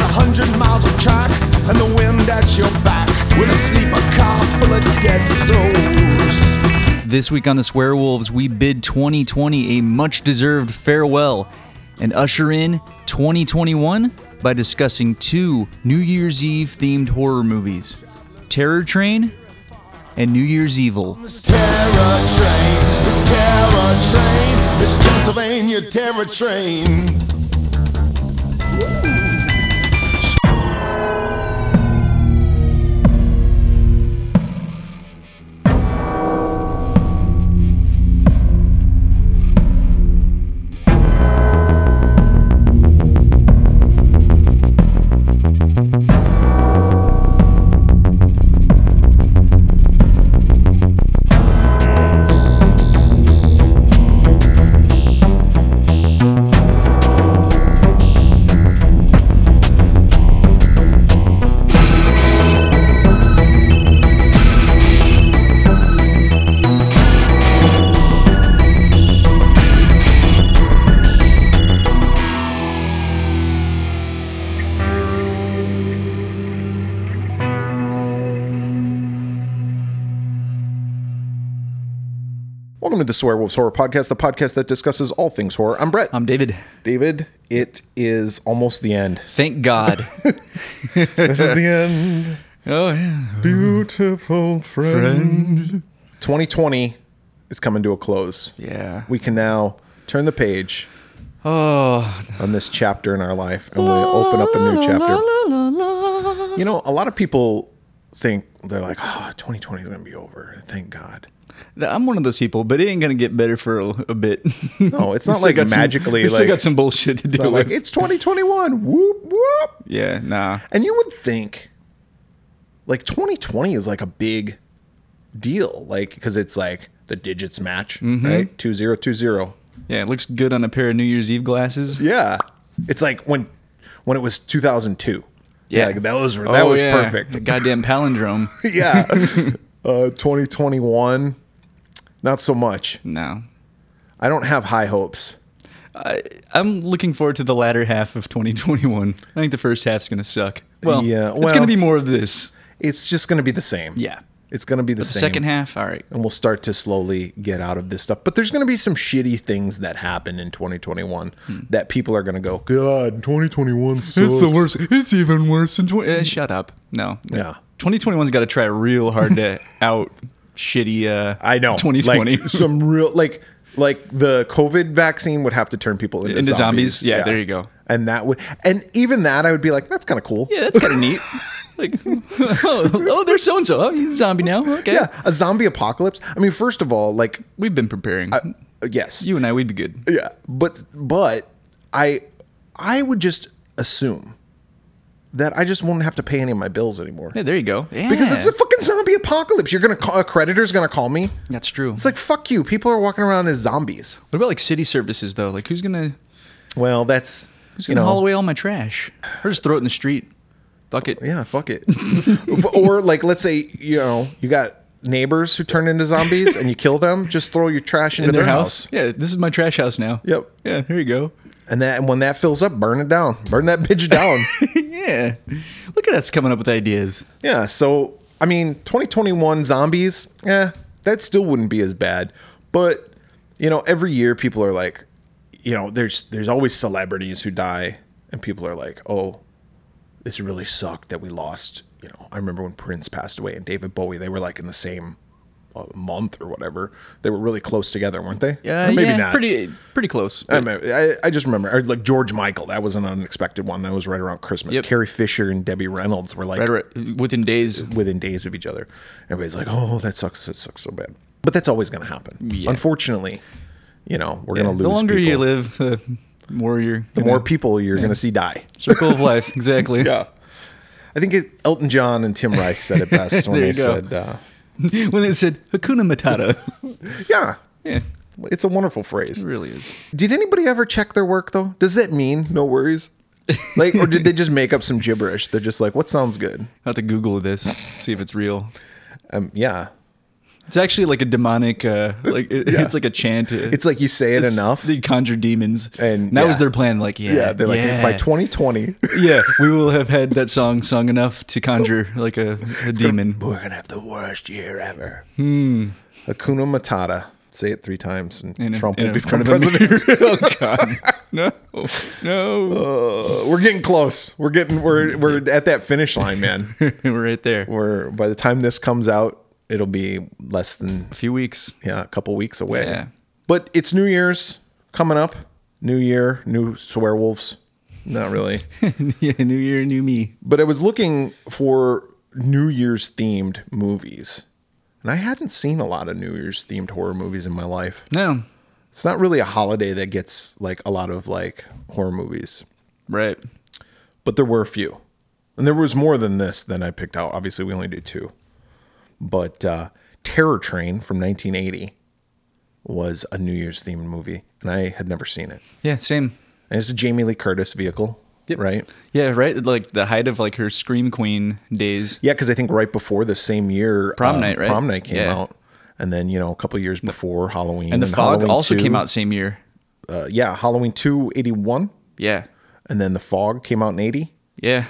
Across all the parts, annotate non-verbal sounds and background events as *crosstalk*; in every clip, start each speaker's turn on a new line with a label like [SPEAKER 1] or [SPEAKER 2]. [SPEAKER 1] hundred miles of track and the wind at your back with a sleeper car full of dead souls.
[SPEAKER 2] This week on the Swearwolves, we bid 2020 a much deserved farewell and usher in 2021 by discussing two New Year's Eve themed horror movies Terror Train and New Year's Evil.
[SPEAKER 1] This terror train, this terror train, this Pennsylvania terror train.
[SPEAKER 3] Welcome to the Swearwolves Horror Podcast, the podcast that discusses all things horror. I'm Brett.
[SPEAKER 2] I'm David.
[SPEAKER 3] David. It is almost the end.
[SPEAKER 2] Thank
[SPEAKER 3] *laughs*
[SPEAKER 2] God.
[SPEAKER 3] This is the end.
[SPEAKER 2] oh, yeah.
[SPEAKER 3] Beautiful friend. 2020 is coming to a close.
[SPEAKER 2] Yeah.
[SPEAKER 3] We can now turn the page
[SPEAKER 2] Oh,
[SPEAKER 3] on this chapter in our life and we open up a new chapter. You know, a lot of people think they're like, oh, 2020 is going to be over. Thank God.
[SPEAKER 2] I'm one of those people, but it ain't gonna get better for a, a bit.
[SPEAKER 3] No, *laughs* it's
[SPEAKER 2] We
[SPEAKER 3] not
[SPEAKER 2] still
[SPEAKER 3] like
[SPEAKER 2] got some-
[SPEAKER 3] magically
[SPEAKER 2] we still
[SPEAKER 3] like-
[SPEAKER 2] got some bullshit to
[SPEAKER 3] It's
[SPEAKER 2] do.
[SPEAKER 3] not like
[SPEAKER 2] Like,
[SPEAKER 3] it's 2021. Whoop, whoop.
[SPEAKER 2] yeah, nah.
[SPEAKER 3] And you would think like 2020 is like a big deal, like because it's like the digits match,
[SPEAKER 2] Mm-hmm.
[SPEAKER 3] right? 2020.
[SPEAKER 2] Yeah, it looks good on a pair of New Year's Eve glasses.
[SPEAKER 3] Yeah. It's like when when it was 2002.
[SPEAKER 2] Yeah.
[SPEAKER 3] Like those were that
[SPEAKER 2] Oh,
[SPEAKER 3] was
[SPEAKER 2] yeah.
[SPEAKER 3] perfect. *laughs*
[SPEAKER 2] A *laughs* goddamn palindrome.
[SPEAKER 3] yeah. Uh 2021 not so much.
[SPEAKER 2] no.
[SPEAKER 3] I don't have high hopes.
[SPEAKER 2] I, I'm looking forward to the latter half of 2021. I think the first half's going to suck. Well,
[SPEAKER 3] Yeah,
[SPEAKER 2] it's
[SPEAKER 3] well-
[SPEAKER 2] going to be more of this.
[SPEAKER 3] It's just going to be the same.
[SPEAKER 2] Yeah.
[SPEAKER 3] It's going to be the,
[SPEAKER 2] The
[SPEAKER 3] same.
[SPEAKER 2] second half, all right.
[SPEAKER 3] and we'll start to slowly get out of this stuff. But there's going to be some shitty things that happen in 2021 that people are going to go, God, 2021 sucks.
[SPEAKER 2] Hmm. *laughs* It's even worse than 20. eh, shut up. No.
[SPEAKER 3] Yeah.
[SPEAKER 2] 2021's got to try real hard
[SPEAKER 3] *laughs*
[SPEAKER 2] to out shitty. Uh,
[SPEAKER 3] I know.
[SPEAKER 2] 2020.
[SPEAKER 3] Like, some real like like the COVID vaccine would have to turn people into,
[SPEAKER 2] Into
[SPEAKER 3] zombies.
[SPEAKER 2] zombies. Yeah, there you go.
[SPEAKER 3] And that would and even that I would be like, that's kind of cool.
[SPEAKER 2] *laughs* yeah, that's kind of neat. Like, *laughs* oh, oh, there's so and so. Oh, he's a zombie now. Okay.
[SPEAKER 3] Yeah, a zombie apocalypse. I mean, first of all, like uh,
[SPEAKER 2] We've been preparing.
[SPEAKER 3] yes,
[SPEAKER 2] you and I, we'd be good.
[SPEAKER 3] Yeah, but but I I would just assume that I just won't have to pay any of my bills anymore
[SPEAKER 2] Yeah, there you go. Yeah.
[SPEAKER 3] because it's a fucking zombie apocalypse. You're gonna call a creditor's gonna call me.
[SPEAKER 2] That's true.
[SPEAKER 3] It's like fuck you. People are walking around as zombies.
[SPEAKER 2] what about like city services, though? Like, who's going to.
[SPEAKER 3] Well, that's
[SPEAKER 2] Just
[SPEAKER 3] you
[SPEAKER 2] gonna haul
[SPEAKER 3] know
[SPEAKER 2] away all my trash. Or just throw it in the street. Fuck it.
[SPEAKER 3] yeah fuck *laughs* it. or like let's say you know you got neighbors who turn into zombies and you kill them. Just throw your trash into
[SPEAKER 2] In
[SPEAKER 3] their, house.
[SPEAKER 2] Yeah, this is my trash house now.
[SPEAKER 3] Yep.
[SPEAKER 2] Yeah, here you go. *laughs*
[SPEAKER 3] And that and when that fills up, burn it down. Burn that bitch *laughs* down.
[SPEAKER 2] yeah. Look at us coming up with ideas.
[SPEAKER 3] Yeah, so I mean, 2021 zombies, eh, that still wouldn't be as bad. But you know, every year people are like, you know, there's there's always celebrities who die, and people are like, oh, this really sucked that we lost. You know, I remember when Prince passed away and David Bowie, they were like in the same uh, month or whatever. They were really close together, weren't they?
[SPEAKER 2] Uh,
[SPEAKER 3] Or maybe
[SPEAKER 2] yeah,
[SPEAKER 3] not. Uh,
[SPEAKER 2] Pretty pretty close.
[SPEAKER 3] I, remember- I, I just remember, or like George Michael, that was an unexpected one. That was right around Christmas.
[SPEAKER 2] Yep.
[SPEAKER 3] Carrie Fisher and Debbie Reynolds were like
[SPEAKER 2] Right, right, within days.
[SPEAKER 3] within days of each other. Everybody's like, "Oh, that sucks! That sucks so bad." But that's always going to happen.
[SPEAKER 2] Yeah.
[SPEAKER 3] Unfortunately, you know, we're
[SPEAKER 2] The
[SPEAKER 3] going to lose.
[SPEAKER 2] longer
[SPEAKER 3] people.
[SPEAKER 2] you live, the more you're
[SPEAKER 3] the more *laughs* people you're going to see die.
[SPEAKER 2] circle of life. Exactly.
[SPEAKER 3] Yeah, I think it, Elton John and Tim Rice said it best
[SPEAKER 2] *laughs*
[SPEAKER 3] when
[SPEAKER 2] There
[SPEAKER 3] they
[SPEAKER 2] you go.
[SPEAKER 3] said, uh,
[SPEAKER 2] *laughs* When it said Hakuna Matata. *laughs*
[SPEAKER 3] "Yeah,
[SPEAKER 2] yeah.
[SPEAKER 3] it's a wonderful phrase."
[SPEAKER 2] It really is.
[SPEAKER 3] Did anybody ever check their work though? Does that mean
[SPEAKER 2] *laughs*
[SPEAKER 3] no worries? Like, or did they just make up some gibberish? They're just like, "What sounds good?"
[SPEAKER 2] I'll have to Google this, see if it's real.
[SPEAKER 3] Um, yeah.
[SPEAKER 2] It's actually like a demonic, uh, like it, it's like a chant.
[SPEAKER 3] It's like you say it enough.
[SPEAKER 2] They conjure demons,
[SPEAKER 3] And,
[SPEAKER 2] that was
[SPEAKER 3] yeah.
[SPEAKER 2] their plan. Like, yeah,
[SPEAKER 3] Yeah, they're like by 2020,
[SPEAKER 2] yeah, we will have had that song sung enough to conjure like a, a demon.
[SPEAKER 3] we're gonna have the worst year ever. Hakuna Matata. Say it three times, and
[SPEAKER 2] Hmm. in a-
[SPEAKER 3] Trump
[SPEAKER 2] in
[SPEAKER 3] will
[SPEAKER 2] a-
[SPEAKER 3] become
[SPEAKER 2] front of a
[SPEAKER 3] president.
[SPEAKER 2] mirror. *laughs* oh God, no, no,
[SPEAKER 3] Uh, *laughs* we're getting close. We're getting we're we're at that finish
[SPEAKER 2] *laughs*
[SPEAKER 3] line, man.
[SPEAKER 2] *laughs* we're right there.
[SPEAKER 3] we're by the time this comes out, it'll be less than
[SPEAKER 2] A few weeks.
[SPEAKER 3] yeah, a couple weeks away.
[SPEAKER 2] Yeah.
[SPEAKER 3] But it's New Year's coming up. New year, new werewolves. Not really.
[SPEAKER 2] *laughs* *laughs* yeah, new year, new me.
[SPEAKER 3] but I was looking for New Year's themed movies. And I hadn't seen a lot of New Year's themed horror movies in my life.
[SPEAKER 2] No,
[SPEAKER 3] It's not really a holiday that gets like a lot of like horror movies,
[SPEAKER 2] right.
[SPEAKER 3] but there were a few. And there was more than this than I picked out. Obviously, we only did two. But uh, Terror Train from 1980 was a New Year's themed movie, and I had never seen it.
[SPEAKER 2] Yeah, same.
[SPEAKER 3] And it's a Jamie Lee Curtis vehicle,
[SPEAKER 2] Yep.
[SPEAKER 3] right?
[SPEAKER 2] Yeah, right. Like the height of like her scream queen days.
[SPEAKER 3] Yeah, because I think right before the same year, uh,
[SPEAKER 2] Prom Night, right?
[SPEAKER 3] Prom night came
[SPEAKER 2] Yeah.
[SPEAKER 3] out, and then you know a couple years before Halloween,
[SPEAKER 2] And the fog
[SPEAKER 3] Halloween
[SPEAKER 2] also
[SPEAKER 3] 2,
[SPEAKER 2] came out same year.
[SPEAKER 3] Uh, yeah, Halloween two eighty one,
[SPEAKER 2] Yeah,
[SPEAKER 3] and then the fog came out in eighty.
[SPEAKER 2] yeah.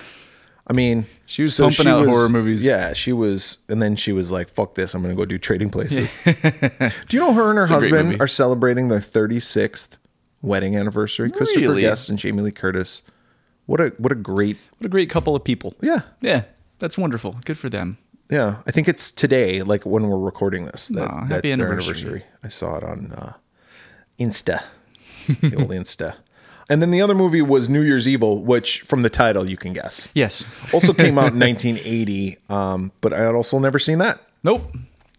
[SPEAKER 3] I mean,
[SPEAKER 2] She was pumping out horror movies.
[SPEAKER 3] Yeah, she was, and then she was like, "Fuck this! I'm going to go do Trading
[SPEAKER 2] *laughs*
[SPEAKER 3] Places." do you know her and her
[SPEAKER 2] a great
[SPEAKER 3] husband
[SPEAKER 2] movie.
[SPEAKER 3] are celebrating their 36th wedding anniversary? Christopher
[SPEAKER 2] Really?
[SPEAKER 3] Guest and Jamie Lee Curtis. What a what a great
[SPEAKER 2] What a great couple of people.
[SPEAKER 3] yeah
[SPEAKER 2] yeah. That's wonderful. Good for them.
[SPEAKER 3] Yeah, I think it's today, like when we're recording this. That,
[SPEAKER 2] Aw, happy
[SPEAKER 3] that's their
[SPEAKER 2] anniversary.
[SPEAKER 3] anniversary. I saw it on uh, Insta, the old Insta. And then the other movie was New Year's Evil, which from the title you can guess.
[SPEAKER 2] Yes.
[SPEAKER 3] Also
[SPEAKER 2] *laughs*
[SPEAKER 3] came out in 1980, um, but I had also never seen that.
[SPEAKER 2] Nope.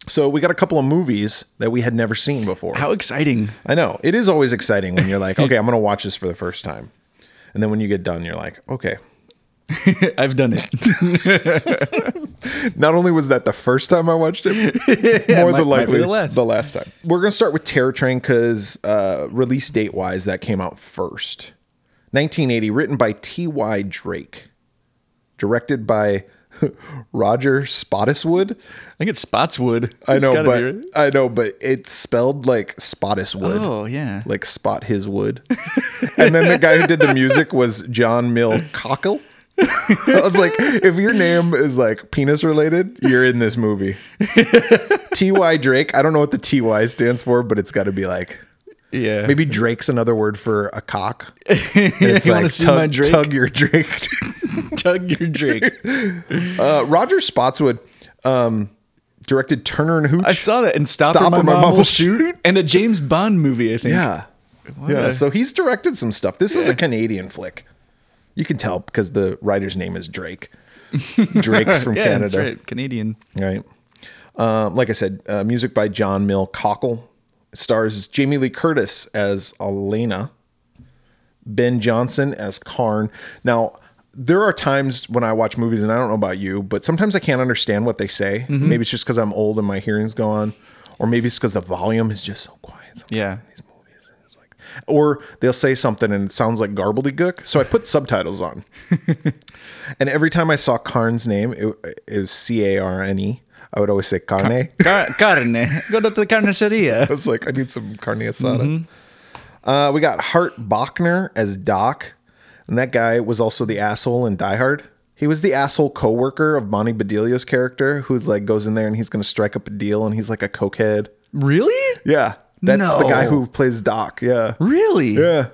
[SPEAKER 3] So we got a couple of movies that we had never seen before.
[SPEAKER 2] How exciting!
[SPEAKER 3] I know it is always exciting when you're like, okay, I'm gonna watch this for the first time, and then when you get done, you're like, okay.
[SPEAKER 2] *laughs* I've done
[SPEAKER 3] *laughs*
[SPEAKER 2] it.
[SPEAKER 3] Not only was that the first time I
[SPEAKER 2] *laughs*
[SPEAKER 3] watched it, more
[SPEAKER 2] might-
[SPEAKER 3] than
[SPEAKER 2] might be
[SPEAKER 3] likely
[SPEAKER 2] the last.
[SPEAKER 3] time. We're gonna start with Terror Train because uh, release date wise, that came out first, 1980. Written by T. Y. Drake, directed by *laughs* Roger Spottiswood.
[SPEAKER 2] I think it's Spotswood.
[SPEAKER 3] I
[SPEAKER 2] It's
[SPEAKER 3] know,
[SPEAKER 2] gotta
[SPEAKER 3] but
[SPEAKER 2] be, right?
[SPEAKER 3] I know, but it's spelled like Spottiswood.
[SPEAKER 2] oh yeah,
[SPEAKER 3] Like spot his
[SPEAKER 2] *laughs*
[SPEAKER 3] wood, and then the guy who did the music was John Mill Cockle. *laughs* I was like, if your name is like penis related, you're in this
[SPEAKER 2] *laughs*
[SPEAKER 3] movie. T.Y. Drake. I don't know what the T.Y. stands for, but it's got to be like
[SPEAKER 2] yeah.
[SPEAKER 3] maybe Drake's another word for
[SPEAKER 2] *laughs*
[SPEAKER 3] a cock. And it's
[SPEAKER 2] You wanna
[SPEAKER 3] like
[SPEAKER 2] see my
[SPEAKER 3] tug,
[SPEAKER 2] Drake?
[SPEAKER 3] tug
[SPEAKER 2] *laughs*
[SPEAKER 3] your Drake.
[SPEAKER 2] tug your drink.
[SPEAKER 3] uh, Roger Spotswood um, directed Turner and Hooch.
[SPEAKER 2] I saw that and stop,
[SPEAKER 3] Stop
[SPEAKER 2] or my, mom, will shoot.
[SPEAKER 3] Shoot.
[SPEAKER 2] And a James Bond movie, I think.
[SPEAKER 3] Yeah. Yeah.
[SPEAKER 2] a-
[SPEAKER 3] So he's directed some stuff. This is a
[SPEAKER 2] Yeah.
[SPEAKER 3] Canadian flick. You can tell because the writer's name is Drake. *laughs* Drake's
[SPEAKER 2] *laughs*
[SPEAKER 3] from
[SPEAKER 2] Yeah, that's *laughs*
[SPEAKER 3] Canada.
[SPEAKER 2] right. Canadian.
[SPEAKER 3] Right. Um, like I said, uh, music by John Mill Cockle. It stars Jamie Lee Curtis as Elena, Ben Johnson as Karn. Now, there are times when I watch movies, and I don't know about you, but sometimes I can't understand what they say.
[SPEAKER 2] Mm-hmm.
[SPEAKER 3] Maybe it's just because I'm old and my hearing's gone, or maybe it's because the volume is just so quiet. So *laughs*
[SPEAKER 2] Yeah.
[SPEAKER 3] these movies. And it's like, or they'll say something and it sounds like gobbledygook. So I put subtitles on. and every time I saw Karn's name, it, it was C A R N E. I would always say carne.
[SPEAKER 2] Car- carne. Go to the carniceria.
[SPEAKER 3] I was like, I need some carne asada. Uh, we got Hart Bachner as Doc. And that guy was also the asshole in Die Hard. He was the asshole coworker of Monty Bedelia's character who's like goes in there and he's going to strike up a deal and he's like a cokehead.
[SPEAKER 2] Really?
[SPEAKER 3] Yeah. That's the guy
[SPEAKER 2] No.
[SPEAKER 3] who plays Doc. Yeah.
[SPEAKER 2] Really?
[SPEAKER 3] Yeah.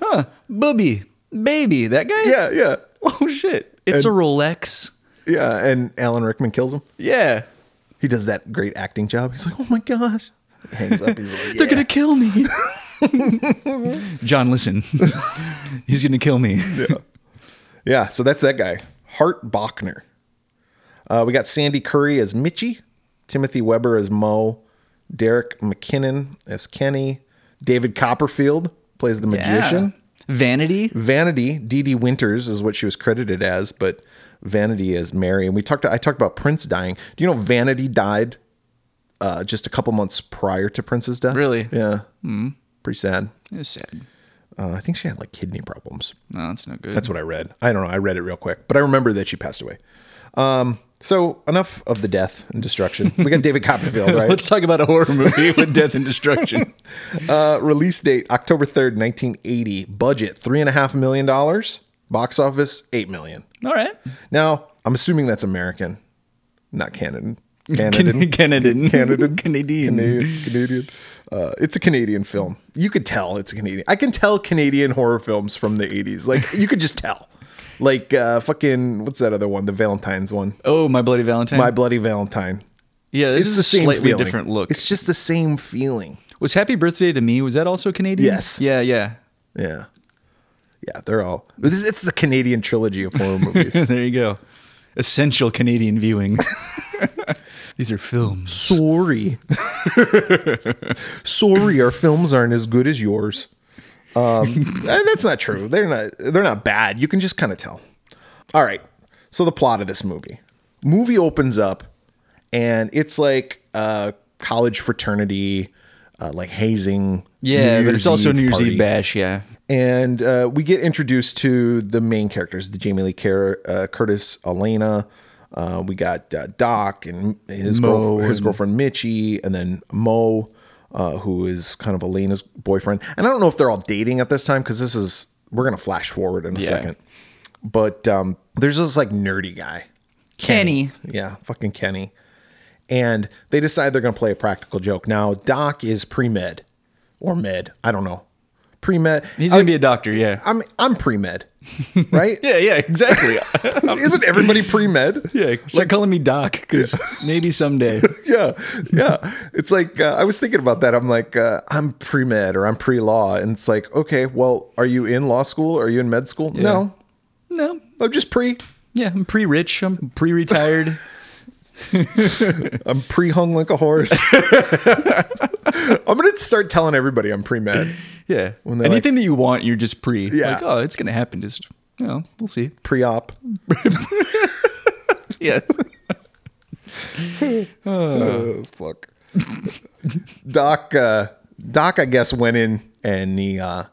[SPEAKER 2] Huh. Booby. Baby. That guy?
[SPEAKER 3] Yeah. Yeah.
[SPEAKER 2] Oh, shit. It's a Rolex.
[SPEAKER 3] Yeah, and Alan Rickman kills him.
[SPEAKER 2] Yeah.
[SPEAKER 3] He does that great acting job. He's like, oh my gosh. Hangs up. He's like,
[SPEAKER 2] They're
[SPEAKER 3] yeah.
[SPEAKER 2] going to kill
[SPEAKER 3] *laughs*
[SPEAKER 2] me. John, listen. He's going to kill me.
[SPEAKER 3] yeah, so that's that guy. Hart Bachner. Uh, we got Sandy Curry as Mitchie, Timothy Weber as Mo, Derek McKinnon as Kenny, David Copperfield plays the magician.
[SPEAKER 2] Vanity.
[SPEAKER 3] Vanity, Dee Dee Winters is what she was credited as, but Vanity is Mary. And we talked. I talked about Prince dying. Do you know Vanity died uh, just a couple months prior to Prince's death?
[SPEAKER 2] Really? Hmm.
[SPEAKER 3] Yeah. Pretty sad.
[SPEAKER 2] It's sad.
[SPEAKER 3] Uh, I think she had like kidney problems.
[SPEAKER 2] Hmm. No, that's no good. *laughs*
[SPEAKER 3] That's what I read. I don't know. I read it real quick, but I remember that she passed away. Um, So enough of the death and destruction. We got
[SPEAKER 2] *laughs*
[SPEAKER 3] David Copperfield, right?
[SPEAKER 2] Let's talk about a horror movie with death and destruction.
[SPEAKER 3] Uh, release date October third, nineteen eighty. Budget three and a half million dollars. Box office eight million.
[SPEAKER 2] *laughs* All right.
[SPEAKER 3] Now I'm assuming that's American, not Canadian.
[SPEAKER 2] *laughs* Can- Canadian.
[SPEAKER 3] Canadian.
[SPEAKER 2] Canadian.
[SPEAKER 3] Canadian. Canadian. Uh, it's a Canadian film. You could tell it's a Canadian. I can tell Canadian horror films from the
[SPEAKER 2] *laughs*
[SPEAKER 3] 80s. Like, you could just tell. Like, uh, fucking, what's that other one? The Valentine's one.
[SPEAKER 2] Oh, my bloody Valentine.
[SPEAKER 3] My Bloody Valentine.
[SPEAKER 2] yeah, this
[SPEAKER 3] It's
[SPEAKER 2] is
[SPEAKER 3] the
[SPEAKER 2] a
[SPEAKER 3] same
[SPEAKER 2] slightly
[SPEAKER 3] feeling.
[SPEAKER 2] different look.
[SPEAKER 3] It's just the same feeling.
[SPEAKER 2] was Happy Birthday to Me? Was that also Canadian?
[SPEAKER 3] Yes.
[SPEAKER 2] Yeah, yeah. *laughs*
[SPEAKER 3] Yeah. Yeah, they're all. It's it's the Canadian trilogy
[SPEAKER 2] *laughs*
[SPEAKER 3] of horror movies.
[SPEAKER 2] there you go. Essential Canadian viewing. *laughs* These are films. *laughs*
[SPEAKER 3] Sorry. Sorry, our films aren't as good as yours. Um, and that's not true. They're not they're not bad. You can just kind of tell. All right. So the plot of this movie. Movie opens up and it's like a college fraternity uh, like hazing.
[SPEAKER 2] Yeah,
[SPEAKER 3] New
[SPEAKER 2] but
[SPEAKER 3] Year's
[SPEAKER 2] it's also
[SPEAKER 3] Eve
[SPEAKER 2] New Year's
[SPEAKER 3] party.
[SPEAKER 2] Eve bash. Yeah.
[SPEAKER 3] And uh, we get introduced to the main characters, the Jamie Lee Car- uh, Curtis, Elena. Uh, we got uh, Doc and his,
[SPEAKER 2] Mo
[SPEAKER 3] girl- his
[SPEAKER 2] and-
[SPEAKER 3] girlfriend Mitchie, and then Mo, uh, who is kind of Elena's boyfriend. And I don't know if they're all dating at this time because this is we're gonna flash forward in a
[SPEAKER 2] Yeah.
[SPEAKER 3] second. But um, there's this like nerdy guy,
[SPEAKER 2] Kenny.
[SPEAKER 3] Yeah, fucking Kenny. And they decide they're going to play a practical joke. Now, Doc is pre med or med. I don't know. Pre med.
[SPEAKER 2] He's gonna be a doctor, yeah.
[SPEAKER 3] I'm I'm pre med, right?
[SPEAKER 2] *laughs* Yeah, yeah, exactly.
[SPEAKER 3] *laughs* Isn't everybody pre med?
[SPEAKER 2] *laughs* yeah, start calling me Doc because maybe someday.
[SPEAKER 3] yeah, yeah. It's like uh, I was thinking about that. I'm like, uh, I'm pre med or I'm pre law, and it's like, okay, well, are you in law school? Are you in med school? No,
[SPEAKER 2] No.
[SPEAKER 3] I'm just pre.
[SPEAKER 2] Yeah, I'm pre-rich. I'm *laughs* pre-retired.
[SPEAKER 3] I'm pre hung like
[SPEAKER 2] *laughs*
[SPEAKER 3] a horse. I'm gonna start telling everybody I'm pre med.
[SPEAKER 2] Yeah.
[SPEAKER 3] they're
[SPEAKER 2] Anything that you want, you're just pre.
[SPEAKER 3] Yeah.
[SPEAKER 2] Like, oh, it's gonna happen. Just, you know, we'll see.
[SPEAKER 3] pre op.
[SPEAKER 2] *laughs* Yes.
[SPEAKER 3] Oh fuck. Doc uh Doc I guess went in and he uh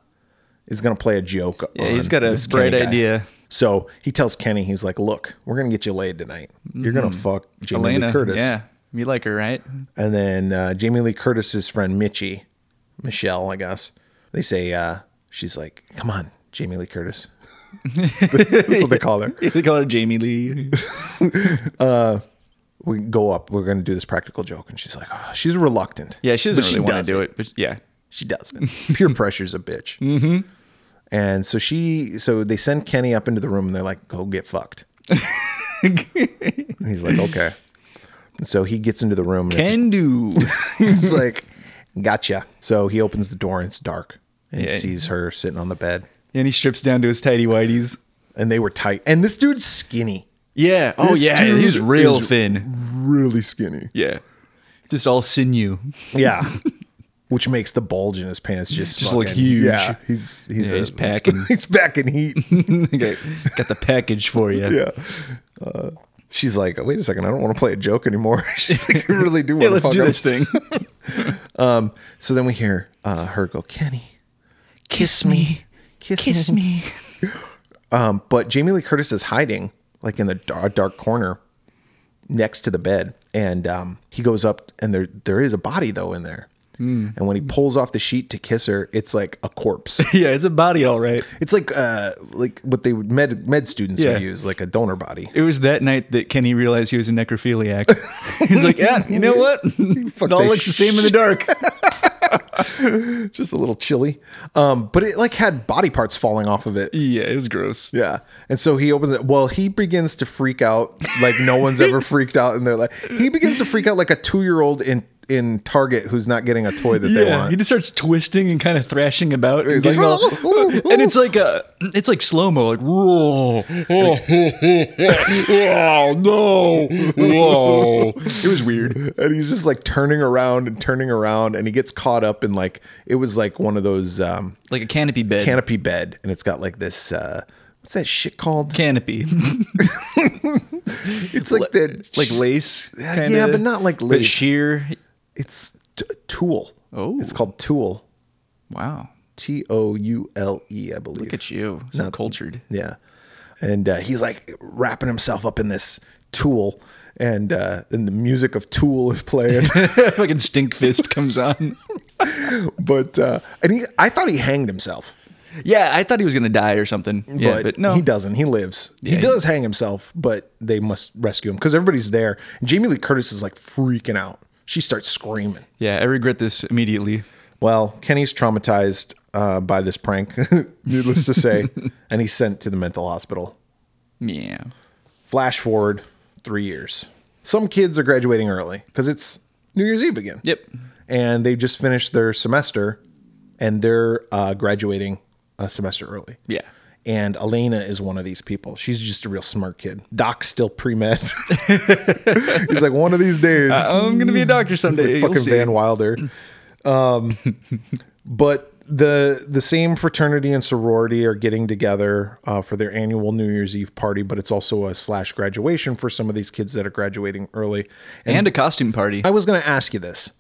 [SPEAKER 3] is gonna play a joke. Yeah,
[SPEAKER 2] he's got a bright idea.
[SPEAKER 3] So he tells Kenny, he's like, Look, we're gonna get you laid tonight. You're gonna fuck Jamie
[SPEAKER 2] Mm-hmm. Elena
[SPEAKER 3] Lee Curtis.
[SPEAKER 2] Yeah. You like her, *laughs* right?
[SPEAKER 3] And then uh, Jamie Lee Curtis's friend Mitchie, Michelle, I guess. They say uh she's like, Come on, Jamie Lee Curtis. *laughs* That's what they
[SPEAKER 2] *laughs*
[SPEAKER 3] call her.
[SPEAKER 2] they call her Jamie *laughs* Lee.
[SPEAKER 3] We go up, we're gonna do this practical joke, and she's like, oh, she's reluctant.
[SPEAKER 2] Yeah, she
[SPEAKER 3] But
[SPEAKER 2] doesn't really want
[SPEAKER 3] does
[SPEAKER 2] to do it, but *laughs* yeah.
[SPEAKER 3] She doesn't. Peer pressure's a bitch. Mm-hmm. And so she, so they send Kenny up into the room and they're like, go get
[SPEAKER 2] *laughs*
[SPEAKER 3] fucked. And he's like, okay. And so he gets into the room and
[SPEAKER 2] Can do.
[SPEAKER 3] it's, *laughs* he's like, gotcha. So he opens the door and it's dark and he
[SPEAKER 2] Yeah.
[SPEAKER 3] sees her sitting on the bed
[SPEAKER 2] *laughs* and he strips down to his tidy whities.
[SPEAKER 3] and they were tight. And this dude's skinny,
[SPEAKER 2] Yeah. Oh,
[SPEAKER 3] This
[SPEAKER 2] yeah.
[SPEAKER 3] dude
[SPEAKER 2] He's real
[SPEAKER 3] is-
[SPEAKER 2] thin.
[SPEAKER 3] really skinny.
[SPEAKER 2] Yeah. Just all sinew.
[SPEAKER 3] Yeah. Which makes the bulge in his pants just
[SPEAKER 2] Just look
[SPEAKER 3] fucking-
[SPEAKER 2] huge.
[SPEAKER 3] Yeah, he's he's,
[SPEAKER 2] Yeah,
[SPEAKER 3] a-
[SPEAKER 2] he's *laughs* packing.
[SPEAKER 3] *laughs* he's back in heat.
[SPEAKER 2] Okay, Got the package for you.
[SPEAKER 3] yeah. Uh, she's like, wait a second, I don't want to play a joke anymore. *laughs* she's like, I really *laughs* do want
[SPEAKER 2] Yeah,
[SPEAKER 3] to
[SPEAKER 2] let's
[SPEAKER 3] fuck
[SPEAKER 2] do
[SPEAKER 3] up.
[SPEAKER 2] this thing.
[SPEAKER 3] So then we hear uh, her go, Kenny, kiss me, kiss, me. Um, but Jamie Lee Curtis is hiding like in the dark, dark corner next to the bed, and um, he goes up, and there there is a body though in there. And when he pulls off the sheet to kiss her, it's like a *laughs* corpse.
[SPEAKER 2] *laughs* yeah, it's a body, all right.
[SPEAKER 3] It's like uh, like what they would med med students
[SPEAKER 2] Yeah.
[SPEAKER 3] would use, like a donor body.
[SPEAKER 2] It was that night that Kenny realized he was a necrophiliac. *laughs* He's like, yeah, you know
[SPEAKER 3] *laughs*
[SPEAKER 2] what? it all
[SPEAKER 3] the
[SPEAKER 2] looks the same in the
[SPEAKER 3] *laughs*
[SPEAKER 2] dark.
[SPEAKER 3] just a little chilly. Um, but it like had body parts falling off of it.
[SPEAKER 2] yeah, it was gross.
[SPEAKER 3] Yeah. And so he opens it. Well, he begins to freak out like no
[SPEAKER 2] *laughs*
[SPEAKER 3] one's ever freaked out in their life. He begins to freak out like a two year old in in Target who's not getting a toy that they
[SPEAKER 2] Yeah,
[SPEAKER 3] want.
[SPEAKER 2] he just starts twisting and kind of thrashing about, and,
[SPEAKER 3] He's like,
[SPEAKER 2] getting all-
[SPEAKER 3] "Oh, oh, oh."
[SPEAKER 2] and it's like a, it's like slow mo, like whoa, *laughs* oh no, whoa. It was weird.
[SPEAKER 3] and he's just like turning around and turning around and he gets caught up in like it was like one of those um
[SPEAKER 2] Like a canopy bed.
[SPEAKER 3] canopy bed and it's got like this uh what's that shit called?
[SPEAKER 2] canopy,
[SPEAKER 3] It's like that
[SPEAKER 2] *laughs* like lace. Kinda,
[SPEAKER 3] Yeah, but not like
[SPEAKER 2] But
[SPEAKER 3] lace.
[SPEAKER 2] sheer.
[SPEAKER 3] it's t- tool.
[SPEAKER 2] Oh.
[SPEAKER 3] It's called tool.
[SPEAKER 2] Wow,
[SPEAKER 3] T O U L E, I believe.
[SPEAKER 2] look at you, so cultured. *laughs*
[SPEAKER 3] Yeah. And uh, he's like wrapping himself up in this Tool, and uh, and the music of Tool is *laughs* playing.
[SPEAKER 2] Fucking stink fist comes on.
[SPEAKER 3] but uh, and he, I thought he hanged himself.
[SPEAKER 2] Yeah, I thought he was gonna die or something. Yeah, but, no,
[SPEAKER 3] he doesn't. He lives.
[SPEAKER 2] Yeah,
[SPEAKER 3] he
[SPEAKER 2] he-
[SPEAKER 3] does hang himself, but they must rescue him because everybody's there. And Jamie Lee Curtis is like freaking out. She starts screaming.
[SPEAKER 2] Yeah, I regret this immediately.
[SPEAKER 3] Well, Kenny's traumatized uh, by this prank, *laughs* needless to *laughs* say, and he's sent to the mental hospital.
[SPEAKER 2] Yeah.
[SPEAKER 3] Flash forward three years. Some kids are graduating early because it's New Year's Eve again.
[SPEAKER 2] Yep.
[SPEAKER 3] And they just finished their semester and they're uh, graduating a semester early.
[SPEAKER 2] Yeah.
[SPEAKER 3] And Elena is one of these people. She's just a real smart kid. Doc's still
[SPEAKER 2] *laughs*
[SPEAKER 3] pre med. *laughs* He's like, one of these days.
[SPEAKER 2] I'm gonna be a doctor
[SPEAKER 3] It's
[SPEAKER 2] someday.
[SPEAKER 3] like
[SPEAKER 2] You'll
[SPEAKER 3] fucking
[SPEAKER 2] see.
[SPEAKER 3] Van Wilder. Um, *laughs* but the the same fraternity and sorority are getting together uh, for their annual New Year's Eve party, but it's also a slash graduation for some of these kids that are graduating early. And
[SPEAKER 2] and a costume party.
[SPEAKER 3] I was going to ask you this: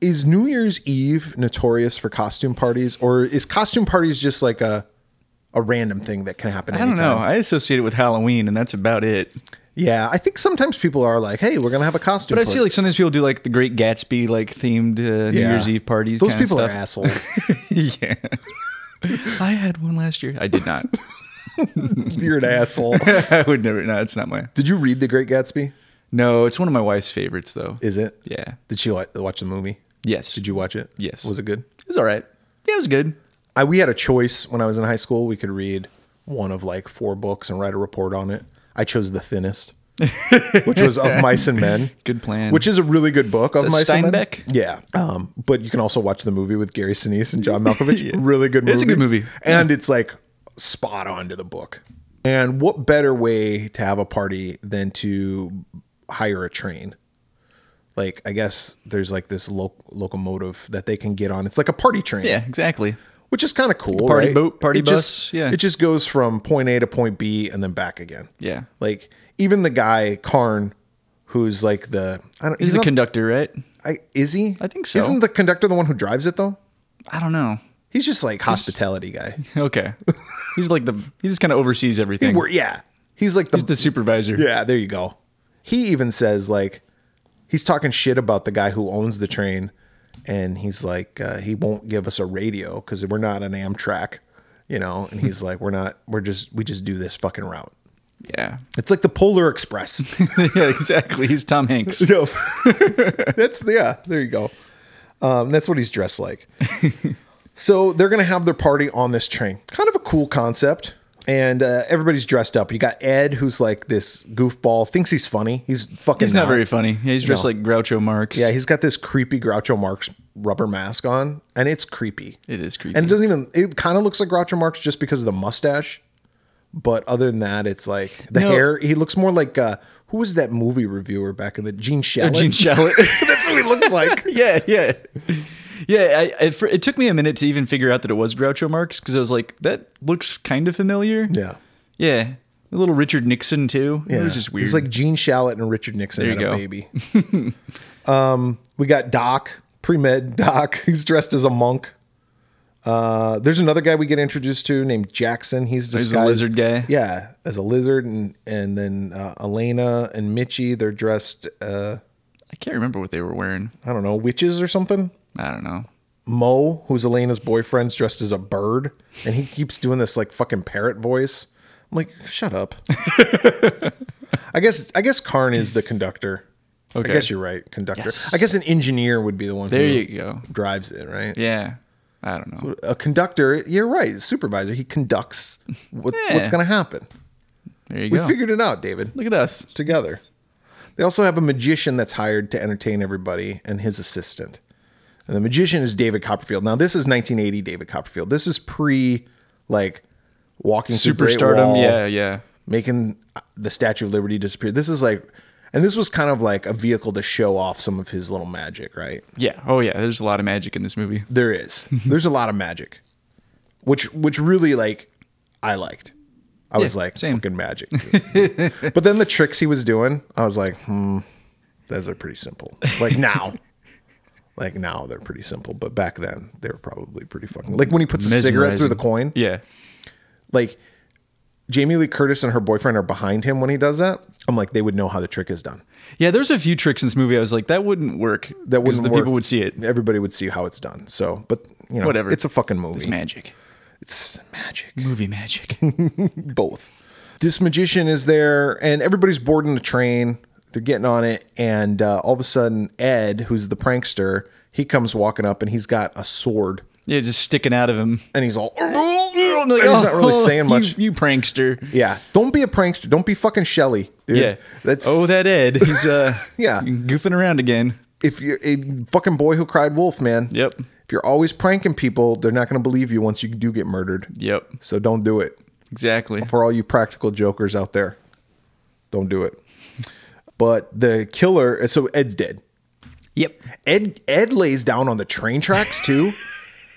[SPEAKER 3] Is New Year's Eve notorious for costume parties, or is costume parties just like a a random thing that can happen?
[SPEAKER 2] I don't know. I associate it with Halloween, and that's about it.
[SPEAKER 3] Yeah, I think sometimes people are like, "Hey, we're gonna have a costume."
[SPEAKER 2] But I
[SPEAKER 3] party.
[SPEAKER 2] see, like sometimes people do like the Great Gatsby like themed uh, New
[SPEAKER 3] Yeah.
[SPEAKER 2] Year's Eve parties.
[SPEAKER 3] Those
[SPEAKER 2] kinda
[SPEAKER 3] people are
[SPEAKER 2] stuff. *laughs*
[SPEAKER 3] assholes. *laughs*
[SPEAKER 2] yeah. *laughs* I had one last year. I did not. *laughs*
[SPEAKER 3] You're an asshole.
[SPEAKER 2] I would never. No, it's not my.
[SPEAKER 3] Did you read The Great Gatsby?
[SPEAKER 2] No, it's one of my wife's favorites though.
[SPEAKER 3] Is it?
[SPEAKER 2] yeah.
[SPEAKER 3] Did she wa- watch the movie?
[SPEAKER 2] Yes.
[SPEAKER 3] Did you watch it?
[SPEAKER 2] Yes.
[SPEAKER 3] Was it good?
[SPEAKER 2] It was all right. Yeah, it was good.
[SPEAKER 3] I we had a choice when I was in high school. We could read one of like four books and write a report on it. I chose
[SPEAKER 2] *laughs*
[SPEAKER 3] the thinnest, which was Of Mice and Men.
[SPEAKER 2] Good plan.
[SPEAKER 3] Which is a really good book of
[SPEAKER 2] a
[SPEAKER 3] mice and men.
[SPEAKER 2] Steinbeck?
[SPEAKER 3] Yeah, um, but you can also watch the movie with Gary Sinise
[SPEAKER 2] *laughs*
[SPEAKER 3] and John Malkovich. Really good movie.
[SPEAKER 2] It's a good movie.
[SPEAKER 3] and it's like spot on to the book. And what better way to have a party than to hire a train? Like I guess there's like this lo- locomotive that they can get on. It's like a party train
[SPEAKER 2] Yeah, exactly.
[SPEAKER 3] which is kind of cool.
[SPEAKER 2] Party
[SPEAKER 3] right?
[SPEAKER 2] boat, party
[SPEAKER 3] it Just,
[SPEAKER 2] bus, yeah.
[SPEAKER 3] it just goes from point A to point B and then back again.
[SPEAKER 2] Yeah.
[SPEAKER 3] like even the guy Karn, who's like the I don't.
[SPEAKER 2] He's
[SPEAKER 3] He's
[SPEAKER 2] the
[SPEAKER 3] not,
[SPEAKER 2] conductor, right?
[SPEAKER 3] I, is he?
[SPEAKER 2] I think so.
[SPEAKER 3] Isn't the conductor the one who drives it though?
[SPEAKER 2] I don't know.
[SPEAKER 3] He's just like hospitality guy.
[SPEAKER 2] *laughs* Okay. He's like the he just kind of oversees everything.
[SPEAKER 3] Where- yeah, he's like the,
[SPEAKER 2] He's the supervisor.
[SPEAKER 3] yeah. There you go. He even says like he's talking shit about the guy who owns the train, and he's like uh, he won't give us a radio because we're not an Amtrak, you know.
[SPEAKER 2] *laughs*
[SPEAKER 3] And he's like we're not we're just we just do this fucking route.
[SPEAKER 2] Yeah. *laughs*
[SPEAKER 3] It's like the Polar Express.
[SPEAKER 2] yeah, exactly. He's Tom
[SPEAKER 3] *laughs*
[SPEAKER 2] Hanks.
[SPEAKER 3] Yo, that's yeah. There you go. Um, that's what he's dressed
[SPEAKER 2] *laughs*
[SPEAKER 3] like. so they're gonna have their party on this train. Kind of a cool concept. And uh, everybody's dressed up. You got Ed, who's like this goofball, thinks he's funny. He's fucking.
[SPEAKER 2] He's not very funny. Yeah, he's dressed
[SPEAKER 3] No.
[SPEAKER 2] like Groucho Marx.
[SPEAKER 3] Yeah, he's got this creepy Groucho Marx rubber mask on, and it's creepy.
[SPEAKER 2] it is creepy. *laughs*
[SPEAKER 3] And it doesn't even. It kind of looks like Groucho Marx just because of the mustache. But other than that, it's like the
[SPEAKER 2] No.
[SPEAKER 3] hair. He looks more like uh, who was that movie reviewer back in the Gene Shalit?
[SPEAKER 2] Gene Shalit.
[SPEAKER 3] *laughs* That's what he looks
[SPEAKER 2] *laughs*
[SPEAKER 3] like.
[SPEAKER 2] yeah, yeah, yeah. I, I, for, it took me a minute to even figure out that it was Groucho Marx because I was like, that looks kind of familiar.
[SPEAKER 3] Yeah.
[SPEAKER 2] yeah. A little Richard Nixon too. Yeah. It was just weird.
[SPEAKER 3] It's like Gene Shalit and Richard Nixon
[SPEAKER 2] There
[SPEAKER 3] had
[SPEAKER 2] you
[SPEAKER 3] a
[SPEAKER 2] go.
[SPEAKER 3] baby. um,
[SPEAKER 2] *laughs*
[SPEAKER 3] we got Doc, pre med *laughs* Doc. He's dressed as a monk. Uh, there's another guy we get introduced to named Jackson. He's
[SPEAKER 2] a
[SPEAKER 3] disguised
[SPEAKER 2] lizard guy.
[SPEAKER 3] Yeah, as a lizard, and and then uh, Elena and Mitchie. They're dressed. Uh,
[SPEAKER 2] I can't remember what they were wearing.
[SPEAKER 3] I don't know, witches or something.
[SPEAKER 2] I don't know.
[SPEAKER 3] Mo, who's Elena's boyfriend's dressed as a bird, and he keeps doing this like fucking parrot voice. I'm like,
[SPEAKER 2] *laughs*
[SPEAKER 3] shut up. I guess I guess Karn is the conductor.
[SPEAKER 2] Okay.
[SPEAKER 3] I guess you're right, conductor.
[SPEAKER 2] Yes.
[SPEAKER 3] I guess an engineer would be the one
[SPEAKER 2] There
[SPEAKER 3] who
[SPEAKER 2] you go.
[SPEAKER 3] drives it, right?
[SPEAKER 2] Yeah. I don't know.
[SPEAKER 3] A conductor, you're right, supervisor. He conducts what,
[SPEAKER 2] Yeah.
[SPEAKER 3] what's going to happen.
[SPEAKER 2] There you
[SPEAKER 3] We
[SPEAKER 2] go.
[SPEAKER 3] figured it out, David
[SPEAKER 2] Look at us.
[SPEAKER 3] together. They also have a magician that's hired to entertain everybody and his assistant. And the magician is David Copperfield. Now this is 1980 David Copperfield. This is pre like walking through Great
[SPEAKER 2] Superstardom.
[SPEAKER 3] Wall,
[SPEAKER 2] Yeah, yeah.
[SPEAKER 3] making uh, the Statue of Liberty disappear. This is like and this was kind of like a vehicle to show off some of his little magic, right?
[SPEAKER 2] Yeah. Oh yeah. There's a lot of magic in this movie. *laughs*
[SPEAKER 3] There is.
[SPEAKER 2] Mm-hmm.
[SPEAKER 3] There's a lot of magic. Which which really like I liked. I was
[SPEAKER 2] Yeah,
[SPEAKER 3] like
[SPEAKER 2] same.
[SPEAKER 3] fucking magic. dude." *laughs* but then the tricks he was doing, I was like, hmm, those are pretty simple. Like
[SPEAKER 2] *laughs*
[SPEAKER 3] now. like now they're pretty simple. But back then they were probably pretty fucking like when he puts a cigarette
[SPEAKER 2] Mesmerizing.
[SPEAKER 3] through the coin,
[SPEAKER 2] Yeah.
[SPEAKER 3] like Jamie Lee Curtis and her boyfriend are behind him when he does that, I'm like, they would know how the trick is done.
[SPEAKER 2] Yeah, there's a few tricks in this movie. I was like, that wouldn't work.
[SPEAKER 3] That
[SPEAKER 2] 'cause
[SPEAKER 3] wouldn't
[SPEAKER 2] the
[SPEAKER 3] work.
[SPEAKER 2] people would see it.
[SPEAKER 3] Everybody would see how it's done. So, but you know,
[SPEAKER 2] Whatever.
[SPEAKER 3] It's a fucking movie.
[SPEAKER 2] It's magic.
[SPEAKER 3] It's magic.
[SPEAKER 2] Movie
[SPEAKER 3] *laughs*
[SPEAKER 2] magic.
[SPEAKER 3] both. This magician is there, and everybody's boarding the train. They're getting on it, and uh, all of a sudden, Ed, who's the prankster, he comes walking up, and he's got a sword,
[SPEAKER 2] yeah, just sticking out of him.
[SPEAKER 3] and he's all,
[SPEAKER 2] *laughs* I'm like, oh,
[SPEAKER 3] He's not really saying
[SPEAKER 2] you-
[SPEAKER 3] much.
[SPEAKER 2] You, prankster.
[SPEAKER 3] yeah. Don't be a prankster. Don't be fucking Shelly, dude.
[SPEAKER 2] Yeah.
[SPEAKER 3] that's
[SPEAKER 2] oh, that Ed. He's uh,
[SPEAKER 3] *laughs* Yeah.
[SPEAKER 2] goofing around again.
[SPEAKER 3] if you're a fucking boy who cried wolf, man.
[SPEAKER 2] Yep.
[SPEAKER 3] If you're always pranking people, they're not going to believe you once you do get murdered.
[SPEAKER 2] Yep.
[SPEAKER 3] So don't do it.
[SPEAKER 2] Exactly.
[SPEAKER 3] for all you practical jokers out there, don't do it. But the killer, so Ed's dead.
[SPEAKER 2] Yep.
[SPEAKER 3] Ed Ed lays down on the train tracks
[SPEAKER 2] *laughs*
[SPEAKER 3] too,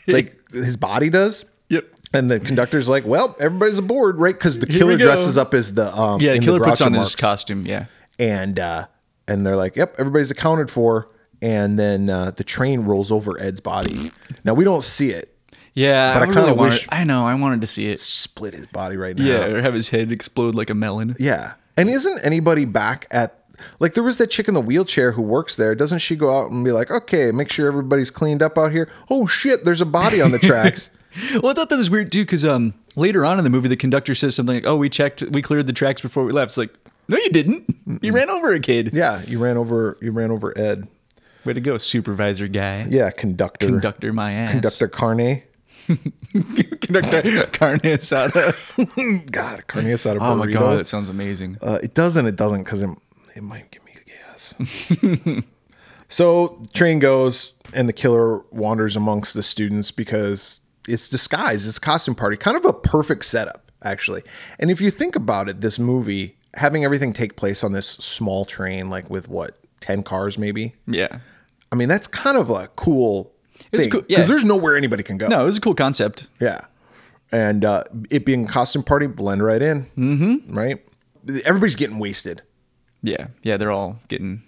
[SPEAKER 3] like his body does.
[SPEAKER 2] Yep.
[SPEAKER 3] And the conductor's like, "Well, everybody's aboard, right?" Because the killer
[SPEAKER 2] go."
[SPEAKER 3] dresses up as the um,
[SPEAKER 2] Yeah,
[SPEAKER 3] in
[SPEAKER 2] the killer puts
[SPEAKER 3] Groucho
[SPEAKER 2] on
[SPEAKER 3] Marx.
[SPEAKER 2] his costume. Yeah.
[SPEAKER 3] and uh, and they're like, "Yep, everybody's accounted for." And then uh, the train rolls over Ed's body. Now we don't see it
[SPEAKER 2] Yeah.
[SPEAKER 3] But I kinda
[SPEAKER 2] wanted-
[SPEAKER 3] wish-
[SPEAKER 2] I know. I wanted to see it.
[SPEAKER 3] split his body right now.
[SPEAKER 2] Yeah, or have his head explode like a melon.
[SPEAKER 3] Yeah. And isn't anybody back at like there was that chick in the wheelchair who works there. Doesn't she go out and be like, okay, make sure everybody's cleaned up out here? Oh shit, there's a body on
[SPEAKER 2] *laughs*
[SPEAKER 3] the tracks.
[SPEAKER 2] Well, I thought that was weird too, because um, later on in the movie, the conductor says something like, "Oh, we checked, we cleared the tracks before we left." It's like, no, you didn't. You ran over a kid.
[SPEAKER 3] yeah, you ran over you ran over Ed.
[SPEAKER 2] Way to go, supervisor guy.
[SPEAKER 3] Yeah, conductor.
[SPEAKER 2] Conductor, my ass.
[SPEAKER 3] Conductor Carne.
[SPEAKER 2] *laughs* conductor, carne
[SPEAKER 3] *laughs*
[SPEAKER 2] asada.
[SPEAKER 3] God, Carne asada burrito.
[SPEAKER 2] Oh my god, that sounds amazing.
[SPEAKER 3] Uh, it doesn't, it doesn't, because it, it might give me the gas. *laughs* so train goes and the killer wanders amongst the students because it's disguised, it's a costume party, kind of a perfect setup, actually. And if you think about it, this movie, having everything take place on this small train, like with what, 10 cars maybe?
[SPEAKER 2] Yeah.
[SPEAKER 3] I mean, that's kind of a cool
[SPEAKER 2] It's
[SPEAKER 3] thing.
[SPEAKER 2] cool, yeah.
[SPEAKER 3] Because there's nowhere anybody can go.
[SPEAKER 2] No, it was a cool concept.
[SPEAKER 3] Yeah. And uh, it being a costume party, blend right in. Mm-hmm. Right? Everybody's getting wasted.
[SPEAKER 2] Yeah, yeah, they're all getting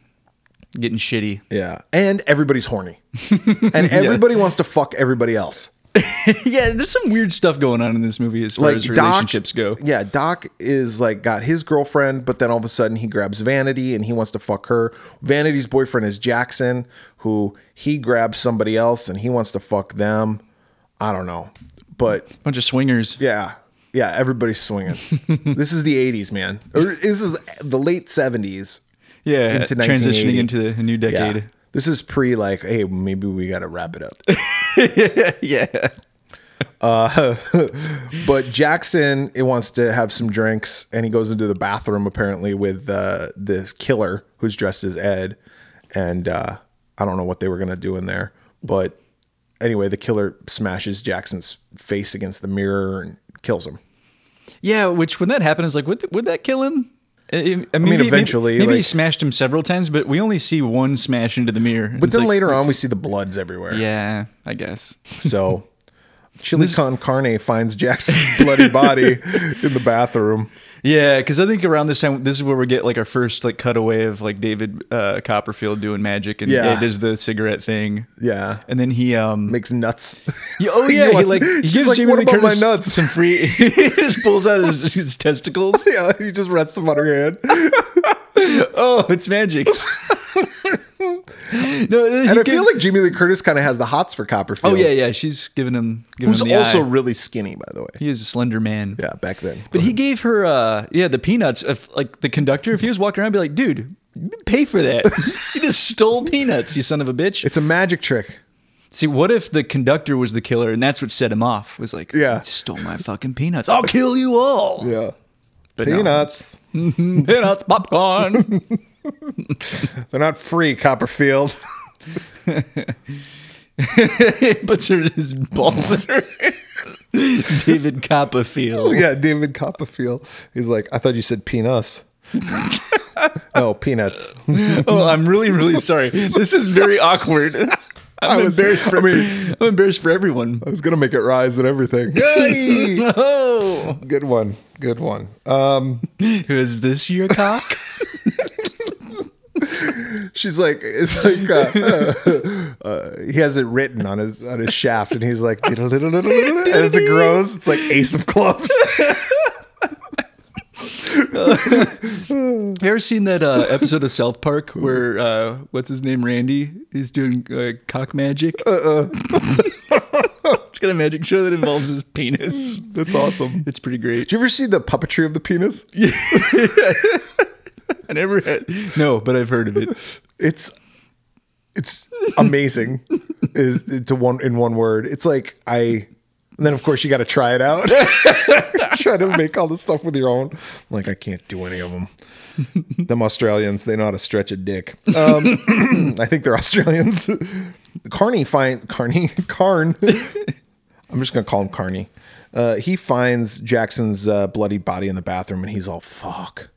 [SPEAKER 2] getting shitty. *laughs*
[SPEAKER 3] Yeah. And everybody's horny. and everybody wants to fuck everybody else.
[SPEAKER 2] yeah, there's some weird stuff going on in this movie as far as relationships go.
[SPEAKER 3] Yeah, Doc is like got his girlfriend, but then all of a sudden he grabs Vanity and he wants to fuck her. Vanity's boyfriend is Jackson, who he grabs somebody else and he wants to fuck them. I don't know. But
[SPEAKER 2] Bunch of swingers.
[SPEAKER 3] yeah. Yeah, everybody's swinging. this is the 80s, man. Or this is the late 70s.
[SPEAKER 2] Yeah,
[SPEAKER 3] Into
[SPEAKER 2] transitioning
[SPEAKER 3] 1980.
[SPEAKER 2] into the new
[SPEAKER 3] Yeah.
[SPEAKER 2] decade.
[SPEAKER 3] This is pre like, hey, maybe we got to wrap it up.
[SPEAKER 2] *laughs* Yeah.
[SPEAKER 3] But Jackson, it wants to have some drinks, and he goes into the bathroom apparently with uh, the killer who's dressed as Ed, and uh, I don't know what they were gonna do in there, but anyway, the killer smashes Jackson's face against the mirror and kills him.
[SPEAKER 2] Yeah, which when that happened, I was like, would, would that kill him? I, I mean, maybe-
[SPEAKER 3] eventually,
[SPEAKER 2] Maybe, maybe he
[SPEAKER 3] like-
[SPEAKER 2] smashed him several times, but we only see one smash into the mirror.
[SPEAKER 3] But then later on, we see the bloods everywhere.
[SPEAKER 2] Yeah, I guess.
[SPEAKER 3] So. *laughs* Chili Con Carne finds Jackson's *laughs* bloody body in the bathroom.
[SPEAKER 2] Yeah, because I think around this time, this is where we get like our first like cutaway of like David uh, Copperfield doing magic, and
[SPEAKER 3] Yeah.
[SPEAKER 2] yeah. does the cigarette thing.
[SPEAKER 3] Yeah.
[SPEAKER 2] And then he um
[SPEAKER 3] Makes nuts.
[SPEAKER 2] he-
[SPEAKER 3] *laughs*
[SPEAKER 2] oh yeah he
[SPEAKER 3] want-
[SPEAKER 2] like he
[SPEAKER 3] She's
[SPEAKER 2] gives
[SPEAKER 3] like,
[SPEAKER 2] Jamie
[SPEAKER 3] what
[SPEAKER 2] Lee
[SPEAKER 3] about
[SPEAKER 2] Curtis
[SPEAKER 3] my nuts? *laughs*
[SPEAKER 2] some free *laughs* he just pulls out his, his
[SPEAKER 3] *laughs*
[SPEAKER 2] testicles
[SPEAKER 3] Yeah, he just rests them on
[SPEAKER 2] *laughs*
[SPEAKER 3] her hand.
[SPEAKER 2] oh it's
[SPEAKER 3] *laughs*
[SPEAKER 2] magic no
[SPEAKER 3] And I feel like Jamie Lee Curtis kind of has the hots for Copperfield.
[SPEAKER 2] oh yeah yeah she's giving him giving
[SPEAKER 3] Who's
[SPEAKER 2] him the
[SPEAKER 3] also
[SPEAKER 2] eye.
[SPEAKER 3] really skinny, by the way.
[SPEAKER 2] he is a slender man
[SPEAKER 3] Yeah, back then.
[SPEAKER 2] But he gave her, uh, yeah, the peanuts. If, like the conductor, if he was walking around, be like, dude, pay for that. *laughs* you just stole peanuts, you son of a bitch.
[SPEAKER 3] it's a magic trick.
[SPEAKER 2] See, what if the conductor was the killer and that's what set him off? Was like,
[SPEAKER 3] Yeah.
[SPEAKER 2] "You stole my fucking peanuts. I'll kill you all.
[SPEAKER 3] Yeah.
[SPEAKER 2] But no,
[SPEAKER 3] Peanuts.
[SPEAKER 2] it's *laughs* peanuts,
[SPEAKER 3] *laughs*
[SPEAKER 2] popcorn. *laughs*
[SPEAKER 3] They're not free, Copperfield. *laughs*
[SPEAKER 2] He Puts her his balls. *laughs* in her- David Copperfield.
[SPEAKER 3] yeah, David Copperfield. He's like, I thought you
[SPEAKER 2] *laughs*
[SPEAKER 3] said peanuts. no, peanuts.
[SPEAKER 2] Oh, I'm really, *laughs* really sorry. This is very *laughs* awkward. I'm
[SPEAKER 3] was-
[SPEAKER 2] embarrassed for
[SPEAKER 3] I mean-
[SPEAKER 2] I'm embarrassed for everyone.
[SPEAKER 3] I was gonna make it rise and everything. Yay!
[SPEAKER 2] Oh,
[SPEAKER 3] good one. Good one. Um,
[SPEAKER 2] is this your *laughs* cock?
[SPEAKER 3] she's like, it's like uh, uh, uh, he has it written on his on his shaft, and he's like, as it grows, it's like Ace of Clubs.
[SPEAKER 2] You ever seen that uh, episode of South Park where uh, what's his name Randy is doing uh, cock magic? Uh-uh. *laughs* He's got a magic show that involves his penis.
[SPEAKER 3] That's awesome.
[SPEAKER 2] It's pretty great.
[SPEAKER 3] Did you ever see the puppetry of the penis?
[SPEAKER 2] I never had no, but I've heard of *laughs* it.
[SPEAKER 3] It's it's amazing. is to one in one word. It's like I. And then of course you got to try it out. *laughs* try to make all this stuff with your own. Like I can't do any of them. Them Australians, they know how to stretch a dick. Um, I think they're Australians. *laughs* Carney find Carney *laughs* Carn. I'm just gonna call him Carney. Uh, he finds Jackson's uh, bloody body in the bathroom, and he's all fuck.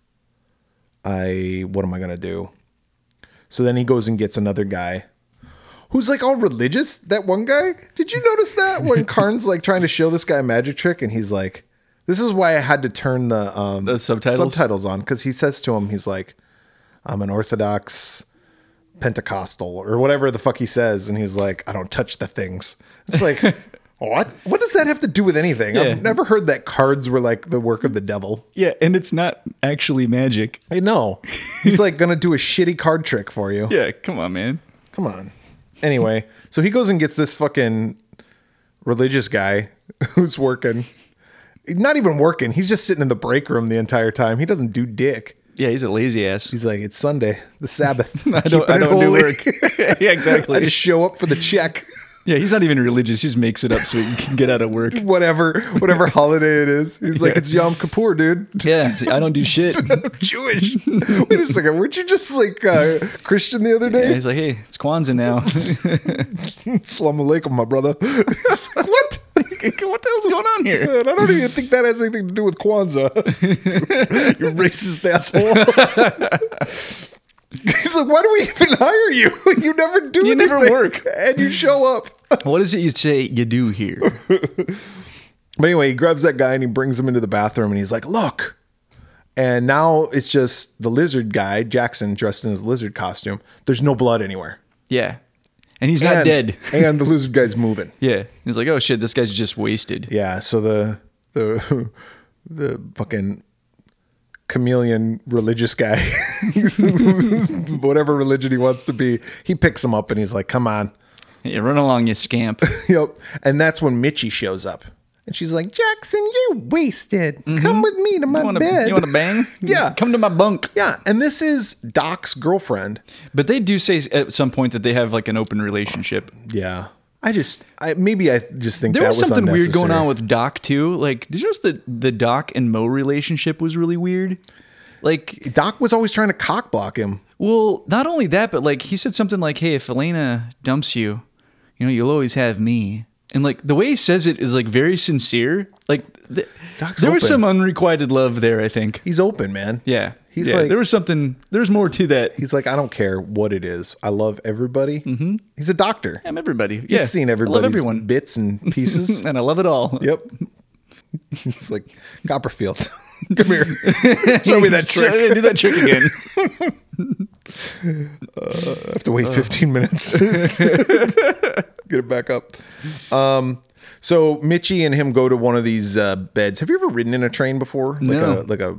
[SPEAKER 3] I what am I gonna do? So then he goes and gets another guy who's like all religious. That one guy. Did you notice
[SPEAKER 2] *laughs*
[SPEAKER 3] that when Karn's like trying to show this guy a magic trick and he's like, "This is why I had to turn the, um,
[SPEAKER 2] The subtitles?
[SPEAKER 3] subtitles on," because he says to him, "He's like, I'm an Orthodox." Pentecostal or whatever the fuck he says, and he's like, "I don't touch the things." It's
[SPEAKER 2] *laughs*
[SPEAKER 3] like, what? What does that have to do with anything?
[SPEAKER 2] Yeah.
[SPEAKER 3] I've never heard that cards were like the work of the devil.
[SPEAKER 2] Yeah, and it's not actually magic.
[SPEAKER 3] I know. He's like gonna do a shitty card trick for you.
[SPEAKER 2] Yeah, come on, man.
[SPEAKER 3] Come on. Anyway, so he goes and gets this fucking religious guy *laughs* who's working. Not even working. He's just sitting in the break room the entire time. He doesn't do dick.
[SPEAKER 2] Yeah, he's a lazy ass.
[SPEAKER 3] He's like, it's Sunday, the
[SPEAKER 2] *laughs*
[SPEAKER 3] Sabbath.
[SPEAKER 2] I don't, I don't do *laughs*
[SPEAKER 3] *laughs*
[SPEAKER 2] work. yeah,
[SPEAKER 3] I
[SPEAKER 2] exactly.
[SPEAKER 3] just show up for the check. *laughs*
[SPEAKER 2] Yeah, he's not even religious. He just makes it up so he can get out of work.
[SPEAKER 3] whatever whatever holiday it is. He's like,
[SPEAKER 2] Yeah.
[SPEAKER 3] it's Yom Kippur, dude. *laughs*
[SPEAKER 2] Yeah, I don't do *laughs* shit.
[SPEAKER 3] I'm Jewish. Wait a second, weren't you just like uh, Christian the other
[SPEAKER 2] And
[SPEAKER 3] day?
[SPEAKER 2] he's like, hey, it's Kwanzaa *laughs* now.
[SPEAKER 3] Slum alaikum, my brother. *laughs* It's like, what? *laughs*
[SPEAKER 2] what the hell's going on here?
[SPEAKER 3] Man, I don't even think that has anything to do with Kwanzaa. *laughs* you racist
[SPEAKER 2] *laughs*
[SPEAKER 3] asshole. *laughs* He's like, why do we even hire you? *laughs* You never do
[SPEAKER 2] You
[SPEAKER 3] anything.
[SPEAKER 2] never work.
[SPEAKER 3] And you show up.
[SPEAKER 2] What is it you say you do here?
[SPEAKER 3] But anyway, he grabs that guy and he brings him into the bathroom and he's like, look. And now it's just the lizard guy, Jackson, dressed in his lizard costume. There's no blood anywhere.
[SPEAKER 2] Yeah. And he's not
[SPEAKER 3] and,
[SPEAKER 2] dead.
[SPEAKER 3] *laughs* and the lizard guy's moving.
[SPEAKER 2] Yeah. He's like, oh shit, this guy's just wasted.
[SPEAKER 3] Yeah, so the the *laughs* the fucking chameleon religious guy, *laughs* whatever religion he wants to be, he picks him up and he's like, "Come on, *laughs*
[SPEAKER 2] Yeah, run along, you scamp.
[SPEAKER 3] yep." And that's when Mitchie shows up, and she's like, "Jackson, you're wasted. Come with me to
[SPEAKER 2] Mm-hmm.
[SPEAKER 3] my
[SPEAKER 2] You wanna,
[SPEAKER 3] bed.
[SPEAKER 2] you wanna bang?
[SPEAKER 3] *laughs* Yeah.
[SPEAKER 2] Come to my bunk.
[SPEAKER 3] Yeah, and this is Doc's girlfriend.
[SPEAKER 2] But they do say at some point that they have like an open relationship.
[SPEAKER 3] Yeah, I just, I maybe I just think
[SPEAKER 2] There
[SPEAKER 3] that
[SPEAKER 2] was
[SPEAKER 3] was,
[SPEAKER 2] something weird going
[SPEAKER 3] unnecessary.
[SPEAKER 2] on with Doc too. Like, did you notice that the Doc and Mo relationship was really weird? Like,
[SPEAKER 3] Doc was always trying to cock block him.
[SPEAKER 2] well, not only that, but like he said something like, "Hey, if Elena dumps you, you know, you'll always have me." And like the way he says it is like very sincere. Like, th-
[SPEAKER 3] Doc's
[SPEAKER 2] there was
[SPEAKER 3] open.
[SPEAKER 2] some unrequited love there. I think.
[SPEAKER 3] He's open, man.
[SPEAKER 2] Yeah,
[SPEAKER 3] he's
[SPEAKER 2] Yeah,
[SPEAKER 3] like
[SPEAKER 2] there was something. There's more to that.
[SPEAKER 3] He's like, I don't care what it is. I love everybody. Mm-hmm. He's a doctor.
[SPEAKER 2] I'm everybody.
[SPEAKER 3] He's
[SPEAKER 2] yeah,
[SPEAKER 3] seen
[SPEAKER 2] I love
[SPEAKER 3] everybody's
[SPEAKER 2] everyone, *laughs*
[SPEAKER 3] bits and pieces.
[SPEAKER 2] and I love it
[SPEAKER 3] *laughs*
[SPEAKER 2] all.
[SPEAKER 3] yep.
[SPEAKER 2] *laughs*
[SPEAKER 3] It's like Copperfield. *laughs*
[SPEAKER 2] *laughs*
[SPEAKER 3] Come here. Show me that trick.
[SPEAKER 2] Do that trick again.
[SPEAKER 3] *laughs* I have to wait 15 minutes. Get it back up. Um, so Mitchie and him go to one of these uh, beds. Have you ever ridden in a train before? Like
[SPEAKER 2] No.
[SPEAKER 3] a like a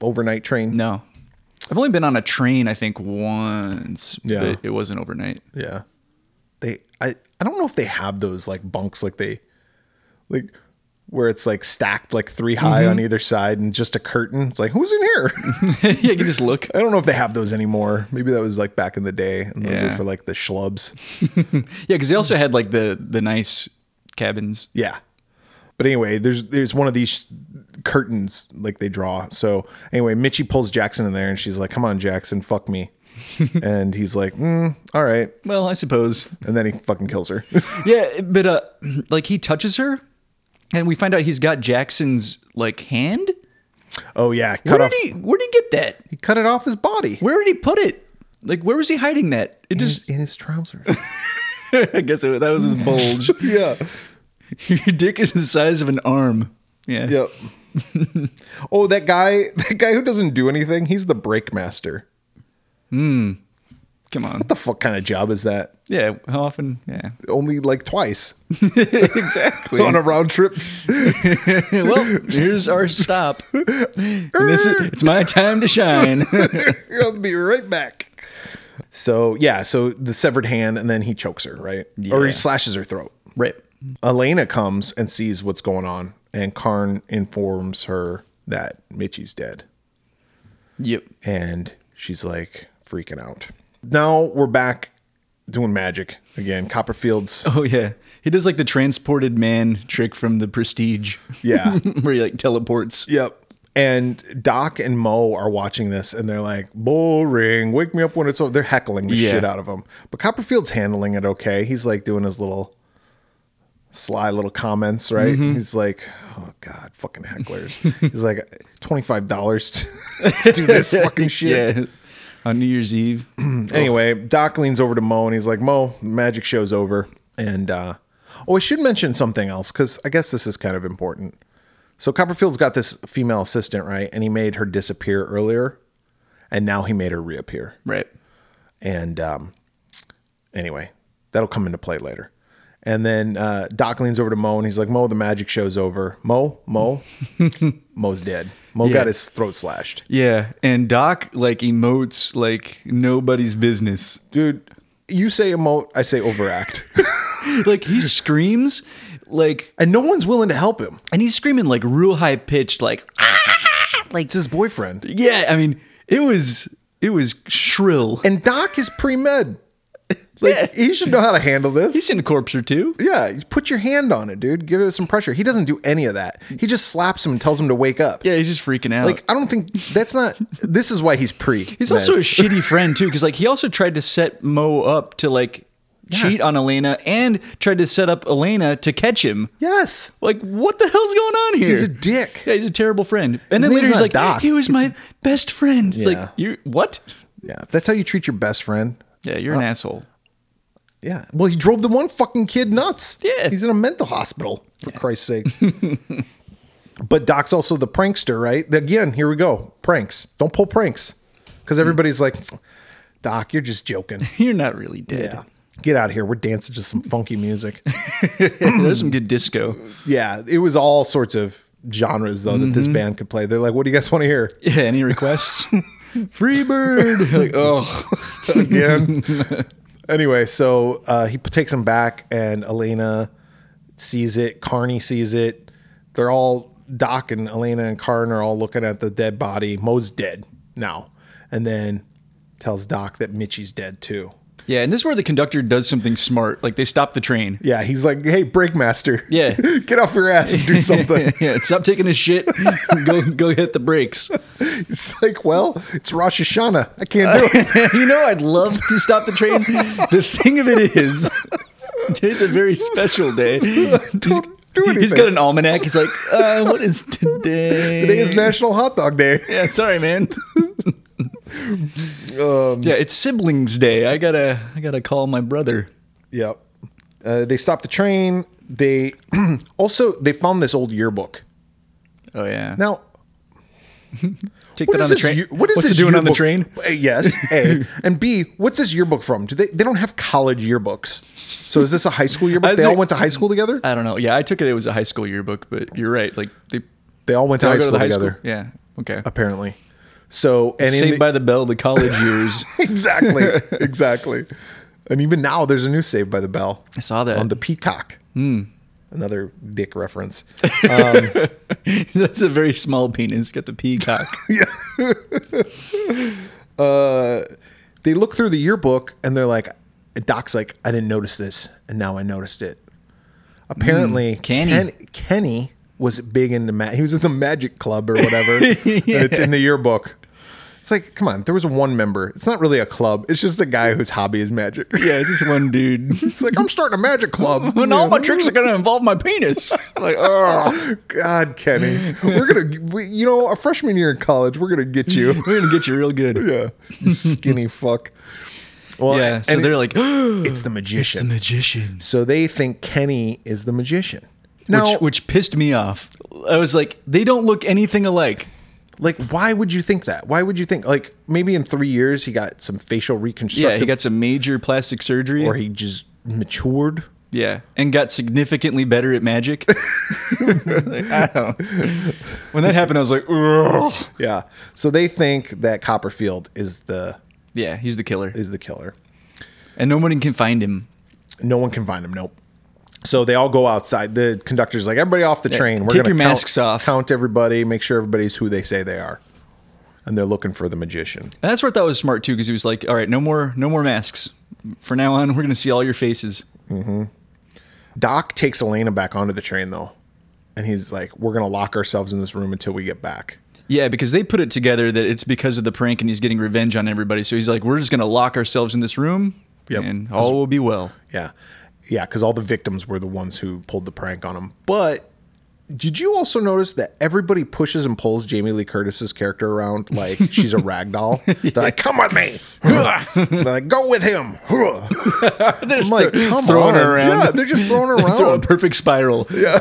[SPEAKER 3] overnight train?
[SPEAKER 2] No. I've only been on a train, I think, once.
[SPEAKER 3] Yeah.
[SPEAKER 2] But it wasn't overnight. *laughs*
[SPEAKER 3] Yeah. They I I don't know if they have those like bunks like they like where it's like stacked like three high
[SPEAKER 2] Mm-hmm.
[SPEAKER 3] on either side and just a curtain. It's like who's in here? *laughs*
[SPEAKER 2] yeah, you can just look.
[SPEAKER 3] I don't know if they have those anymore. Maybe that was like back in the day and those
[SPEAKER 2] Yeah.
[SPEAKER 3] were for like the schlubs.
[SPEAKER 2] Yeah, because they also had like the the nice cabins.
[SPEAKER 3] Yeah. But anyway, there's there's one of these curtains like they draw. So anyway, Mitchie pulls Jackson in there and she's like, "Come on, Jackson, fuck *laughs* me." and he's like, mm, "All right."
[SPEAKER 2] Well, I suppose.
[SPEAKER 3] And then he fucking kills *laughs* her.
[SPEAKER 2] Yeah, but uh like he touches her and we find out he's got Jackson's like hand.
[SPEAKER 3] oh yeah, cut
[SPEAKER 2] Where
[SPEAKER 3] off.
[SPEAKER 2] did he where did he get that?
[SPEAKER 3] he cut it off his body.
[SPEAKER 2] Where did he put it? Like where was he hiding that? It just *laughs*
[SPEAKER 3] in his trousers.
[SPEAKER 2] I guess it, that was his *laughs* bulge.
[SPEAKER 3] *laughs* yeah.
[SPEAKER 2] Your dick is the size of an arm. Yeah.
[SPEAKER 3] *laughs* Yep. oh, *laughs* that guy, that guy who doesn't do anything, he's the brake master.
[SPEAKER 2] Come on.
[SPEAKER 3] What the fuck kind of job is that?
[SPEAKER 2] Yeah, how often? Yeah.
[SPEAKER 3] Only like twice
[SPEAKER 2] *laughs* Exactly.
[SPEAKER 3] *laughs* on a round trip.
[SPEAKER 2] *laughs* well, here's *laughs* our stop. And this is, it's my time to shine. *laughs*
[SPEAKER 3] I'll be right back. So yeah, so the severed hand, and then he chokes her, right? Or
[SPEAKER 2] Yeah.
[SPEAKER 3] he slashes her throat.
[SPEAKER 2] right.
[SPEAKER 3] Elena comes and sees what's going on, and Karn informs her that Mitchie's dead.
[SPEAKER 2] Yep.
[SPEAKER 3] and she's like freaking out. Now we're back doing magic again. Copperfields.
[SPEAKER 2] *laughs* Oh yeah. He does like the transported man trick from the Prestige.
[SPEAKER 3] Yeah.
[SPEAKER 2] *laughs* Where he like
[SPEAKER 3] *laughs*
[SPEAKER 2] teleports.
[SPEAKER 3] yep. And Doc and Mo are watching this and they're like, boring. Wake me up when it's over. They're heckling the
[SPEAKER 2] Yeah.
[SPEAKER 3] shit out of him. But Copperfield's handling it okay. He's like doing his little sly little comments, right? He's like, oh God, fucking hecklers. He's like, $25 to do
[SPEAKER 2] *laughs*
[SPEAKER 3] this fucking shit.
[SPEAKER 2] Yeah. On New Year's
[SPEAKER 3] *clears throat*
[SPEAKER 2] Eve.
[SPEAKER 3] Anyway, Doc leans over to Mo and he's like, Mo, magic show's over. And uh, oh, I should mention something else because I guess this is kind of important. So Copperfield's got this female assistant, right? And he made her disappear earlier, and now he made her reappear.
[SPEAKER 2] Right.
[SPEAKER 3] And um, anyway, that'll come into play later. And then uh, Doc leans over to Mo and he's like, Mo, the magic show's over. Mo, Mo, Mo's dead. Mo
[SPEAKER 2] Yeah.
[SPEAKER 3] got his throat slashed.
[SPEAKER 2] Yeah. And Doc like emotes like nobody's business.
[SPEAKER 3] Dude, you say emote, I say overact. *laughs*
[SPEAKER 2] Like he screams like
[SPEAKER 3] and no one's willing to help him.
[SPEAKER 2] and he's screaming like real high pitched like "Ah,
[SPEAKER 3] Like it's his boyfriend.
[SPEAKER 2] yeah, I mean, it was it was shrill.
[SPEAKER 3] And Doc is pre med. Like
[SPEAKER 2] Yeah.
[SPEAKER 3] he should know how to handle
[SPEAKER 2] He's
[SPEAKER 3] this.
[SPEAKER 2] seen a corpse or two.
[SPEAKER 3] Yeah, you put your hand on it, dude. Give it some pressure. He doesn't do any of that. He just slaps him and tells him to wake up.
[SPEAKER 2] Yeah, he's just freaking out.
[SPEAKER 3] Like I don't think that's not. This is why he's pre.
[SPEAKER 2] He's
[SPEAKER 3] *laughs*
[SPEAKER 2] also a shitty friend too, because like he also tried to set Mo up to like cheat on Elena and tried to set up Elena to catch him.
[SPEAKER 3] yes.
[SPEAKER 2] Like, what the hell's going on here?
[SPEAKER 3] He's a dick.
[SPEAKER 2] Yeah, he's a terrible friend. And
[SPEAKER 3] His
[SPEAKER 2] then later
[SPEAKER 3] name's
[SPEAKER 2] he's
[SPEAKER 3] not
[SPEAKER 2] like,
[SPEAKER 3] Doc.
[SPEAKER 2] he was my best friend. It's
[SPEAKER 3] Yeah.
[SPEAKER 2] like, you what?
[SPEAKER 3] Yeah, that's how you treat your best friend.
[SPEAKER 2] Yeah, you're
[SPEAKER 3] Uh,
[SPEAKER 2] an asshole. *laughs*
[SPEAKER 3] Yeah. Well, he drove the one fucking kid nuts.
[SPEAKER 2] Yeah.
[SPEAKER 3] He's in a mental hospital, for Christ's sakes. but Doc's also the prankster, right? Again, here we go. Pranks. Don't pull pranks. Because everybody's like, Doc, you're just joking.
[SPEAKER 2] You're not really dead.
[SPEAKER 3] Yeah. Get out of here. We're dancing to some funky music.
[SPEAKER 2] *laughs* There's some good disco.
[SPEAKER 3] yeah. It was all sorts of genres, though, that this band could play. They're like, what do you guys want to hear?
[SPEAKER 2] Yeah, any
[SPEAKER 3] *laughs*
[SPEAKER 2] requests? Freebird. *laughs* like, oh,
[SPEAKER 3] again. anyway, so uh, he takes him back, and Elena sees it. Carney sees it. They're all Doc and Elena and Carn are all looking at the dead body. Mo's dead now, and then tells Doc that Mitchie's dead too.
[SPEAKER 2] yeah. And this is where the conductor does something smart. Like they stop the train.
[SPEAKER 3] Yeah, he's like, "Hey, brake master,
[SPEAKER 2] Yeah.
[SPEAKER 3] *laughs* get off your ass and
[SPEAKER 2] *laughs*
[SPEAKER 3] do *laughs* something."
[SPEAKER 2] yeah, stop taking a
[SPEAKER 3] *laughs*
[SPEAKER 2] shit. go, go hit the brakes.
[SPEAKER 3] it's like, "Well, it's Rosh Hashanah. I can't do it."
[SPEAKER 2] *laughs* you know, I'd love to stop the train. the thing of it is, *laughs* today's a very special day. He's-
[SPEAKER 3] do
[SPEAKER 2] he's
[SPEAKER 3] anything.
[SPEAKER 2] got an almanac. He's like, uh, what is today?
[SPEAKER 3] Today
[SPEAKER 2] *laughs*
[SPEAKER 3] is National Hot Dog Day.
[SPEAKER 2] Yeah, sorry,
[SPEAKER 3] *laughs*
[SPEAKER 2] man.
[SPEAKER 3] Um,
[SPEAKER 2] yeah, it's siblings day. I gotta, I gotta call my brother.
[SPEAKER 3] Yep. Uh, they stopped the train. They *clears throat* also they found this old yearbook.
[SPEAKER 2] Oh yeah.
[SPEAKER 3] Now,
[SPEAKER 2] Take
[SPEAKER 3] what
[SPEAKER 2] that on
[SPEAKER 3] is
[SPEAKER 2] the
[SPEAKER 3] this?
[SPEAKER 2] train.
[SPEAKER 3] year- what is
[SPEAKER 2] What's
[SPEAKER 3] this
[SPEAKER 2] it doing on the
[SPEAKER 3] yearbook-
[SPEAKER 2] train?
[SPEAKER 3] Uh, yes,
[SPEAKER 2] *laughs*
[SPEAKER 3] A and B. What's this yearbook from? Do they? They don't have college yearbooks. So is this a high school yearbook?
[SPEAKER 2] I
[SPEAKER 3] they all
[SPEAKER 2] think-
[SPEAKER 3] went to high school together.
[SPEAKER 2] I don't know. Yeah, I took it. It was a high school yearbook, but you're right. Like they,
[SPEAKER 3] They all went to
[SPEAKER 2] they all go
[SPEAKER 3] high
[SPEAKER 2] to
[SPEAKER 3] school
[SPEAKER 2] the high
[SPEAKER 3] together.
[SPEAKER 2] school. Yeah. Okay.
[SPEAKER 3] Apparently. So and in
[SPEAKER 2] Saved
[SPEAKER 3] the- *laughs*
[SPEAKER 2] by the Bell, the college years.
[SPEAKER 3] exactly,
[SPEAKER 2] *laughs*
[SPEAKER 3] exactly. And even now, there's a new Save by the Bell. I
[SPEAKER 2] saw that. Hmm.
[SPEAKER 3] on the Peacock. Another dick reference.
[SPEAKER 2] That's a very small penis. Got the
[SPEAKER 3] *laughs*
[SPEAKER 2] peacock.
[SPEAKER 3] they look through the yearbook and they're like, Doc's like, I didn't notice this, and now I noticed it. Apparently,
[SPEAKER 2] Hmm, Kenny.
[SPEAKER 3] Kenny was big into ma- he was in the Magic Club
[SPEAKER 2] *laughs*
[SPEAKER 3] or whatever, and it's in the yearbook. It's like, come on, there was one member. It's not really a club. It's just a guy whose hobby is magic. *laughs*
[SPEAKER 2] yeah, it's just one *laughs* dude.
[SPEAKER 3] It's like I'm starting a magic
[SPEAKER 2] *laughs*
[SPEAKER 3] club.
[SPEAKER 2] When all my tricks are gonna involve my
[SPEAKER 3] *laughs*
[SPEAKER 2] penis. like,
[SPEAKER 3] Oh God, Kenny, we're gonna, we, you know, a freshman year in college, we're gonna
[SPEAKER 2] *laughs*
[SPEAKER 3] get you.
[SPEAKER 2] *laughs* we're gonna get you real good.
[SPEAKER 3] Yeah, you skinny fuck. Well,
[SPEAKER 2] Yeah. So
[SPEAKER 3] and
[SPEAKER 2] they're
[SPEAKER 3] it- *gasps*
[SPEAKER 2] like, the
[SPEAKER 3] it's the magician.
[SPEAKER 2] magician.
[SPEAKER 3] So they think Kenny is the magician. Now,
[SPEAKER 2] which, which pissed me off. I was like, they don't look anything alike.
[SPEAKER 3] Like, why would you think that? Why would you think like maybe in three years he got some facial reconstructive
[SPEAKER 2] Yeah, he got some major plastic surgery.
[SPEAKER 3] or he just matured?
[SPEAKER 2] yeah, and got significantly better at
[SPEAKER 3] *laughs*
[SPEAKER 2] magic. *laughs* Like, I don't. When that happened, I was like, Ugh.
[SPEAKER 3] Yeah. So they think that Copperfield is the
[SPEAKER 2] yeah, he's the killer,
[SPEAKER 3] is the killer.
[SPEAKER 2] and nobody can find him.
[SPEAKER 3] No one can find him. Nope. So they all go outside. The conductor's like, everybody off the train. We're
[SPEAKER 2] take
[SPEAKER 3] gonna
[SPEAKER 2] your
[SPEAKER 3] count,
[SPEAKER 2] masks off."
[SPEAKER 3] Count everybody. Make sure everybody's who they say they are. And they're looking for the magician.
[SPEAKER 2] And that's where I thought was smart too, because he was like, "All right, no more, no more masks. For now on, we're gonna see all your faces."
[SPEAKER 3] Doc takes Elena back onto the train though, and he's like, "We're gonna lock ourselves in this room until we get back."
[SPEAKER 2] Yeah, because they put it together that it's because of the prank and he's getting revenge on everybody. So he's like, "We're just gonna lock ourselves in this room,
[SPEAKER 3] Yep.
[SPEAKER 2] and all will be well." *laughs*
[SPEAKER 3] Yeah, yeah, because all the victims were the ones who pulled the prank on him. But did you also notice that everybody pushes and pulls Jamie Lee Curtis's character around like
[SPEAKER 2] *laughs*
[SPEAKER 3] she's a rag doll? They're like, "Come with me!" They're like, "Go
[SPEAKER 2] *laughs*
[SPEAKER 3] with him!" *laughs* I'm like, "Come
[SPEAKER 2] throwing
[SPEAKER 3] on!"
[SPEAKER 2] her around.
[SPEAKER 3] Yeah, they're just
[SPEAKER 2] *laughs*
[SPEAKER 3] throwing her around.
[SPEAKER 2] Throw a perfect spiral. Yeah,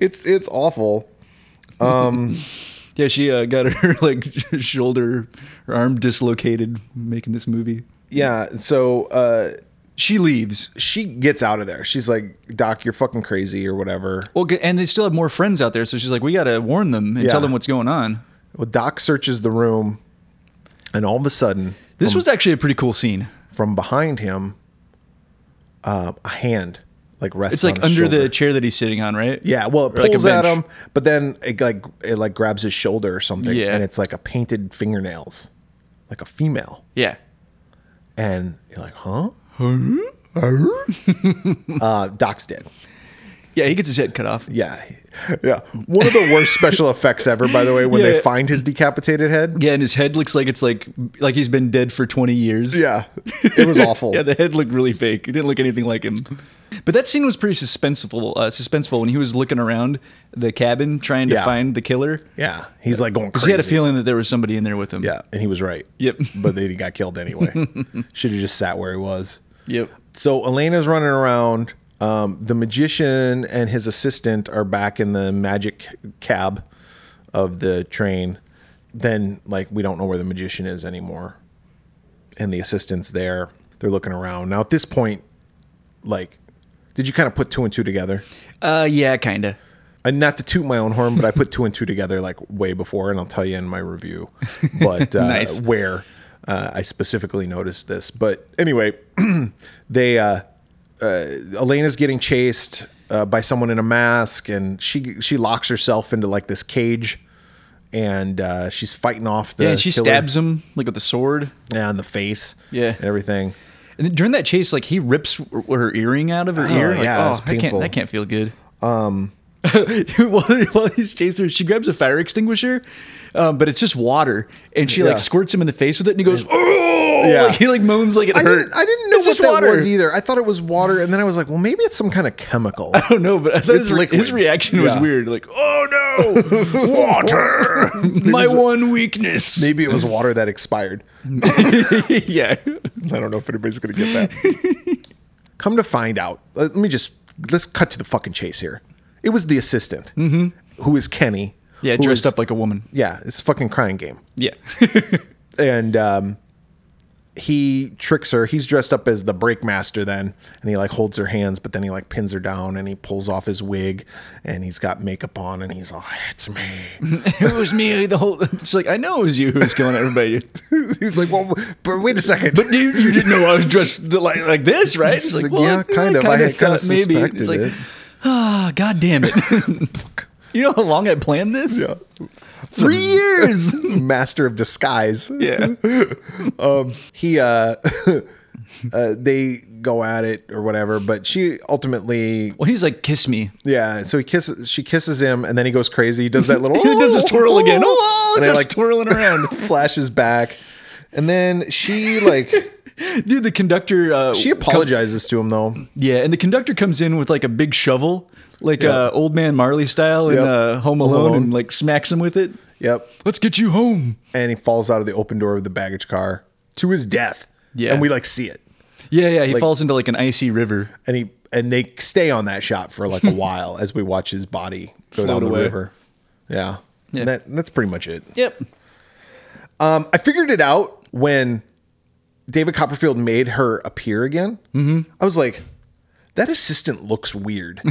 [SPEAKER 3] it's it's awful.
[SPEAKER 2] she uh, got her *laughs* like shoulder, her arm dislocated making this movie.
[SPEAKER 3] Yeah, so uh,
[SPEAKER 2] She leaves.
[SPEAKER 3] she gets out of there. She's like, "Doc, you're fucking crazy or whatever."
[SPEAKER 2] Well, g- and they still have more friends out there, so she's like, "We gotta warn them and tell
[SPEAKER 3] Yeah.
[SPEAKER 2] them what's going on."
[SPEAKER 3] Well, Doc searches the room, and all of a sudden,
[SPEAKER 2] This was actually a pretty cool scene.
[SPEAKER 3] from behind him, uh, a hand like rests.
[SPEAKER 2] It's like
[SPEAKER 3] on his
[SPEAKER 2] under the
[SPEAKER 3] shoulder.
[SPEAKER 2] chair that he's sitting on, right?
[SPEAKER 3] Yeah, well, it
[SPEAKER 2] Or like a
[SPEAKER 3] pulls at him,
[SPEAKER 2] bench.
[SPEAKER 3] but then it like it like grabs his shoulder or something,
[SPEAKER 2] Yeah.
[SPEAKER 3] and it's like a painted fingernails, like a female,
[SPEAKER 2] Yeah.
[SPEAKER 3] and you're like, huh? uh, Doc's dead.
[SPEAKER 2] Yeah, he gets his head cut off.
[SPEAKER 3] Yeah, yeah. One of the worst special effects ever, by the way, when they
[SPEAKER 2] Yeah.
[SPEAKER 3] find his decapitated head.
[SPEAKER 2] Yeah, and his head looks like it's like like he's been dead for 20 years.
[SPEAKER 3] Yeah, it was awful.
[SPEAKER 2] *laughs* Yeah, the head looked really fake. It didn't look anything like him. But that scene was pretty suspenseful. Uh, suspenseful when he was looking around the cabin trying to
[SPEAKER 3] Yeah.
[SPEAKER 2] find the killer.
[SPEAKER 3] yeah, he's like going
[SPEAKER 2] 'Cause
[SPEAKER 3] crazy.
[SPEAKER 2] He had a feeling that there was somebody in there with him.
[SPEAKER 3] Yeah, and he was right.
[SPEAKER 2] Yep.
[SPEAKER 3] But then he got killed anyway. Should have just sat where he was.
[SPEAKER 2] Yep.
[SPEAKER 3] So Elena's running around. Um, the magician and his assistant are back in the magic cab of the train. Then, like, we don't know where the magician is anymore. And the assistant's there. They're looking around. Now, at this point, like, did you kind of put two and two together?
[SPEAKER 2] Uh, yeah, kind of.
[SPEAKER 3] and not to toot my own horn, but I put two and two together like way before, and I'll tell you in my review,
[SPEAKER 2] *laughs*
[SPEAKER 3] but uh,
[SPEAKER 2] Nice.
[SPEAKER 3] where uh, I specifically noticed this. But anyway, *clears throat* they uh, uh, Elena's getting chased uh, by someone in a mask, and she she locks herself into like this cage, and uh, she's fighting off the
[SPEAKER 2] Yeah, and she
[SPEAKER 3] killer-
[SPEAKER 2] stabs him like with a sword.
[SPEAKER 3] yeah, in the face,
[SPEAKER 2] Yeah.
[SPEAKER 3] and everything.
[SPEAKER 2] And then during that chase, like he rips her earring out of her
[SPEAKER 3] Oh,
[SPEAKER 2] ear. Like,
[SPEAKER 3] yeah, that's
[SPEAKER 2] oh, that can't
[SPEAKER 3] painful.
[SPEAKER 2] that can't feel good. Um, *laughs* while, while he's chasing her, she grabs a fire extinguisher, um, but it's just water, and she
[SPEAKER 3] Yeah.
[SPEAKER 2] like squirts him in the face with it, and he goes, "Oh!"
[SPEAKER 3] Yeah.
[SPEAKER 2] Like, he like moans like it
[SPEAKER 3] I
[SPEAKER 2] hurt.
[SPEAKER 3] didn't, I didn't know
[SPEAKER 2] It's
[SPEAKER 3] what
[SPEAKER 2] just
[SPEAKER 3] that
[SPEAKER 2] water. *laughs*
[SPEAKER 3] was e- either. I thought it was water, and then I was like, well, maybe it's some kind of chemical.
[SPEAKER 2] I don't know, Oh, but I thought
[SPEAKER 3] It's
[SPEAKER 2] his, re- his
[SPEAKER 3] liquid.
[SPEAKER 2] reaction
[SPEAKER 3] Yeah.
[SPEAKER 2] was weird. Like, "Oh
[SPEAKER 3] *laughs*
[SPEAKER 2] no,
[SPEAKER 3] water.
[SPEAKER 2] my one weakness."
[SPEAKER 3] Maybe it was water that expired.
[SPEAKER 2] *laughs* yeah,
[SPEAKER 3] I don't know if anybody's going to get that.
[SPEAKER 2] *laughs*
[SPEAKER 3] Come to find out, let me just let's cut to the fucking chase here. It was the assistant, who is Kenny.
[SPEAKER 2] Mm-hmm. yeah,
[SPEAKER 3] who
[SPEAKER 2] dressed
[SPEAKER 3] is-
[SPEAKER 2] up like a woman.
[SPEAKER 3] Yeah, it's a fucking crying game,
[SPEAKER 2] Yeah, *laughs*
[SPEAKER 3] and um, he tricks her. He's dressed up as the brake master then, and he like holds her hands, but then he like pins her down, and he pulls off his wig, and he's got makeup on, and he's all,
[SPEAKER 2] *laughs*
[SPEAKER 3] "It's me." *laughs*
[SPEAKER 2] it was me the whole. She's like, "I know it was you who was killing
[SPEAKER 3] *laughs*
[SPEAKER 2] everybody."
[SPEAKER 3] he's like, "Well, but wait a second,
[SPEAKER 2] But dude, you didn't know I was dressed like like this, right? She's
[SPEAKER 3] like, yeah, kind of. I had- kinda
[SPEAKER 2] thought maybe." It's
[SPEAKER 3] suspected
[SPEAKER 2] like,
[SPEAKER 3] it.
[SPEAKER 2] Ah, god damn it! *laughs* you know how long I planned this? Yeah,
[SPEAKER 3] *laughs*
[SPEAKER 2] three years.
[SPEAKER 3] master of disguise."
[SPEAKER 2] yeah,
[SPEAKER 3] he uh, *laughs* uh they go at it or whatever but she ultimately
[SPEAKER 2] well, he's like, "Kiss
[SPEAKER 3] *laughs*
[SPEAKER 2] me."
[SPEAKER 3] yeah so he kisses she kisses him and then he goes crazy he does that little
[SPEAKER 2] *laughs* He does his twirl
[SPEAKER 3] *laughs*
[SPEAKER 2] again. Oh,
[SPEAKER 3] and
[SPEAKER 2] it's
[SPEAKER 3] it,
[SPEAKER 2] just
[SPEAKER 3] like *laughs*
[SPEAKER 2] twirling around.
[SPEAKER 3] flashes back and then she like
[SPEAKER 2] Dude, the conductor. Uh,
[SPEAKER 3] she apologizes to him though
[SPEAKER 2] yeah, and the conductor comes in with like a big shovel, like
[SPEAKER 3] Yeah.
[SPEAKER 2] uh, old man Marley style in
[SPEAKER 3] Yep.
[SPEAKER 2] uh, Home
[SPEAKER 3] Home
[SPEAKER 2] Alone,
[SPEAKER 3] Alone.
[SPEAKER 2] and like smacks him with it.
[SPEAKER 3] yep
[SPEAKER 2] Let's get you home.
[SPEAKER 3] and he falls out of the open door of the baggage car to his death
[SPEAKER 2] Yeah.
[SPEAKER 3] and we like see it
[SPEAKER 2] Yeah, yeah. He falls into like an icy river.
[SPEAKER 3] and he and they
[SPEAKER 2] *laughs*
[SPEAKER 3] stay on that shot for like a while as we watch his body go down the
[SPEAKER 2] away.
[SPEAKER 3] river yeah
[SPEAKER 2] Yeah.
[SPEAKER 3] And that, that's pretty much it.
[SPEAKER 2] Yep.
[SPEAKER 3] I figured it out when David Copperfield made her appear again. Mm-hmm. I was like, that assistant looks *laughs* weird.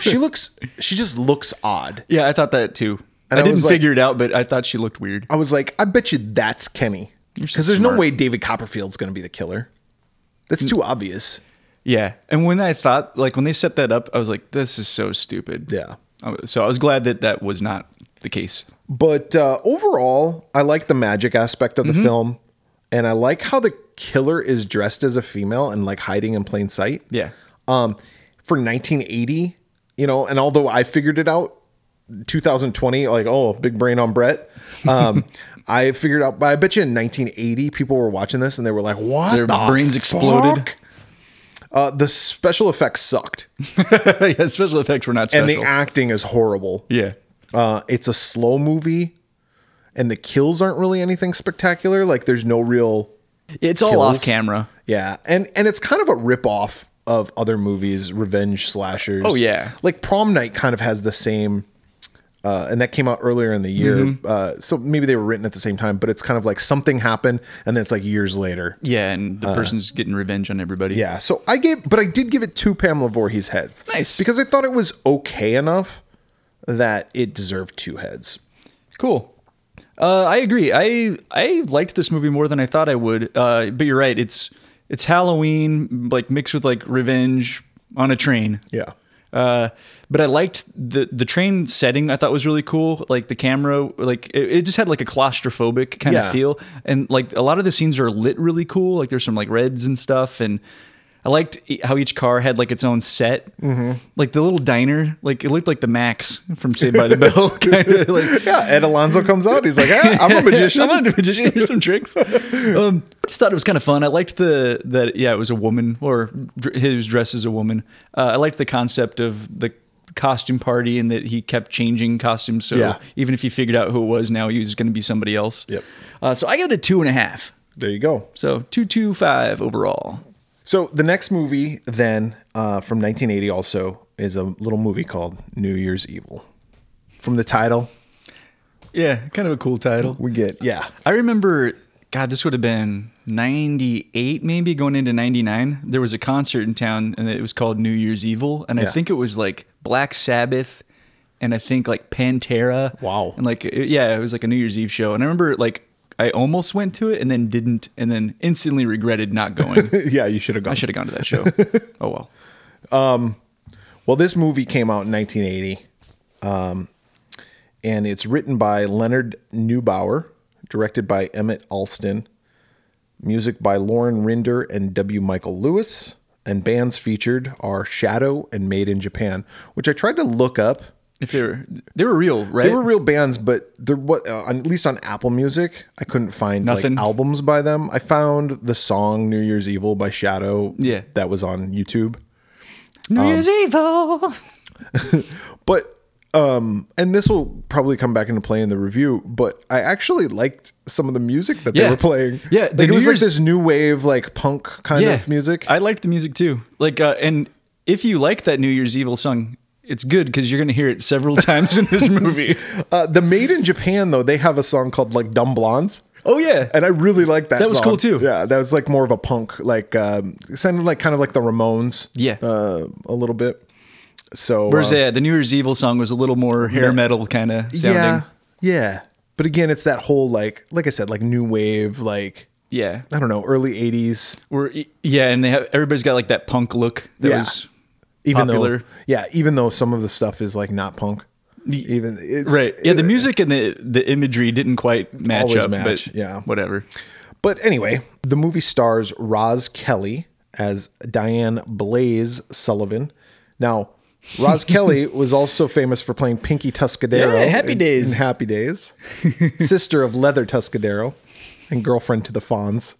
[SPEAKER 3] she looks, she just looks odd.
[SPEAKER 2] Yeah, I thought that too.
[SPEAKER 3] And
[SPEAKER 2] I
[SPEAKER 3] I was
[SPEAKER 2] didn't
[SPEAKER 3] like-
[SPEAKER 2] figure it out, but I thought she looked weird.
[SPEAKER 3] I was like, I bet you that's Kenny. Because there's no way David Copperfield's going to be the killer. That's too obvious.
[SPEAKER 2] Yeah. And when I thought, like, when they set that up, I was like, this is so stupid.
[SPEAKER 3] Yeah.
[SPEAKER 2] I was- So I was glad that that was not the case.
[SPEAKER 3] But uh, overall, I like the magic aspect of the film. And I like how the killer is dressed as a female and like hiding in plain sight.
[SPEAKER 2] Yeah.
[SPEAKER 3] um, for 1980, you know, and although I figured it out 2020, like, oh, big brain on Brett.
[SPEAKER 2] *laughs*
[SPEAKER 3] Um, I figured out, but I bet you in 1980, people were watching this and they were like, what?
[SPEAKER 2] Their
[SPEAKER 3] the
[SPEAKER 2] brains exploded.
[SPEAKER 3] fuck? Uh, the special effects sucked
[SPEAKER 2] *laughs* yeah. Special effects were not
[SPEAKER 3] and
[SPEAKER 2] special.
[SPEAKER 3] the acting is horrible.
[SPEAKER 2] yeah.
[SPEAKER 3] Uh, it's a slow movie and the kills aren't really anything spectacular. Like, there's no real
[SPEAKER 2] It's all
[SPEAKER 3] Kills.
[SPEAKER 2] off camera.
[SPEAKER 3] Yeah, and and it's kind of a ripoff of other movies, revenge slashers.
[SPEAKER 2] Oh, yeah.
[SPEAKER 3] like Prom Night kind of has the same, uh, and that came out earlier in the year.
[SPEAKER 2] Mm-hmm.
[SPEAKER 3] Uh, so maybe they were written at the same time, but it's kind of like something happened, and then it's like years later.
[SPEAKER 2] Yeah. And the person's getting revenge on everybody.
[SPEAKER 3] Yeah, so I gave, but I did give it two Pamela Voorhees heads.
[SPEAKER 2] Nice.
[SPEAKER 3] because I thought it was okay enough that it deserved two heads.
[SPEAKER 2] Cool. Uh, I agree. I I liked this movie more than I thought I would. Uh, but you're right. It's it's Halloween like mixed with like revenge on a train.
[SPEAKER 3] Yeah,
[SPEAKER 2] Uh, but I liked the the train setting. I thought was really cool. Like the camera, like it, it just had like a claustrophobic kind
[SPEAKER 3] Yeah.
[SPEAKER 2] of feel. And like a lot of the scenes are lit really cool. Like there's some like reds and stuff. And I liked e- how each car had like its own set. Mm-hmm. Like the little diner, like it looked like the Max from Saved by the Bell, *laughs* kind of like
[SPEAKER 3] yeah. Ed Alonso comes out. He's like, "Ah, I'm a magician.
[SPEAKER 2] I'm a *laughs* magician. Here's some tricks. Um, I just thought it was kind of fun. I liked the that yeah, it was a woman or dr- he was dressed as a woman. Uh, I liked the concept of the costume party and that he kept changing costumes. So
[SPEAKER 3] Yeah.
[SPEAKER 2] even if he figured out who it was, now he was going to be somebody else.
[SPEAKER 3] Yep.
[SPEAKER 2] Uh, so I got a two and a half.
[SPEAKER 3] There you go.
[SPEAKER 2] So two two five overall.
[SPEAKER 3] So the next movie, then uh, from 1980, also is a little movie called New Year's Evil. From the title,
[SPEAKER 2] Yeah, kind of a cool title.
[SPEAKER 3] we get yeah, *laughs*
[SPEAKER 2] I remember, God, this would have been 98, maybe going into 99. There was a concert in town and it was called New Year's Evil. And
[SPEAKER 3] Yeah.
[SPEAKER 2] I think it was like Black Sabbath and I think like Pantera.
[SPEAKER 3] Wow.
[SPEAKER 2] And like, it- yeah, it was like a New Year's Eve show. And I remember like, I almost went to it and then didn't, and then instantly regretted not going.
[SPEAKER 3] yeah. You should have
[SPEAKER 2] I
[SPEAKER 3] gone.
[SPEAKER 2] should have gone to that
[SPEAKER 3] *laughs*
[SPEAKER 2] show. Oh well.
[SPEAKER 3] Well, this movie came out in 1980, um, and it's written by Leonard Neubauer, directed by Emmett Alston, music by Lauren Rinder and W. Michael Lewis, and bands featured are Shadow and Made in Japan, which I tried to look up.
[SPEAKER 2] If they were, they were real, right?
[SPEAKER 3] They were real bands, but there was uh, at least on Apple Music, I couldn't find
[SPEAKER 2] Nothing.
[SPEAKER 3] like albums by them. I found the song "New Year's Evil" by Shadow.
[SPEAKER 2] Yeah.
[SPEAKER 3] that was on YouTube.
[SPEAKER 2] New Year's
[SPEAKER 3] Um,
[SPEAKER 2] Evil.
[SPEAKER 3] But um, and this will probably come back into play in the review. But I actually liked some of the music that they
[SPEAKER 2] Yeah.
[SPEAKER 3] were playing.
[SPEAKER 2] Yeah,
[SPEAKER 3] like,
[SPEAKER 2] the
[SPEAKER 3] it
[SPEAKER 2] New
[SPEAKER 3] was
[SPEAKER 2] Year's-
[SPEAKER 3] like this new wave, like punk kind of music.
[SPEAKER 2] I liked the music too. Like, uh, and if you like that New Year's Evil song, it's good because you're going to hear it several *laughs* times in this
[SPEAKER 3] *laughs*
[SPEAKER 2] movie.
[SPEAKER 3] uh, the Made in Japan though, they have a song called like "Dumb Blondes."
[SPEAKER 2] oh yeah,
[SPEAKER 3] And I really liked that.
[SPEAKER 2] That was
[SPEAKER 3] song.
[SPEAKER 2] cool, too.
[SPEAKER 3] Yeah, that was like more of a punk, like um, sounded like kind of like the Ramones.
[SPEAKER 2] Yeah.
[SPEAKER 3] uh, a little bit. So
[SPEAKER 2] whereas
[SPEAKER 3] uh,
[SPEAKER 2] yeah, the New Year's Evil song was a little more hair metal kind of sounding.
[SPEAKER 3] Yeah,
[SPEAKER 2] Yeah.
[SPEAKER 3] yeah. But again, it's that whole like, like I said, like new wave, like
[SPEAKER 2] yeah,
[SPEAKER 3] I don't know, early '80s.
[SPEAKER 2] Or- yeah, and they have everybody's got like that punk look. That
[SPEAKER 3] Yeah.
[SPEAKER 2] was
[SPEAKER 3] Even
[SPEAKER 2] Popular.
[SPEAKER 3] though, yeah, even though some of the stuff is like not punk. Even it's,
[SPEAKER 2] right. Yeah, the
[SPEAKER 3] it-
[SPEAKER 2] music and the the imagery didn't quite match
[SPEAKER 3] Always
[SPEAKER 2] up.
[SPEAKER 3] match,
[SPEAKER 2] but
[SPEAKER 3] yeah. *laughs*
[SPEAKER 2] whatever. *laughs*
[SPEAKER 3] But anyway, the movie stars Roz Kelly as Diane Blaze Sullivan. Now,
[SPEAKER 2] *laughs*
[SPEAKER 3] Roz Kelly was also famous for playing Pinky Tuscadero.
[SPEAKER 2] Yeah, Happy
[SPEAKER 3] in-
[SPEAKER 2] Days.
[SPEAKER 3] in
[SPEAKER 2] *laughs*
[SPEAKER 3] Happy Days. Sister of Leather Tuscadero and girlfriend to the Fawns.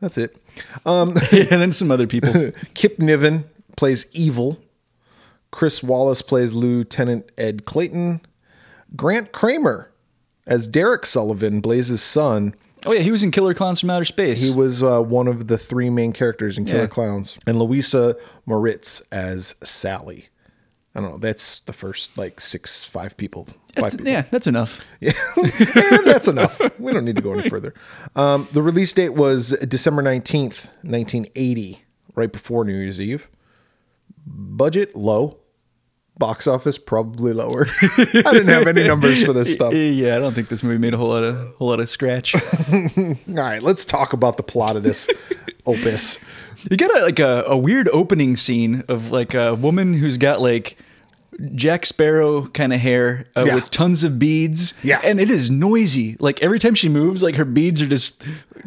[SPEAKER 3] That's it.
[SPEAKER 2] yeah, and then some other people.
[SPEAKER 3] Kip Niven plays Evil. Chris Wallace plays Lieutenant Ed Clayton. Grant Kramer as Derek Sullivan, Blaze's son,
[SPEAKER 2] Oh yeah, he was in Killer Clowns from Outer Space.
[SPEAKER 3] He was uh, one of the three main characters in Killer
[SPEAKER 2] Yeah.
[SPEAKER 3] Clowns, and Louisa Moritz as Sally. I don't know. That's the first like six, five people
[SPEAKER 2] That's- *laughs*
[SPEAKER 3] by people.
[SPEAKER 2] yeah, that's enough.
[SPEAKER 3] and that's enough. We don't need to go any further. Um, the release date was December 19th, 1980, right before New Year's Eve. Budget low. Box office probably lower. *laughs* I didn't have any numbers for this stuff.
[SPEAKER 2] Eh, *laughs* Yeah, I don't think this movie made a whole lot of whole lot of scratch.
[SPEAKER 3] All right, let's talk about the plot of this opus.
[SPEAKER 2] You got a, like a, a weird opening scene of like a woman who's got like Jack Sparrow kind of hair uh,
[SPEAKER 3] Yeah.
[SPEAKER 2] with tons of beads.
[SPEAKER 3] Yeah.
[SPEAKER 2] and it is noisy. Like every time she moves, like her beads are just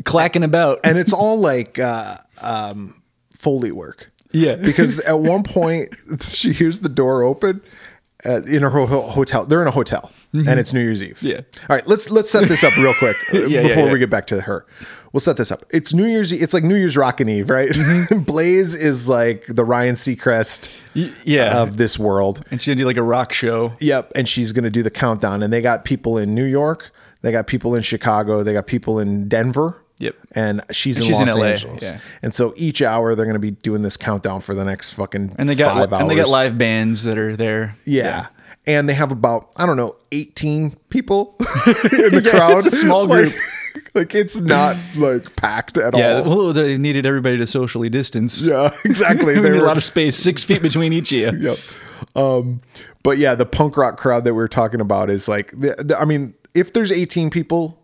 [SPEAKER 2] clacking about.
[SPEAKER 3] And it's all like uh, um, Foley work.
[SPEAKER 2] yeah,
[SPEAKER 3] *laughs* because at one point she hears the door open uh, in her ho- hotel. They're in a hotel, and it's New Year's Eve.
[SPEAKER 2] Mm-hmm. Yeah.
[SPEAKER 3] All right, let's let's set this up real quick uh,
[SPEAKER 2] *laughs* Yeah, yeah,
[SPEAKER 3] before
[SPEAKER 2] yeah.
[SPEAKER 3] we get back to her. We'll set this up. It's New Year's. E- It's like New Year's Rockin' Eve, right?
[SPEAKER 2] Mm-hmm.
[SPEAKER 3] *laughs* Blaze is like the Ryan Seacrest
[SPEAKER 2] Y- yeah,
[SPEAKER 3] of this world.
[SPEAKER 2] and she gonna do like a rock show.
[SPEAKER 3] Yep, and she's gonna do the countdown. And they got people in New York. They got people in Chicago. They got people in Denver.
[SPEAKER 2] Yep.
[SPEAKER 3] And she's in
[SPEAKER 2] she's in
[SPEAKER 3] Los
[SPEAKER 2] LA,
[SPEAKER 3] Angeles.
[SPEAKER 2] yeah.
[SPEAKER 3] And so each hour they're gonna be doing this countdown for the next fucking
[SPEAKER 2] And they got
[SPEAKER 3] five hours.
[SPEAKER 2] and they got live bands that are there.
[SPEAKER 3] Yeah. And they have about, I don't know, 18 people *laughs*
[SPEAKER 2] *laughs*
[SPEAKER 3] in the crowd.
[SPEAKER 2] it's a small
[SPEAKER 3] Like-
[SPEAKER 2] group.
[SPEAKER 3] Like, it's not like packed at
[SPEAKER 2] Yeah,
[SPEAKER 3] all.
[SPEAKER 2] well, they needed everybody to socially distance. *laughs*
[SPEAKER 3] yeah, *laughs* exactly.
[SPEAKER 2] we
[SPEAKER 3] They
[SPEAKER 2] need a
[SPEAKER 3] were-
[SPEAKER 2] lot of space, six feet between each of you.
[SPEAKER 3] *laughs* yep. Um, but yeah, the punk rock crowd that we were talking about is like, the, the, I mean, if there's 18 people,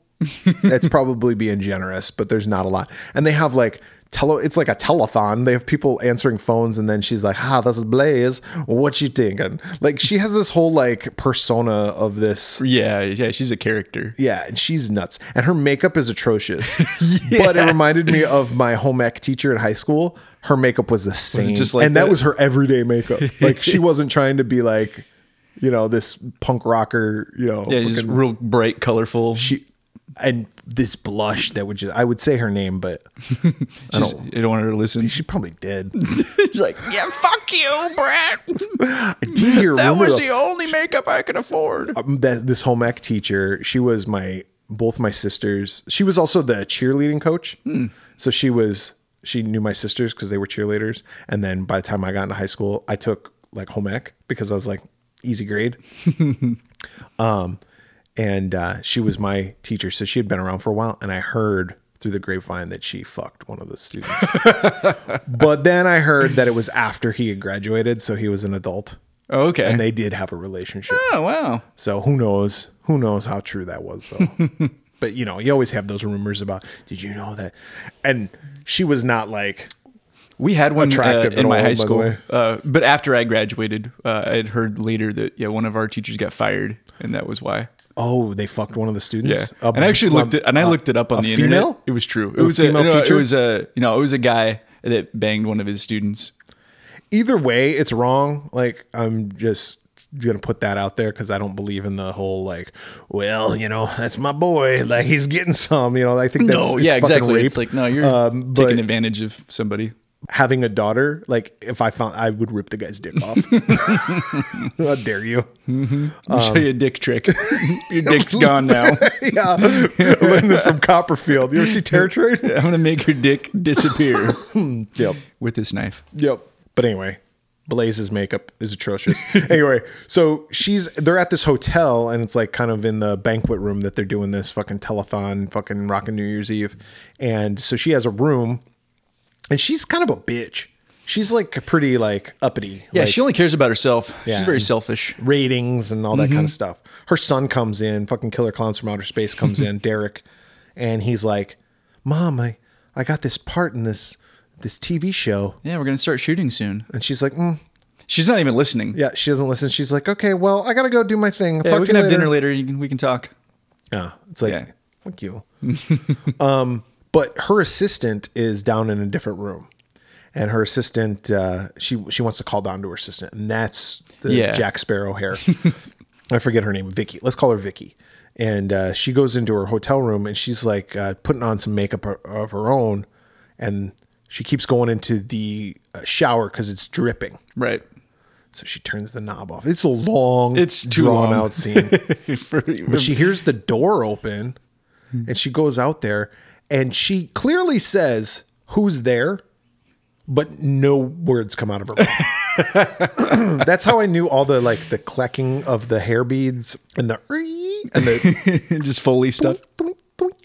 [SPEAKER 3] that's probably being generous, but there's not a lot. And they have like tele, it's like a telethon. They have people answering phones, and then she's like, "Ha, this is Blaze. What you thinking?" Like she has this whole like persona of this.
[SPEAKER 2] Yeah, yeah, she's a character.
[SPEAKER 3] Yeah, and she's nuts. And her makeup
[SPEAKER 2] *laughs*
[SPEAKER 3] is atrocious. But it reminded me of my home ec teacher in high school. Her makeup was the same.
[SPEAKER 2] just like
[SPEAKER 3] and that,
[SPEAKER 2] that?
[SPEAKER 3] was her
[SPEAKER 2] *laughs*
[SPEAKER 3] everyday makeup. like she wasn't trying to be like, you know, this punk rocker, you know.
[SPEAKER 2] Yeah, she's
[SPEAKER 3] fucking-
[SPEAKER 2] real bright, colorful.
[SPEAKER 3] she and this blush that would just I would say her name, but I
[SPEAKER 2] She's-
[SPEAKER 3] don't
[SPEAKER 2] you don't want her to
[SPEAKER 3] *laughs*
[SPEAKER 2] listen.
[SPEAKER 3] she probably
[SPEAKER 2] *laughs*
[SPEAKER 3] did.
[SPEAKER 2] She's like, yeah, fuck you, Brett.
[SPEAKER 3] I did hear a
[SPEAKER 2] That
[SPEAKER 3] rumor
[SPEAKER 2] was
[SPEAKER 3] though.
[SPEAKER 2] the only makeup I could afford.
[SPEAKER 3] um, that this home ec teacher, she was my both my sisters. She was also the cheerleading coach. So she was she knew my sisters because they were cheerleaders. And then by the time I got into high school, I took like home ec because I was like easy grade. um, and uh, she was my teacher, so she had been around for a while. And I heard through the grapevine that she fucked one of the students. but then I heard that it was after he had graduated, so he was an adult.
[SPEAKER 2] okay.
[SPEAKER 3] And they did have a relationship.
[SPEAKER 2] oh wow.
[SPEAKER 3] So who knows? Who knows how true that was though?
[SPEAKER 2] *laughs*
[SPEAKER 3] but you know, you always have those rumors about. Did you know that? And she was not like
[SPEAKER 2] We had one uh,
[SPEAKER 3] Attractive at
[SPEAKER 2] in my
[SPEAKER 3] all, by
[SPEAKER 2] high
[SPEAKER 3] the
[SPEAKER 2] school,
[SPEAKER 3] way.
[SPEAKER 2] uh, but after I graduated, uh, I had heard later that yeah, one of our teachers got fired, and that was why.
[SPEAKER 3] oh they fucked one of the
[SPEAKER 2] Yeah,
[SPEAKER 3] students.
[SPEAKER 2] and I actually looked it, and I
[SPEAKER 3] a-
[SPEAKER 2] looked it up on
[SPEAKER 3] a
[SPEAKER 2] the internet.
[SPEAKER 3] female?
[SPEAKER 2] It was true. It
[SPEAKER 3] A
[SPEAKER 2] was a
[SPEAKER 3] female
[SPEAKER 2] no,
[SPEAKER 3] teacher?
[SPEAKER 2] It was a you know it was a guy that banged one of his students.
[SPEAKER 3] Either way, it's wrong. Like I'm just gonna put that out there because I don't believe in the whole like, well, you know, that's my boy. Like he's getting some. You know, I think that's
[SPEAKER 2] no,
[SPEAKER 3] it's
[SPEAKER 2] Oh, yeah,
[SPEAKER 3] fucking
[SPEAKER 2] exactly.
[SPEAKER 3] Rape.
[SPEAKER 2] It's like no, you're
[SPEAKER 3] Um, but-
[SPEAKER 2] taking advantage of somebody.
[SPEAKER 3] having a daughter, like if I found, I would rip the guy's dick
[SPEAKER 2] *laughs*
[SPEAKER 3] off. *laughs* How dare you? um,
[SPEAKER 2] I'll show you a dick trick. *laughs* Your dick's gone
[SPEAKER 3] *laughs*
[SPEAKER 2] now.
[SPEAKER 3] yeah, I learned this from Copperfield. You ever see Terror Trade?
[SPEAKER 2] I'm gonna make your dick disappear
[SPEAKER 3] Yep.
[SPEAKER 2] with this knife.
[SPEAKER 3] Yep. But anyway, Blaze's makeup is atrocious. *laughs* anyway, so she's they're at this hotel and it's like kind of in the banquet room that they're doing this fucking telethon, fucking rocking New Year's Eve. And so she has a room and she's kind of a bitch. She's like pretty like uppity.
[SPEAKER 2] Yeah,
[SPEAKER 3] like,
[SPEAKER 2] she only cares about herself.
[SPEAKER 3] Yeah.
[SPEAKER 2] She's very selfish.
[SPEAKER 3] ratings and all that
[SPEAKER 2] Mm-hmm.
[SPEAKER 3] kind of stuff. Her son comes in, fucking Killer Clowns from Outer Space
[SPEAKER 2] *laughs*
[SPEAKER 3] comes in, Derek, and he's like, "Mom, I I got this part in this this TV show,"
[SPEAKER 2] Yeah, we're gonna start shooting soon.
[SPEAKER 3] and she's like, mm.
[SPEAKER 2] She's not even listening.
[SPEAKER 3] "Yeah." She doesn't listen. She's like, "Okay, well, I gotta go do my thing. I'll
[SPEAKER 2] Yeah,
[SPEAKER 3] talk
[SPEAKER 2] we
[SPEAKER 3] to
[SPEAKER 2] can
[SPEAKER 3] you
[SPEAKER 2] have
[SPEAKER 3] later."
[SPEAKER 2] dinner later. You can, we can talk.
[SPEAKER 3] Yeah, it's like,
[SPEAKER 2] Yeah.
[SPEAKER 3] fuck you. *laughs* um, but her assistant is down in a different room. And her assistant, uh, she she wants to call down to her assistant, and that's the
[SPEAKER 2] Yeah.
[SPEAKER 3] Jack Sparrow hair. *laughs* I forget her name, Vicky. Let's call her Vicky. And uh, she goes into her hotel room, and she's like uh, putting on some makeup o- of her own, and she keeps going into the uh, shower because it's dripping.
[SPEAKER 2] Right.
[SPEAKER 3] So she turns the knob off. It's a long,
[SPEAKER 2] It's too
[SPEAKER 3] drawn
[SPEAKER 2] long.
[SPEAKER 3] out
[SPEAKER 2] *laughs*
[SPEAKER 3] scene.
[SPEAKER 2] *laughs* For-
[SPEAKER 3] But she hears the door open and she goes out there and she clearly says, Who's there? But no words come out of her mouth. *laughs* That's how I knew all the like the clacking of the hair beads and the *laughs* and the *laughs*
[SPEAKER 2] Just Foley stuff.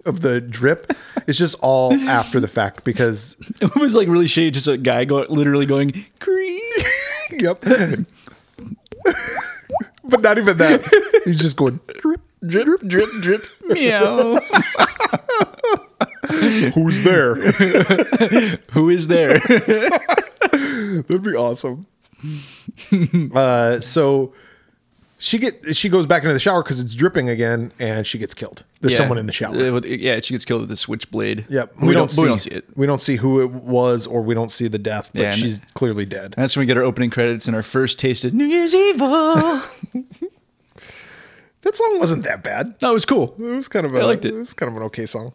[SPEAKER 3] of the drip. It's just all after the fact because
[SPEAKER 2] *laughs*
[SPEAKER 3] *laughs*
[SPEAKER 2] It was like really shady, just a guy go, literally going, Cree.
[SPEAKER 3] yep. *laughs* but not even that. He's just going drip.
[SPEAKER 2] *laughs* Drip, drip, drip, meow.
[SPEAKER 3] Who's there?
[SPEAKER 2] *laughs* Who is there?
[SPEAKER 3] That'd be
[SPEAKER 2] *laughs*
[SPEAKER 3] awesome. uh, so she get she goes back into the shower because it's dripping again, and she gets killed. There's
[SPEAKER 2] Yeah.
[SPEAKER 3] someone in the shower.
[SPEAKER 2] Uh, with- Yeah, she gets killed with a switchblade.
[SPEAKER 3] Yep.
[SPEAKER 2] We, don't, we don't see it.
[SPEAKER 3] We don't see who it was, or we don't see the death, but
[SPEAKER 2] Yeah, and-
[SPEAKER 3] she's clearly dead.
[SPEAKER 2] That's when we get our opening credits and our first taste of New Year's *laughs* Evil.
[SPEAKER 3] That song wasn't that bad.
[SPEAKER 2] No, it was cool.
[SPEAKER 3] It was kind of a,
[SPEAKER 2] I liked it.
[SPEAKER 3] It was kind of an okay song.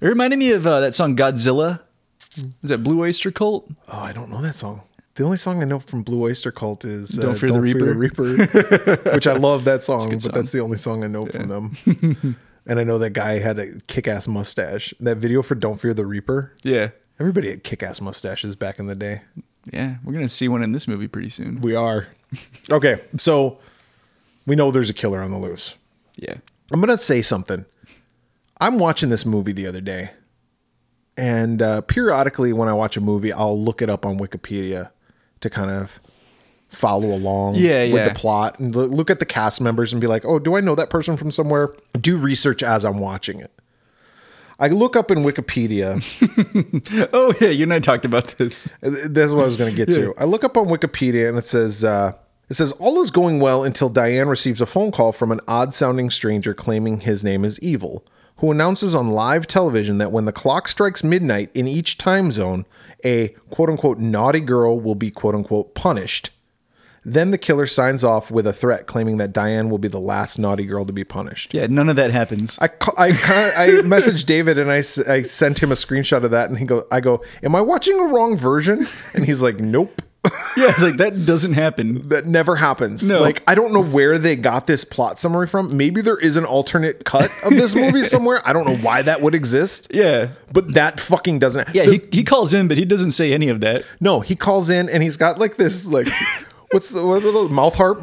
[SPEAKER 2] It reminded me of uh, that song Godzilla. Is that Blue Oyster Cult?
[SPEAKER 3] Oh, I don't know that song. The only song I know from Blue Oyster Cult is uh,
[SPEAKER 2] Don't Fear the
[SPEAKER 3] Reaper,
[SPEAKER 2] *laughs*
[SPEAKER 3] which I love that song, but
[SPEAKER 2] song.
[SPEAKER 3] that's the only song I know from them.
[SPEAKER 2] *laughs*
[SPEAKER 3] and I know that guy had a kick-ass mustache. That video for "Don't Fear the Reaper."
[SPEAKER 2] Yeah.
[SPEAKER 3] Everybody had kick-ass mustaches back in the day.
[SPEAKER 2] Yeah, we're going to see one in this movie pretty soon. *laughs*
[SPEAKER 3] We are okay. So we know there's a killer on the loose.
[SPEAKER 2] Yeah.
[SPEAKER 3] I'm gonna say something. I'm watching this movie the other day, and uh, periodically when I watch a movie, I'll look it up on Wikipedia to kind of follow along
[SPEAKER 2] Yeah,
[SPEAKER 3] with
[SPEAKER 2] yeah.
[SPEAKER 3] the plot and lo- look at the cast members and be like, "Oh, do I know that person from somewhere?" Do research as I'm watching it. I look up in Wikipedia.
[SPEAKER 2] *laughs* Oh, yeah, you and I talked about this.
[SPEAKER 3] That's what I was going to get to. I look up on Wikipedia and it says uh, it says all is going well until Diane receives a phone call from an odd-sounding stranger claiming his name is Evil, who announces on live television that when the clock strikes midnight in each time zone, a quote-unquote naughty girl will be quote-unquote punished. Then the killer signs off with a threat claiming that Diane will be the last naughty girl to be punished.
[SPEAKER 2] Yeah, none of that happens.
[SPEAKER 3] I ca- I ca- I messaged David and I, s- I sent him a screenshot of that and he go I go am I watching a wrong version and he's like nope
[SPEAKER 2] *laughs*
[SPEAKER 3] *laughs*
[SPEAKER 2] yeah, it's like that doesn't happen.
[SPEAKER 3] that never happens
[SPEAKER 2] No.
[SPEAKER 3] like I don't know where they got this plot summary from maybe there is an alternate cut of
[SPEAKER 2] *laughs*
[SPEAKER 3] this movie somewhere I don't know why that would exist
[SPEAKER 2] Yeah.
[SPEAKER 3] but that fucking doesn't
[SPEAKER 2] Yeah,
[SPEAKER 3] The-
[SPEAKER 2] he, he calls in, but he doesn't say any of that.
[SPEAKER 3] no he calls in and he's got like this like what's the what are those,
[SPEAKER 2] *laughs*
[SPEAKER 3] mouth harp
[SPEAKER 2] *laughs*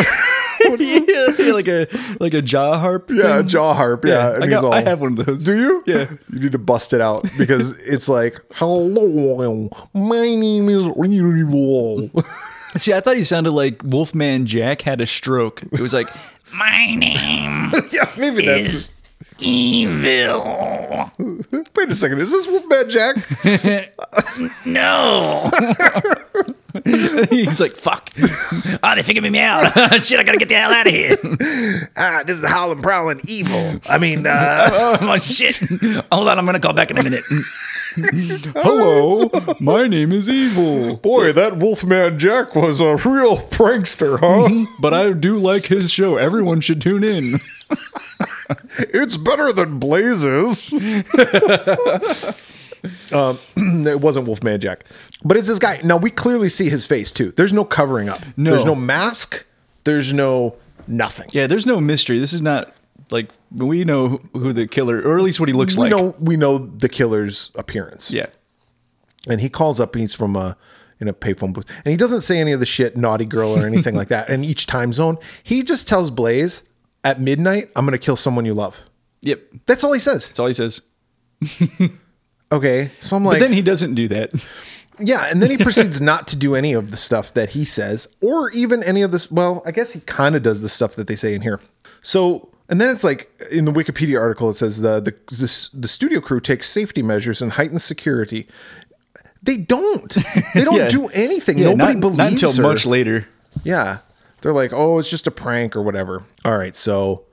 [SPEAKER 2] yeah, like a like a jaw harp.
[SPEAKER 3] yeah
[SPEAKER 2] thing.
[SPEAKER 3] jaw harp yeah, and
[SPEAKER 2] I,
[SPEAKER 3] he's
[SPEAKER 2] got,
[SPEAKER 3] all,
[SPEAKER 2] I have one of those.
[SPEAKER 3] Do you?
[SPEAKER 2] Yeah.
[SPEAKER 3] You need to bust it out because it's like, hello, my name is Evil.
[SPEAKER 2] See, I thought he sounded like Wolfman Jack had a stroke. It was like, *laughs*
[SPEAKER 4] My name
[SPEAKER 3] *laughs* yeah, maybe that's.
[SPEAKER 4] is Evil.
[SPEAKER 3] Wait a second, is this Bad Jack?
[SPEAKER 4] *laughs* No.
[SPEAKER 2] he's like, fuck.
[SPEAKER 4] Oh, they figured me out. *laughs* Shit, I gotta get the hell out of here.
[SPEAKER 3] *laughs* ah, this is Howlin' Prowlin' Evil. I mean, uh,
[SPEAKER 4] Oh, shit. Hold on, I'm gonna call back in a minute.
[SPEAKER 2] *laughs* Hello, my name is Evil,
[SPEAKER 3] *laughs* boy, that Wolfman Jack was a real prankster, huh?
[SPEAKER 2] but I do like his show. Everyone should tune in.
[SPEAKER 3] *laughs* it's better than *laughs* Blazes. um, *clears throat* it wasn't Wolfman Jack, but it's this guy. Now we clearly see his face too. There's no covering up.
[SPEAKER 2] No.
[SPEAKER 3] There's no mask. There's no nothing.
[SPEAKER 2] *laughs* Yeah, there's no mystery. This is not like we know who- who the killer, or at least what he looks
[SPEAKER 3] we
[SPEAKER 2] like.
[SPEAKER 3] know we know the killer's appearance.
[SPEAKER 2] Yeah.
[SPEAKER 3] And he calls up and he's from a in a payphone booth. And he doesn't say any of the shit naughty girl or *laughs* anything like that. And each time zone, he just tells Blaze at midnight, I'm gonna kill someone you love.
[SPEAKER 2] Yep. That's
[SPEAKER 3] That's all he says.
[SPEAKER 2] all he says.
[SPEAKER 3] Okay. So I'm like
[SPEAKER 2] But then he doesn't do that.
[SPEAKER 3] Yeah, and then he proceeds not to do any of the stuff that he says, or even any of this. Well, I guess he kind of does the stuff that they say in here. So, and then it's like in the Wikipedia article, it says the the the, the studio crew takes safety measures and heightens security. They don't. They
[SPEAKER 2] *laughs*
[SPEAKER 3] don't
[SPEAKER 2] Yeah.
[SPEAKER 3] do anything.
[SPEAKER 2] Yeah,
[SPEAKER 3] Nobody
[SPEAKER 2] not,
[SPEAKER 3] believes
[SPEAKER 2] not until
[SPEAKER 3] her.
[SPEAKER 2] much later.
[SPEAKER 3] Yeah, they're like, oh, it's just a prank or whatever. All right, so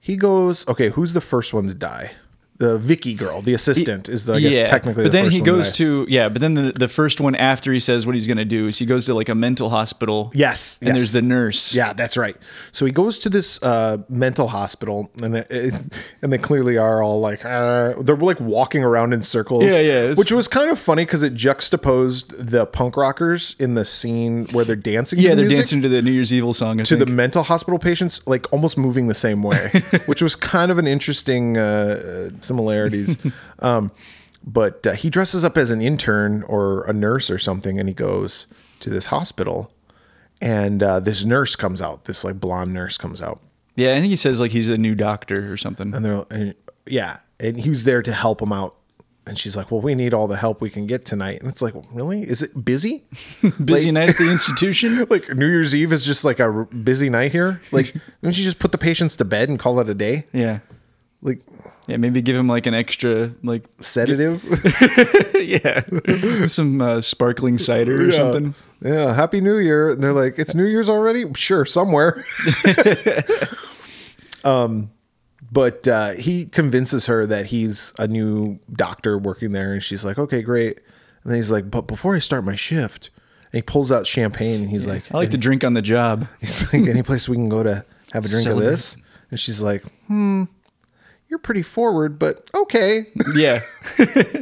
[SPEAKER 3] he goes. Okay, who's the first one to die? The Vicky girl, the assistant, is the I guess technically.
[SPEAKER 2] but
[SPEAKER 3] the
[SPEAKER 2] then
[SPEAKER 3] first
[SPEAKER 2] he
[SPEAKER 3] one
[SPEAKER 2] goes
[SPEAKER 3] die.
[SPEAKER 2] to yeah but then the, the first one after he says what he's going to do is he goes to like a mental hospital
[SPEAKER 3] Yes,
[SPEAKER 2] and
[SPEAKER 3] yes.
[SPEAKER 2] there's the nurse
[SPEAKER 3] Yeah, that's right. So he goes to this uh, mental hospital, and it, it, and they clearly are all like uh, they're like walking around in circles.
[SPEAKER 2] Yeah, yeah, it's-
[SPEAKER 3] Which was kind of funny because it juxtaposed the punk rockers in the scene where they're dancing.
[SPEAKER 2] yeah
[SPEAKER 3] to the
[SPEAKER 2] they're
[SPEAKER 3] music
[SPEAKER 2] dancing to the new year's evil song I
[SPEAKER 3] to the
[SPEAKER 2] think.
[SPEAKER 3] mental hospital patients, like almost moving the same way, which was kind of an interesting uh, uh, similarities. um, but uh, he dresses up as an intern or a nurse or something, and he goes, to this hospital, and uh, this nurse comes out. This like blonde nurse comes out,
[SPEAKER 2] Yeah, I think he says like he's a new doctor or
[SPEAKER 3] *laughs*
[SPEAKER 2] something.
[SPEAKER 3] and they're and, yeah, and he was there to help him out. And she's like, "Well, we need all the help we can get tonight." And it's like, "Really? Is it busy? *laughs*
[SPEAKER 2] Busy
[SPEAKER 3] like-
[SPEAKER 2] night at the
[SPEAKER 3] *laughs*
[SPEAKER 2] institution.
[SPEAKER 3] like New Year's Eve is just like a r- busy night here? Like, don't you just put the patients to bed and call it a day?
[SPEAKER 2] Yeah,
[SPEAKER 3] Like
[SPEAKER 2] yeah. Maybe give him like an extra like *laughs*
[SPEAKER 3] sedative?
[SPEAKER 2] yeah,
[SPEAKER 3] *laughs*
[SPEAKER 2] some uh, sparkling cider or *laughs*
[SPEAKER 3] Yeah.
[SPEAKER 2] something.
[SPEAKER 3] Yeah, happy new year. And they're like, it's New Year's already?
[SPEAKER 2] *laughs*
[SPEAKER 3] Sure, somewhere. *laughs* um but uh, he convinces her that he's a new doctor working there and she's like, "Okay, great." And then he's like, "But before I start my shift." And he pulls out champagne and he's like,
[SPEAKER 2] I like to drink on the job.
[SPEAKER 3] He's like, any place we can go to have a drink
[SPEAKER 2] Celebrate.
[SPEAKER 3] of this? And she's like, hmm, you're pretty forward, but okay.
[SPEAKER 2] Yeah. *laughs* yeah,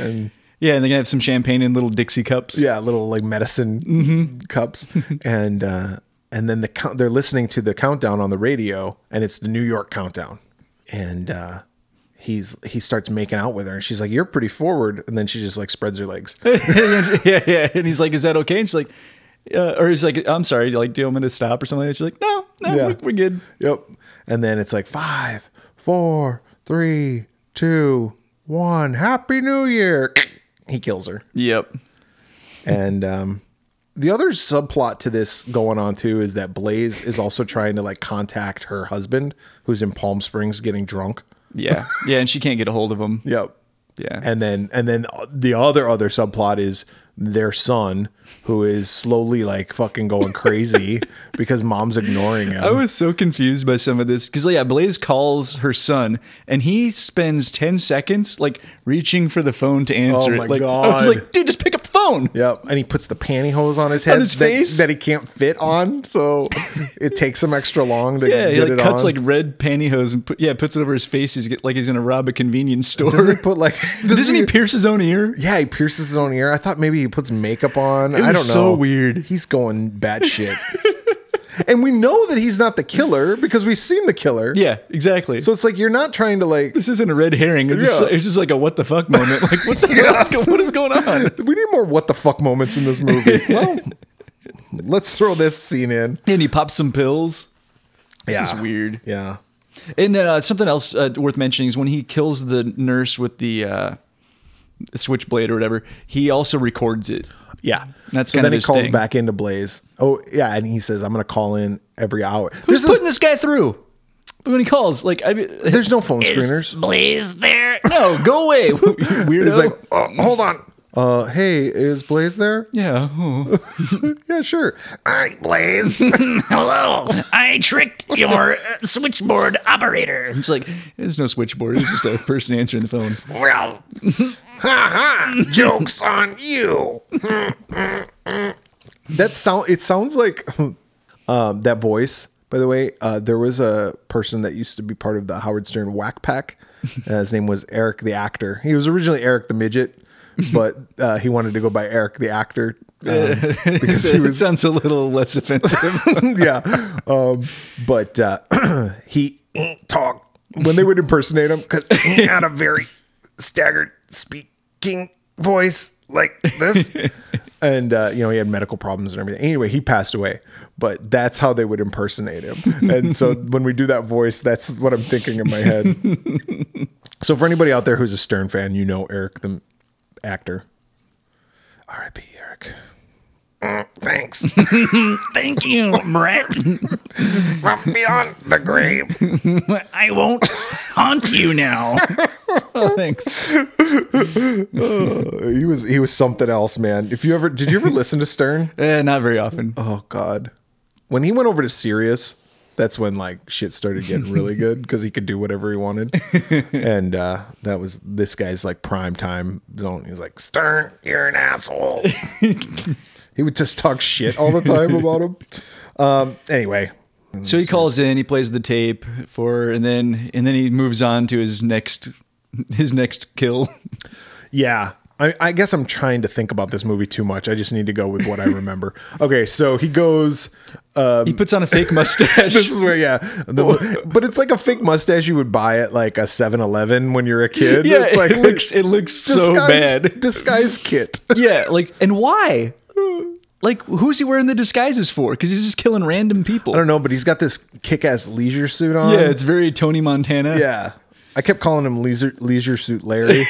[SPEAKER 2] and they're gonna have some champagne in little Dixie cups.
[SPEAKER 3] yeah, little like medicine cups. And uh, and then the count, they're listening to the countdown on the radio, and it's the New York countdown. And uh, he's he starts making out with her, and she's like, you're pretty forward. And then she just like spreads her legs.
[SPEAKER 2] *laughs* yeah, yeah. And he's like, "Is that okay?" And she's like, uh, "Or he's like, I'm sorry. Like, do you want me to stop or something?" And she's like, "No, no,
[SPEAKER 3] Yeah.
[SPEAKER 2] we're, we're good."
[SPEAKER 3] Yep. And then it's like five, four, three, two, one. Happy New Year. *clears throat* He kills her.
[SPEAKER 2] Yep.
[SPEAKER 3] And um, the other subplot to this going on too is that Blaze is also trying to like contact her husband, who's in Palm Springs getting drunk.
[SPEAKER 2] Yeah. Yeah, and she can't get a hold of him.
[SPEAKER 3] Yep.
[SPEAKER 2] Yeah.
[SPEAKER 3] And then and then the other other subplot is their son, who is slowly like fucking
[SPEAKER 2] *laughs*
[SPEAKER 3] going crazy because mom's ignoring him.
[SPEAKER 2] I was so confused by some of this because yeah, Blaze calls her son, and he spends ten seconds like reaching for the phone to answer.
[SPEAKER 3] Oh
[SPEAKER 2] it.
[SPEAKER 3] my
[SPEAKER 2] like, I
[SPEAKER 3] God.
[SPEAKER 2] was like, dude, just pick up the phone.
[SPEAKER 3] Yep, and he puts the pantyhose on his head
[SPEAKER 2] his
[SPEAKER 3] that,
[SPEAKER 2] face?
[SPEAKER 3] that he
[SPEAKER 2] *laughs*
[SPEAKER 3] can't fit on, so it takes him extra long to
[SPEAKER 2] Yeah,
[SPEAKER 3] get
[SPEAKER 2] he
[SPEAKER 3] it
[SPEAKER 2] like cuts
[SPEAKER 3] on.
[SPEAKER 2] like red pantyhose and put, yeah puts it over his face. He's get, like he's gonna rob a convenience store.
[SPEAKER 3] doesn't he put like *laughs*
[SPEAKER 2] *laughs*
[SPEAKER 3] doesn't,
[SPEAKER 2] Doesn't he pierce his own ear?
[SPEAKER 3] Yeah, he pierces his own ear. I thought maybe he puts makeup on. I
[SPEAKER 2] was
[SPEAKER 3] don't know.
[SPEAKER 2] so weird.
[SPEAKER 3] He's
[SPEAKER 2] *laughs*
[SPEAKER 3] going batshit. and we know that he's not the killer because we've seen the killer.
[SPEAKER 2] Yeah, exactly.
[SPEAKER 3] So it's like you're not trying to like.
[SPEAKER 2] this isn't a red herring. It's, just,
[SPEAKER 3] Yeah.
[SPEAKER 2] it's just like a what the fuck moment. Like
[SPEAKER 3] *laughs*
[SPEAKER 2] what the hell is go, what is going on?
[SPEAKER 3] We need more what the fuck moments in
[SPEAKER 2] *laughs*
[SPEAKER 3] this movie. well, let's throw this scene in.
[SPEAKER 2] And he pops some pills.
[SPEAKER 3] yeah,
[SPEAKER 2] is weird.
[SPEAKER 3] Yeah.
[SPEAKER 2] And then uh, something else uh, worth mentioning is when he kills the nurse with the uh, switchblade or whatever, he also records it.
[SPEAKER 3] Yeah.
[SPEAKER 2] That's
[SPEAKER 3] so
[SPEAKER 2] kind
[SPEAKER 3] then
[SPEAKER 2] of
[SPEAKER 3] he
[SPEAKER 2] his
[SPEAKER 3] calls
[SPEAKER 2] thing.
[SPEAKER 3] back into Blaze. Oh yeah, and he says, "I'm gonna call in every hour."
[SPEAKER 2] Who's
[SPEAKER 3] This is
[SPEAKER 2] putting this guy through? But when he calls, like, I mean, *laughs*
[SPEAKER 3] there's no phone
[SPEAKER 4] Is
[SPEAKER 3] screeners.
[SPEAKER 4] Blaze there?
[SPEAKER 2] no, go away, *laughs* weirdo.
[SPEAKER 3] It's like, oh, hold on. Uh, hey, is Blaze there?
[SPEAKER 2] yeah, oh.
[SPEAKER 3] Yeah, sure. All right, Blaze.
[SPEAKER 4] Hello, I tricked your uh, switchboard operator.
[SPEAKER 2] it's like there's no switchboard. It's just a person answering the phone.
[SPEAKER 3] well, ha ha. Jokes on you. that sound. It sounds like *laughs* um, that voice. By the way, uh, there was a person that used to be part of the Howard Stern Whack Pack. Uh, his name was Eric the actor. He was originally Eric the midget, but uh, he wanted to go by Eric the actor um, *laughs* because
[SPEAKER 2] *laughs*
[SPEAKER 3] he
[SPEAKER 2] It
[SPEAKER 3] was
[SPEAKER 2] sounds a little less offensive.
[SPEAKER 3] *laughs* yeah. Um, but uh, *clears throat* he ain't talk when they would impersonate him because he had a very staggered speaking voice like
[SPEAKER 2] *laughs*
[SPEAKER 3] this. And uh, you know he had medical problems and everything. Anyway, he passed away, but that's how they would impersonate him. And *laughs* so when we do that voice, that's what I'm thinking in my head. so for anybody out there who's a Stern fan, you know Eric the actor. R.I.P. Eric.
[SPEAKER 5] Mm, Thanks.
[SPEAKER 4] Thank you, Brett.
[SPEAKER 5] From beyond the grave.
[SPEAKER 4] I won't haunt you now.
[SPEAKER 2] oh, *laughs* thanks.
[SPEAKER 3] Uh, He was he was something else, man. If you ever did you ever listen to Stern?
[SPEAKER 2] Eh, not very often.
[SPEAKER 3] Oh God, when he went over to Sirius, that's when like shit started getting
[SPEAKER 2] *laughs*
[SPEAKER 3] really good because he could do whatever he wanted, and uh, that was this guy's like prime time zone. He's like
[SPEAKER 5] Stern, you're an
[SPEAKER 2] *laughs*
[SPEAKER 5] asshole.
[SPEAKER 3] he would just talk shit all the time about him. Um, anyway,
[SPEAKER 2] So he calls in, he plays the tape for, and then and then he moves on to his next his next kill.
[SPEAKER 3] Yeah. I, I guess I'm trying to think about this movie too much. I just need to go with what
[SPEAKER 2] *laughs*
[SPEAKER 3] I remember. okay, so he goes.
[SPEAKER 2] He puts on a fake mustache.
[SPEAKER 3] *laughs* This is where, yeah,
[SPEAKER 2] *laughs*
[SPEAKER 3] the- but it's like a fake mustache you would buy at like a 7-Eleven when you're a kid.
[SPEAKER 2] yeah,
[SPEAKER 3] it's like
[SPEAKER 2] it looks it looks so
[SPEAKER 3] disguise-
[SPEAKER 2] bad. *laughs*
[SPEAKER 3] Disguise kit.
[SPEAKER 2] yeah, like and why? like who's he wearing the disguises for? Because he's just killing random people.
[SPEAKER 3] I don't know, but he's got this kick-ass leisure suit on.
[SPEAKER 2] yeah, it's very Tony Montana.
[SPEAKER 3] yeah. I kept calling him leisure leisure
[SPEAKER 2] *laughs*
[SPEAKER 3] suit Larry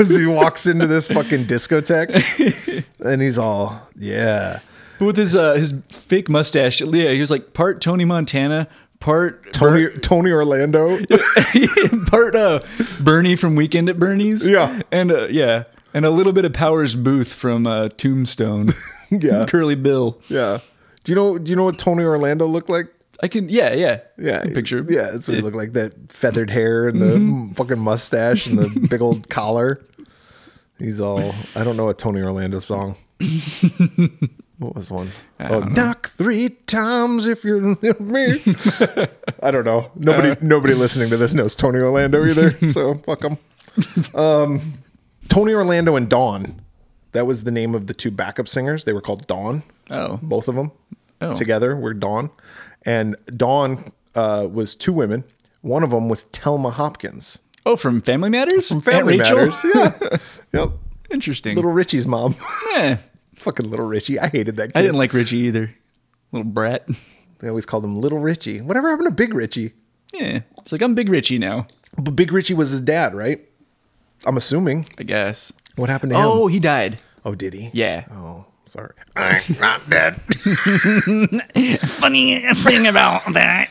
[SPEAKER 3] as he walks into this fucking discotheque, and he's all yeah.
[SPEAKER 2] But with his uh, his fake mustache, yeah, he was like part Tony Montana, part
[SPEAKER 3] Tony
[SPEAKER 2] *laughs*
[SPEAKER 3] Tony Orlando.
[SPEAKER 2] part uh, Bernie from Weekend at Bernie's.
[SPEAKER 3] Yeah.
[SPEAKER 2] and uh, yeah, and a little bit of Powers Booth from uh, Tombstone.
[SPEAKER 3] *laughs* Yeah.
[SPEAKER 2] Curly Bill.
[SPEAKER 3] Yeah. Do you know do you know what Tony Orlando looked like?
[SPEAKER 2] I can. Yeah, yeah,
[SPEAKER 3] Yeah.
[SPEAKER 2] I can picture. him.
[SPEAKER 3] Yeah, that's what he looked like. That feathered hair and the mm, fucking mustache and the big old collar. He's all I don't know a Tony Orlando song. what was one? Oh, knock three times if you're *laughs* me. I don't know. Nobody nobody listening to this knows Tony Orlando *laughs* either. So fuck them. Um Tony Orlando and Dawn. That was the name of the two backup singers. They were called Dawn
[SPEAKER 2] Oh,
[SPEAKER 3] both of them
[SPEAKER 2] Oh.
[SPEAKER 3] together were Dawn, and Dawn uh, was two women. One of them was Telma Hopkins
[SPEAKER 2] oh, from Family Matters. From
[SPEAKER 3] Family Matters. *laughs* Yeah, yep.
[SPEAKER 2] *laughs* Interesting.
[SPEAKER 3] Little Richie's mom, *laughs*
[SPEAKER 2] Eh,
[SPEAKER 3] fucking Little Richie. I hated that. Kid.
[SPEAKER 2] I didn't like Richie either. Little brat. *laughs*
[SPEAKER 3] They always called him Little Richie. Whatever happened to Big Richie?
[SPEAKER 2] Yeah, it's like I'm Big Richie now.
[SPEAKER 3] But Big Richie was his dad, right? I'm assuming.
[SPEAKER 2] I guess.
[SPEAKER 3] What happened to
[SPEAKER 2] Oh,
[SPEAKER 3] him?
[SPEAKER 2] he died.
[SPEAKER 3] Oh, did he?
[SPEAKER 2] Yeah.
[SPEAKER 3] Oh, sorry. *laughs*
[SPEAKER 5] I'm not dead.
[SPEAKER 4] *laughs* Funny thing about
[SPEAKER 5] *laughs*
[SPEAKER 4] that.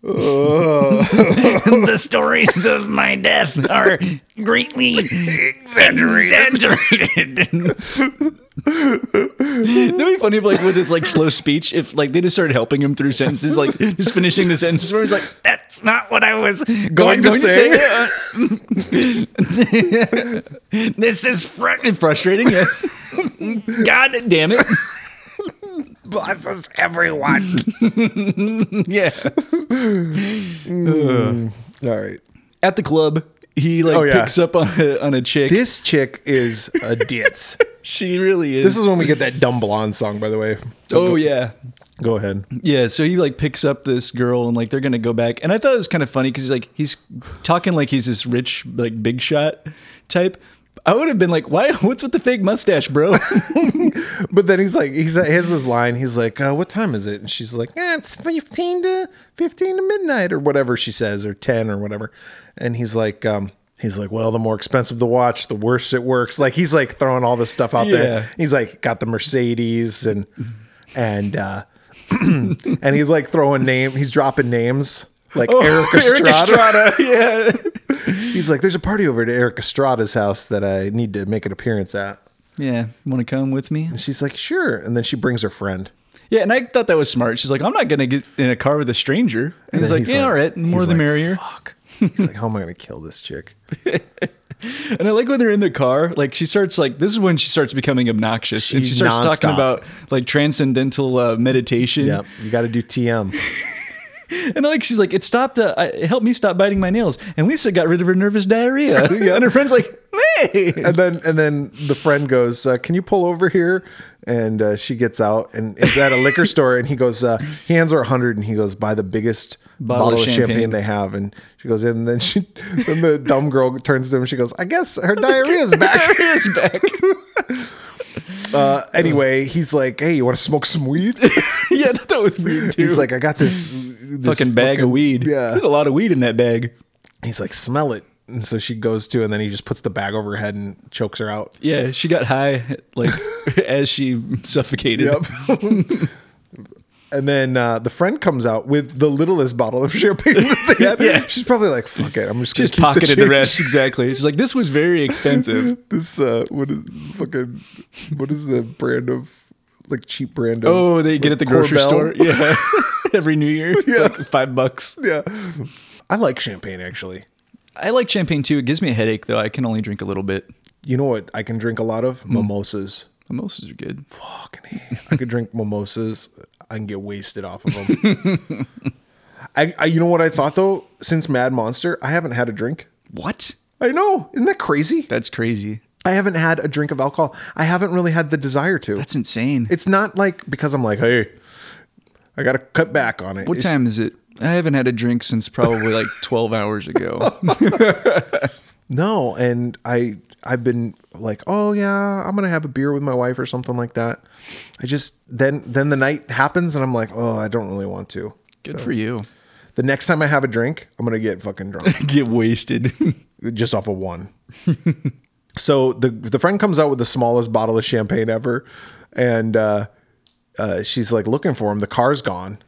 [SPEAKER 4] the stories of my death are greatly
[SPEAKER 5] Exaggerated.
[SPEAKER 4] exaggerated. *laughs*
[SPEAKER 2] That'd be funny if, like, with his like slow speech, if like they just started helping him through sentences, like just finishing the sentence where he's like,
[SPEAKER 4] That's not what I was going,
[SPEAKER 3] Going to
[SPEAKER 4] to
[SPEAKER 3] say.
[SPEAKER 4] say.
[SPEAKER 3] *laughs*
[SPEAKER 4] Uh, this is fr-
[SPEAKER 2] frustrating. Yes. God damn it.
[SPEAKER 5] Blesses everyone.
[SPEAKER 2] Yeah.
[SPEAKER 3] All right.
[SPEAKER 2] At the club, he like
[SPEAKER 3] Oh, yeah.
[SPEAKER 2] picks up on a, on a chick.
[SPEAKER 3] This chick is
[SPEAKER 2] *laughs*
[SPEAKER 3] a ditz.
[SPEAKER 2] she really is.
[SPEAKER 3] this is when we get that dumb blonde song, by the way.
[SPEAKER 2] oh yeah.
[SPEAKER 3] Go ahead.
[SPEAKER 2] Yeah, so he like picks up this girl and like they're gonna go back. And I thought it was kind of funny because he's like he's talking like he's this rich like big shot type. I would have been like, why? *laughs* What's with the fake mustache, bro?
[SPEAKER 3] But then he's like, he's he has this line. He's like, uh, "What time is it?" And she's like, eh, "It's fifteen to fifteen to midnight, or whatever she says, or ten, or whatever." And he's like, um, "He's like, well, the more expensive the watch, the worse it works." Like he's like throwing all this stuff out
[SPEAKER 2] Yeah.
[SPEAKER 3] there. He's like, got the Mercedes and and uh, *clears throat* and he's like throwing name. He's dropping names like Eric
[SPEAKER 2] Oh, *laughs* Eric
[SPEAKER 3] Estrada.
[SPEAKER 2] Estrada, yeah.
[SPEAKER 3] He's like, "There's a party over at Eric Estrada's house that I need to make an appearance at."
[SPEAKER 2] Yeah, want to come with me?
[SPEAKER 3] And she's like, "Sure." And then she brings her friend.
[SPEAKER 2] Yeah, and I thought that was smart. She's like, I'm not gonna get in a car with a stranger. And, he's
[SPEAKER 3] then
[SPEAKER 2] like, yeah, all right, more
[SPEAKER 3] he's
[SPEAKER 2] the
[SPEAKER 3] like,
[SPEAKER 2] merrier. *laughs*
[SPEAKER 3] Fuck. He's like, how am I going to kill this chick?
[SPEAKER 2] And I like when they're in the car, like she starts like this is when she starts becoming obnoxious and
[SPEAKER 3] She
[SPEAKER 2] she starts
[SPEAKER 3] nonstop.
[SPEAKER 2] talking about like transcendental uh, meditation.
[SPEAKER 3] Yep, you got to
[SPEAKER 2] *laughs*
[SPEAKER 3] do TM.
[SPEAKER 2] And like she's like, it stopped. Uh, I- it helped me stop biting my nails. And Lisa got rid of her nervous
[SPEAKER 3] *laughs*
[SPEAKER 2] diarrhea. And her friend's like, hey.
[SPEAKER 3] And then and then the friend goes, uh, "Can you pull over here?" And uh, she gets out and is at a
[SPEAKER 2] *laughs*
[SPEAKER 3] liquor store. And he goes, uh, he hands her a hundred, and he goes, "Buy the biggest bottle, of champagne. they have." And she goes in, and then she, *laughs* then the dumb girl turns to him. and She goes, "I
[SPEAKER 2] *laughs*
[SPEAKER 3] guess her diarrhea's back."
[SPEAKER 2] Diarrhea's back. *laughs*
[SPEAKER 3] Uh, anyway, he's like, "Hey, you want to smoke
[SPEAKER 2] *laughs*
[SPEAKER 3] some weed?"
[SPEAKER 2] yeah, that, that was weird too.
[SPEAKER 3] He's like, "I got this, this
[SPEAKER 2] fucking bag of weed.
[SPEAKER 3] yeah.
[SPEAKER 2] There's a lot of weed in that bag.
[SPEAKER 3] He's like, smell it. And so she goes to, and then he just puts the bag over her head and chokes her
[SPEAKER 2] *laughs*
[SPEAKER 3] out.
[SPEAKER 2] Yeah, she got high like *laughs* as she suffocated.
[SPEAKER 3] *laughs* and then uh, the friend comes out with the littlest bottle of champagne that
[SPEAKER 2] *laughs*
[SPEAKER 3] they had. She's probably like, fuck it. I'm just *laughs* going to
[SPEAKER 2] Just
[SPEAKER 3] keep
[SPEAKER 2] pocketed the,
[SPEAKER 3] change."
[SPEAKER 2] rest. Exactly. She's like, this was very expensive.
[SPEAKER 3] This, uh, what is fucking, what is the brand of, like cheap brand of?
[SPEAKER 2] Oh, they get
[SPEAKER 3] like,
[SPEAKER 2] at the grocery
[SPEAKER 3] Corbel?
[SPEAKER 2] store. Yeah. *laughs* Every New Year. *laughs* Yeah. five bucks.
[SPEAKER 3] *laughs* Yeah. I like champagne actually.
[SPEAKER 2] I like champagne too. It gives me a headache though. I can only drink a little bit.
[SPEAKER 3] You know what I can drink a lot
[SPEAKER 2] Hmm.
[SPEAKER 3] of? Mimosas.
[SPEAKER 2] Mimosas are good.
[SPEAKER 3] Fucking hell. I could drink mimosas. I can get wasted off of them. I, I, you know what I thought though? Since Mad Monster, I haven't had a drink.
[SPEAKER 2] What?
[SPEAKER 3] I know. Isn't that crazy?
[SPEAKER 2] That's crazy.
[SPEAKER 3] I haven't had a drink of alcohol. I haven't really had the desire to.
[SPEAKER 2] That's insane.
[SPEAKER 3] it's not like because I'm like, hey, I got to cut back on it.
[SPEAKER 2] What *laughs*
[SPEAKER 3] It's-
[SPEAKER 2] Oh, time is it? I haven't had a drink since probably like 12 hours ago.
[SPEAKER 3] No, and I I've been like, oh yeah, I'm gonna have a beer with my wife or something like that. I just then then the night happens and I'm like, oh, I don't really want to.
[SPEAKER 2] Good for you.
[SPEAKER 3] The next time I have a drink, I'm gonna get fucking drunk
[SPEAKER 2] Get *laughs* wasted.
[SPEAKER 3] just off of one. *laughs* so the the friend comes out with the smallest bottle of champagne ever, and uh, uh, she's like looking for him. The car's gone,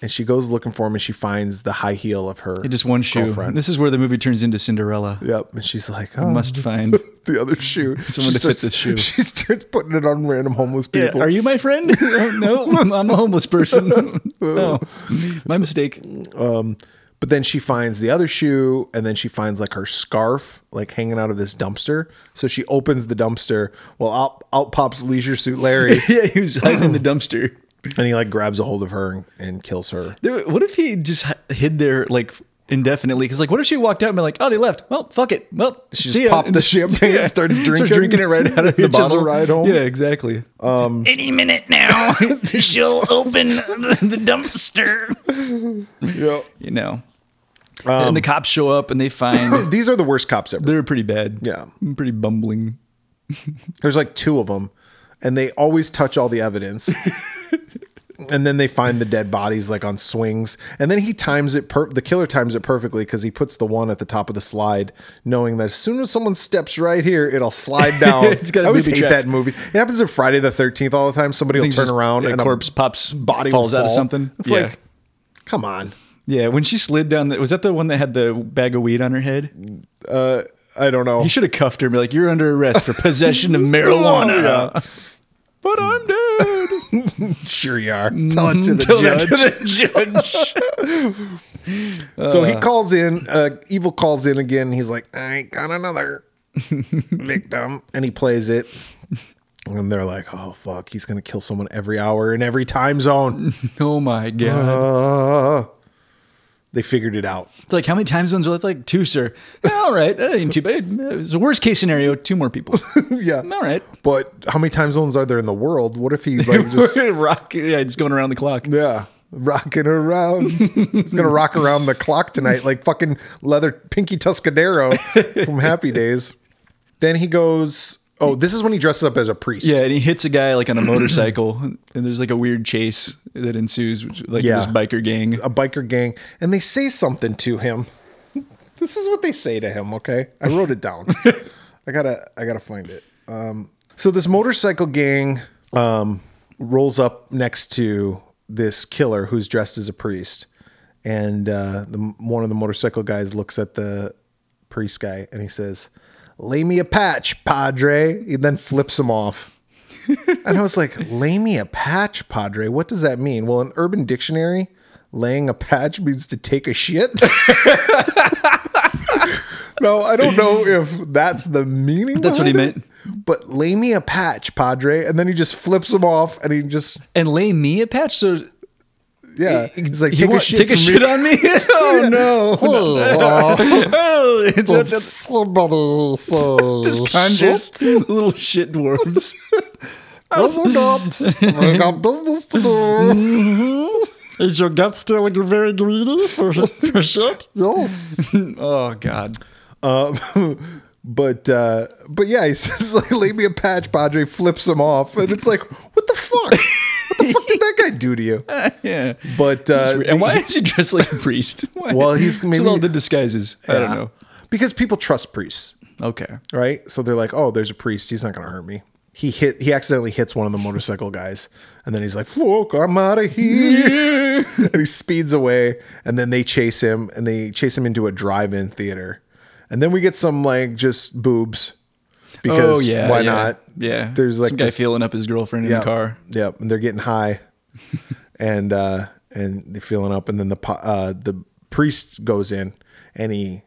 [SPEAKER 3] and she goes looking for him, and she finds the high heel of her
[SPEAKER 2] Just one shoe.
[SPEAKER 3] girlfriend.
[SPEAKER 2] This is where the movie turns into Cinderella.
[SPEAKER 3] Yep, and she's like, oh,
[SPEAKER 2] Must *laughs* find.
[SPEAKER 3] *laughs* the other shoe.
[SPEAKER 2] *laughs* Someone
[SPEAKER 3] She
[SPEAKER 2] to fit
[SPEAKER 3] starts- *laughs*
[SPEAKER 2] the shoe.
[SPEAKER 3] She starts putting it on random homeless
[SPEAKER 2] Yeah,
[SPEAKER 3] people.
[SPEAKER 2] Are you my *laughs* friend? Oh, no, I'm a homeless *laughs* person. no, my mistake.
[SPEAKER 3] but then she finds the other shoe, and then she finds like her scarf, like hanging out of this dumpster. So she opens the dumpster. Well, out, out pops Leisure
[SPEAKER 2] *laughs*
[SPEAKER 3] Suit Larry,
[SPEAKER 2] Yeah, he was hiding in the dumpster.
[SPEAKER 3] and he like grabs a hold of her and, and kills her.
[SPEAKER 2] There- What if he just hi- hid there like indefinitely? Because like, what if she walked out and been like, "Oh, they left. Well, fuck it. Well, she
[SPEAKER 3] just
[SPEAKER 2] *laughs*
[SPEAKER 3] popped the champagne and starts drinking.
[SPEAKER 2] drinking it right out of
[SPEAKER 3] *laughs*
[SPEAKER 2] the
[SPEAKER 3] Hitches a
[SPEAKER 2] bottle.
[SPEAKER 3] ride home. Uh,
[SPEAKER 2] Yeah, exactly.
[SPEAKER 4] Any minute
[SPEAKER 5] *laughs*
[SPEAKER 4] now, she'll open the, the dumpster.
[SPEAKER 3] Yeah. Um,
[SPEAKER 2] You know. and the cops show up and they
[SPEAKER 3] *laughs*
[SPEAKER 2] find
[SPEAKER 3] These are the worst cops ever.
[SPEAKER 2] they're pretty bad.
[SPEAKER 3] Yeah.
[SPEAKER 2] pretty bumbling.
[SPEAKER 3] There's like two of them, and they always touch all
[SPEAKER 2] *laughs*
[SPEAKER 3] the evidence. and then they find the dead bodies like on swings. And then he times it, per- the killer times it perfectly because he puts the one at the top of the slide, knowing that as soon as someone steps right here,
[SPEAKER 2] *laughs*
[SPEAKER 3] it'll slide down.
[SPEAKER 2] It's got a
[SPEAKER 3] I always
[SPEAKER 2] booby
[SPEAKER 3] hate
[SPEAKER 2] trap.
[SPEAKER 3] that in movies. It happens on Friday the 13th all the time. Somebody will
[SPEAKER 2] Things
[SPEAKER 3] turn
[SPEAKER 2] just-
[SPEAKER 3] around
[SPEAKER 2] a
[SPEAKER 3] and a
[SPEAKER 2] corpse pops
[SPEAKER 3] body
[SPEAKER 2] falls
[SPEAKER 3] will
[SPEAKER 2] out of
[SPEAKER 3] fall.
[SPEAKER 2] something.
[SPEAKER 3] It's
[SPEAKER 2] Yeah.
[SPEAKER 3] like, come on.
[SPEAKER 2] Yeah, when she slid down, the, was that the one that had the bag of weed on her head?
[SPEAKER 3] I don't know.
[SPEAKER 2] He should have cuffed her and be like, "You're under arrest for possession
[SPEAKER 3] *laughs*
[SPEAKER 2] of marijuana."
[SPEAKER 3] Oh, Yeah.
[SPEAKER 2] *laughs* But I'm dead.
[SPEAKER 3] Sure you are. Tell it to
[SPEAKER 2] Mm-hmm.
[SPEAKER 3] the
[SPEAKER 2] Tell that
[SPEAKER 3] judge.
[SPEAKER 2] *laughs* to the judge.
[SPEAKER 3] So he calls in, uh, Evil calls in again. He's like, I ain't
[SPEAKER 2] *laughs*
[SPEAKER 3] got another victim. And he plays it. And they're like, oh, fuck, he's going to kill someone every hour in every
[SPEAKER 2] *laughs*
[SPEAKER 3] time zone.
[SPEAKER 2] *laughs* oh my god.
[SPEAKER 3] Uh, they figured it out. *laughs*
[SPEAKER 2] It's like, how many time zones are left? Like two, sir. "Yeah, All right, that ain't too bad. It's a worst case scenario. Two more *laughs* people.
[SPEAKER 3] yeah.
[SPEAKER 2] All right.
[SPEAKER 3] But how many time zones are there in the world? What if he,
[SPEAKER 2] *laughs*
[SPEAKER 3] like, just,
[SPEAKER 2] Rock. Yeah, it's going around the clock.
[SPEAKER 3] yeah, rocking around? he's going to rock around the clock tonight, like fucking leather pinky Tuscadero
[SPEAKER 2] *laughs*
[SPEAKER 3] from Happy Days. Then he goes, oh, this is when he dresses up as a priest.
[SPEAKER 2] Yeah, and he hits a guy like on a motorcycle, *clears throat* and there's like a weird chase that ensues, which, like
[SPEAKER 3] Yeah.
[SPEAKER 2] this biker gang.
[SPEAKER 3] a biker gang and they say something to him. *laughs* This is what they say to him, okay? I wrote it down. I gotta I gotta find it. Um, so this motorcycle gang um, rolls up next to this killer who's dressed as a priest, and uh, the, one of the motorcycle guys looks at the priest guy and he says, "Lay me a patch, Padre," and then flips him off. And I was like, lay me a patch, Padre. What does that mean? Well, in Urban Dictionary, laying a patch means to take a shit. *laughs* no, I don't know if that's the meaning.
[SPEAKER 2] That's what he
[SPEAKER 3] behind it,
[SPEAKER 2] meant.
[SPEAKER 3] But lay me a patch, Padre. And then he just flips him off and he just,
[SPEAKER 2] And lay me a patch. So
[SPEAKER 3] yeah. He's like,
[SPEAKER 2] you
[SPEAKER 3] take a
[SPEAKER 2] want-
[SPEAKER 3] shit.
[SPEAKER 2] take a shit on *laughs* me. oh no! *laughs*
[SPEAKER 3] *laughs* Oh,
[SPEAKER 2] Oh, it's
[SPEAKER 3] oh,
[SPEAKER 2] that's *laughs* just, *laughs*
[SPEAKER 3] somebody say
[SPEAKER 2] conjures *laughs* little shit dwarves.
[SPEAKER 3] Yes, I got, I got business
[SPEAKER 2] *laughs*
[SPEAKER 3] to do.
[SPEAKER 2] *laughs* Is your gut still very greedy for, for shit?
[SPEAKER 3] Yes.
[SPEAKER 2] *laughs* Oh god.
[SPEAKER 3] Um, *laughs* but uh, but yeah, he *laughs* says like, "Lay me a patch." Padre flips him off, and it's like, "What the fuck? what the fuck did that guy do to you?"
[SPEAKER 2] Yeah.
[SPEAKER 3] But uh,
[SPEAKER 2] and why is he dressed like a
[SPEAKER 3] *laughs*
[SPEAKER 2] priest? Why?
[SPEAKER 3] Well,
[SPEAKER 2] *laughs*
[SPEAKER 3] he's
[SPEAKER 2] What's with
[SPEAKER 3] maybe-
[SPEAKER 2] all the disguises. I
[SPEAKER 3] Yeah.
[SPEAKER 2] don't know.
[SPEAKER 3] because people trust priests,
[SPEAKER 2] Okay.
[SPEAKER 3] right? So they're like, "Oh, there's a priest. He's not gonna hurt me." He hit. He accidentally hits one of the motorcycle guys, and then he's like, "Fuck, I'm out of
[SPEAKER 2] *laughs*
[SPEAKER 3] here!" and he speeds away. And then they chase him, and they chase him into a drive-in theater, and then we get some like just boobs. Because
[SPEAKER 2] oh yeah.
[SPEAKER 3] why
[SPEAKER 2] yeah,
[SPEAKER 3] not?
[SPEAKER 2] Yeah.
[SPEAKER 3] There's like
[SPEAKER 2] Some guy
[SPEAKER 3] this-
[SPEAKER 2] feeling up his girlfriend in
[SPEAKER 3] Yeah,
[SPEAKER 2] the car.
[SPEAKER 3] Yep, and they're getting high, *laughs* and uh, and they're feeling up, and then the po- uh, the priest goes in and he